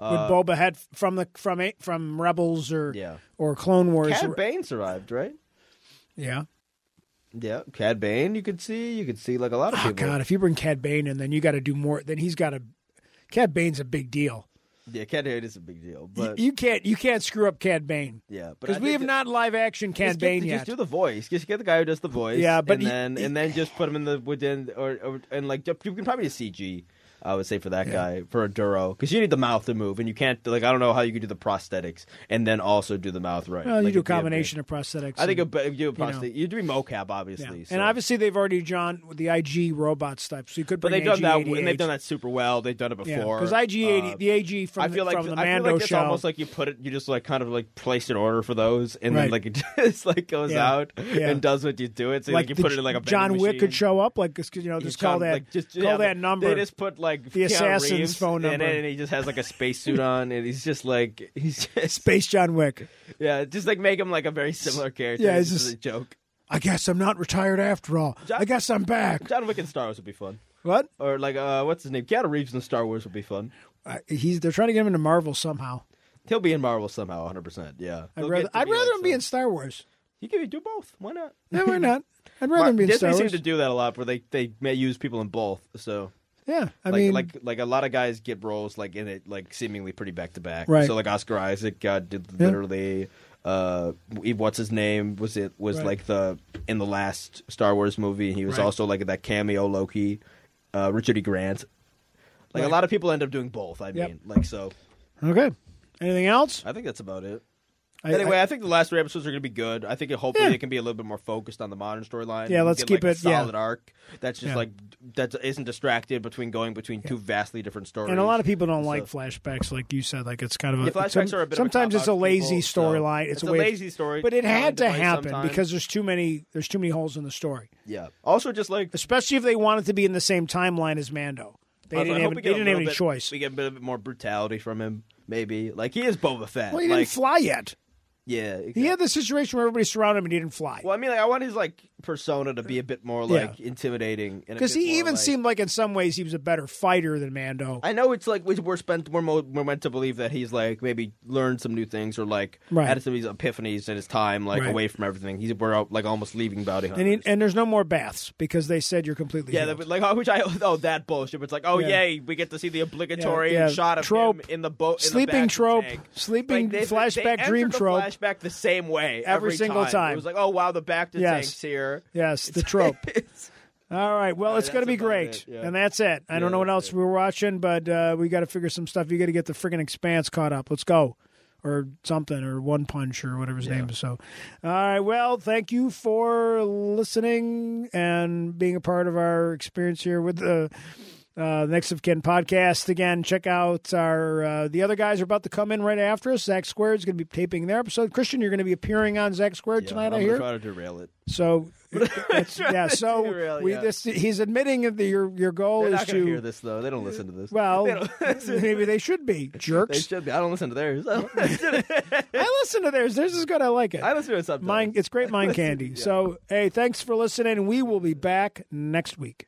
B: Would Boba had from the from it from Rebels or
C: Yeah.
B: or Clone Wars?
C: Cad
B: or-
C: Bane survived, right?
B: yeah.
C: Yeah, Cad Bane. You could see, you could see like a lot of
B: Oh
C: people.
B: God, if you bring Cad Bane in, then you got to do more. Then he's got to. Cad Bane's a big deal.
C: Yeah, Cad Bane is a big deal,
B: Y-
C: but
B: you, can't you can't screw up Cad Bane
C: yeah, but I
B: because we
C: think
B: have
C: that-
B: not live action Cad
C: just get-
B: Bane
C: just
B: yet.
C: do the voice. Just get the guy who does the voice.
B: Yeah, but
C: and
B: he-
C: then and then just put him in the within or, or and like you can probably just CG. I would say for that guy for a Duro because you need the mouth to move and you can't like I don't know how you could do the prosthetics and then also do the mouth right.
B: Well, you
C: Like,
B: do a
C: it'd be bit-
B: combination of prosthetics.
C: I think
B: and-
C: a, you do a prosthetic. You, do mocap obviously,
B: Yeah.
C: so-
B: And obviously, they've already E drawn with the IG robot stuff, so you could.
C: but
B: Bring
C: they've done that
B: IG-88.
C: and they've done that super well. They've done it before
B: because IG eighty,
C: Uh,
B: the AG from
C: I
B: the,
C: feel like
B: from the
C: I feel
B: Mando
C: like it's
B: show.
C: almost like you put it, you just like kind of like place an order for those, and then
B: Right.
C: like it just like goes
B: Yeah.
C: out
B: Yeah.
C: and does what you do it. So like, you
B: the
C: put it in like a vending
B: John Wick
C: machine.
B: could show up, like 'cause, you know,
C: You
B: just call
C: come,
B: that
C: like, just,
B: call
C: yeah,
B: that
C: they-
B: number.
C: They just put like
B: The
C: Keanu
B: assassin's
C: Reeves,
B: phone
C: and
B: number.
C: then he just has like a spacesuit on, and he's just like he's just
B: Space John Wick.
C: yeah, just like make him like a very similar character.
B: Yeah, it's
C: just
B: just-
C: as a joke.
B: I guess I'm not retired after all. I guess I'm back.
C: John Wick and Star Wars would be fun,
B: What?
C: or like uh, what's his name? Keanu Reeves and Star Wars would be fun.
B: Uh, he's they're trying to get him into Marvel somehow.
C: He'll be in Marvel somehow, hundred percent. Yeah,
B: I'd rather I'd rather him be in Star Wars.
C: You can do both. Why not?
B: Yeah, why not? I'd rather him be in
C: Disney
B: Star
C: seems
B: Wars.
C: to do that a lot, where they they may use people in both. So
B: yeah, I
C: like
B: mean,
C: like like a lot of guys get roles like in it like seemingly pretty back to back.
B: Right.
C: So like Oscar Isaac got did
B: Yeah.
C: literally uh w- what's his name was it was
B: Right.
C: like the in the last Star Wars movie and he was
B: Right.
C: also like that cameo Loki uh Richard E Grant. Like
B: Right.
C: a lot of people end up doing both, I
B: Yep.
C: mean. Like so
B: okay. Anything else?
C: I think that's about it.
B: I-
C: anyway,
B: I-
C: I, think the last three episodes are going to be good. I think it, hopefully
B: Yeah.
C: it can be a little bit more focused on the modern storyline.
B: Yeah,
C: We
B: let's
C: get,
B: keep
C: like, a
B: it- yeah.
C: solid arc that's just
B: Yeah.
C: like that isn't distracted between going between two vastly different stories.
B: and a lot of people don't
C: So-
B: like flashbacks, like you said. Like it's kind of a
C: Yeah, flashbacks
B: some-
C: are a bit of a
B: sometimes it's a
C: cop-out
B: lazy
C: people, so
B: storyline. It's,
C: it's
B: a,
C: a
B: way-
C: lazy story
B: but it had to
C: device
B: happen
C: sometimes.
B: because there's too many there's too many holes in the story,
C: yeah. Also, just like
B: especially if they wanted to be in the same timeline as Mando. They
C: I
B: didn't
C: hope
B: have,
C: we
B: they
C: get a
B: didn't have
C: little
B: any
C: bit-
B: choice.
C: We get a bit, a bit more brutality from him, maybe. Like he is Boba Fett.
B: well, he didn't
C: like,
B: fly yet.
C: yeah,
B: He
C: exactly.
B: had the situation where everybody surrounded him and he didn't fly.
C: Well, I mean, like I want his like persona to be a bit more
B: Yeah.
C: like intimidating, and a
B: Because
C: bit
B: he
C: more,
B: even
C: like-
B: seemed like in some ways he was a better fighter than Mando.
C: I know it's like we- we're spent we're, mo- we're meant to believe that he's like maybe learned some new things or like
B: Right.
C: had some of these epiphanies in his time like
B: Right.
C: away from everything. He's we're out, like almost leaving bounty hunters.
B: and, he, and there's no more baths because they said you're completely
C: yeah,
B: healed.
C: that, like oh, which I oh that bullshit. It's like oh
B: Yeah.
C: yay, we get to see the obligatory
B: Yeah, yeah.
C: shot of
B: Trope.
C: him in the boat, in the
B: Sleeping
C: back of the
B: trope.
C: tank.
B: Sleeping
C: Like, they- they-
B: flashback
C: they
B: dream
C: entered the
B: trope.
C: Flashback the same way
B: Every
C: every,
B: single time.
C: It was like oh wow, the back to
B: Yes.
C: tanks here.
B: yes, the trope. All right. Well, it's
C: that's
B: going to be
C: about
B: great.
C: it, yeah.
B: And that's it. I don't
C: Yeah,
B: know what else
C: that's it.
B: we're watching, but uh, we got to figure some stuff. You got to get the friggin' expanse caught up. Let's go. Or something, or One Punch, or whatever his name is. So, all right. Well, thank you for listening and being a part of our experience here with the. Uh, Next of Kin podcast again. Check out our uh, the other guys are about to come in right after us. Zach Squared is going to be taping their episode. Christian, you're going to be appearing on Zach Squared tonight.
C: I'm
B: I
C: gonna
B: hear.
C: try to derail it.
B: So it's- yeah, so
C: derail,
B: we
C: yeah.
B: this he's admitting that your your goal is
C: They're not
B: to
C: gonna hear this though. They don't listen to this.
B: well
C: They don't-
B: maybe they should be
C: They
B: jerks.
C: should be. I don't listen to theirs. I
B: I listen to theirs. Theirs is good. I like it.
C: listen to it sometimes.
B: Mine, it's great mind candy. So hey, thanks for listening. We will be back next week.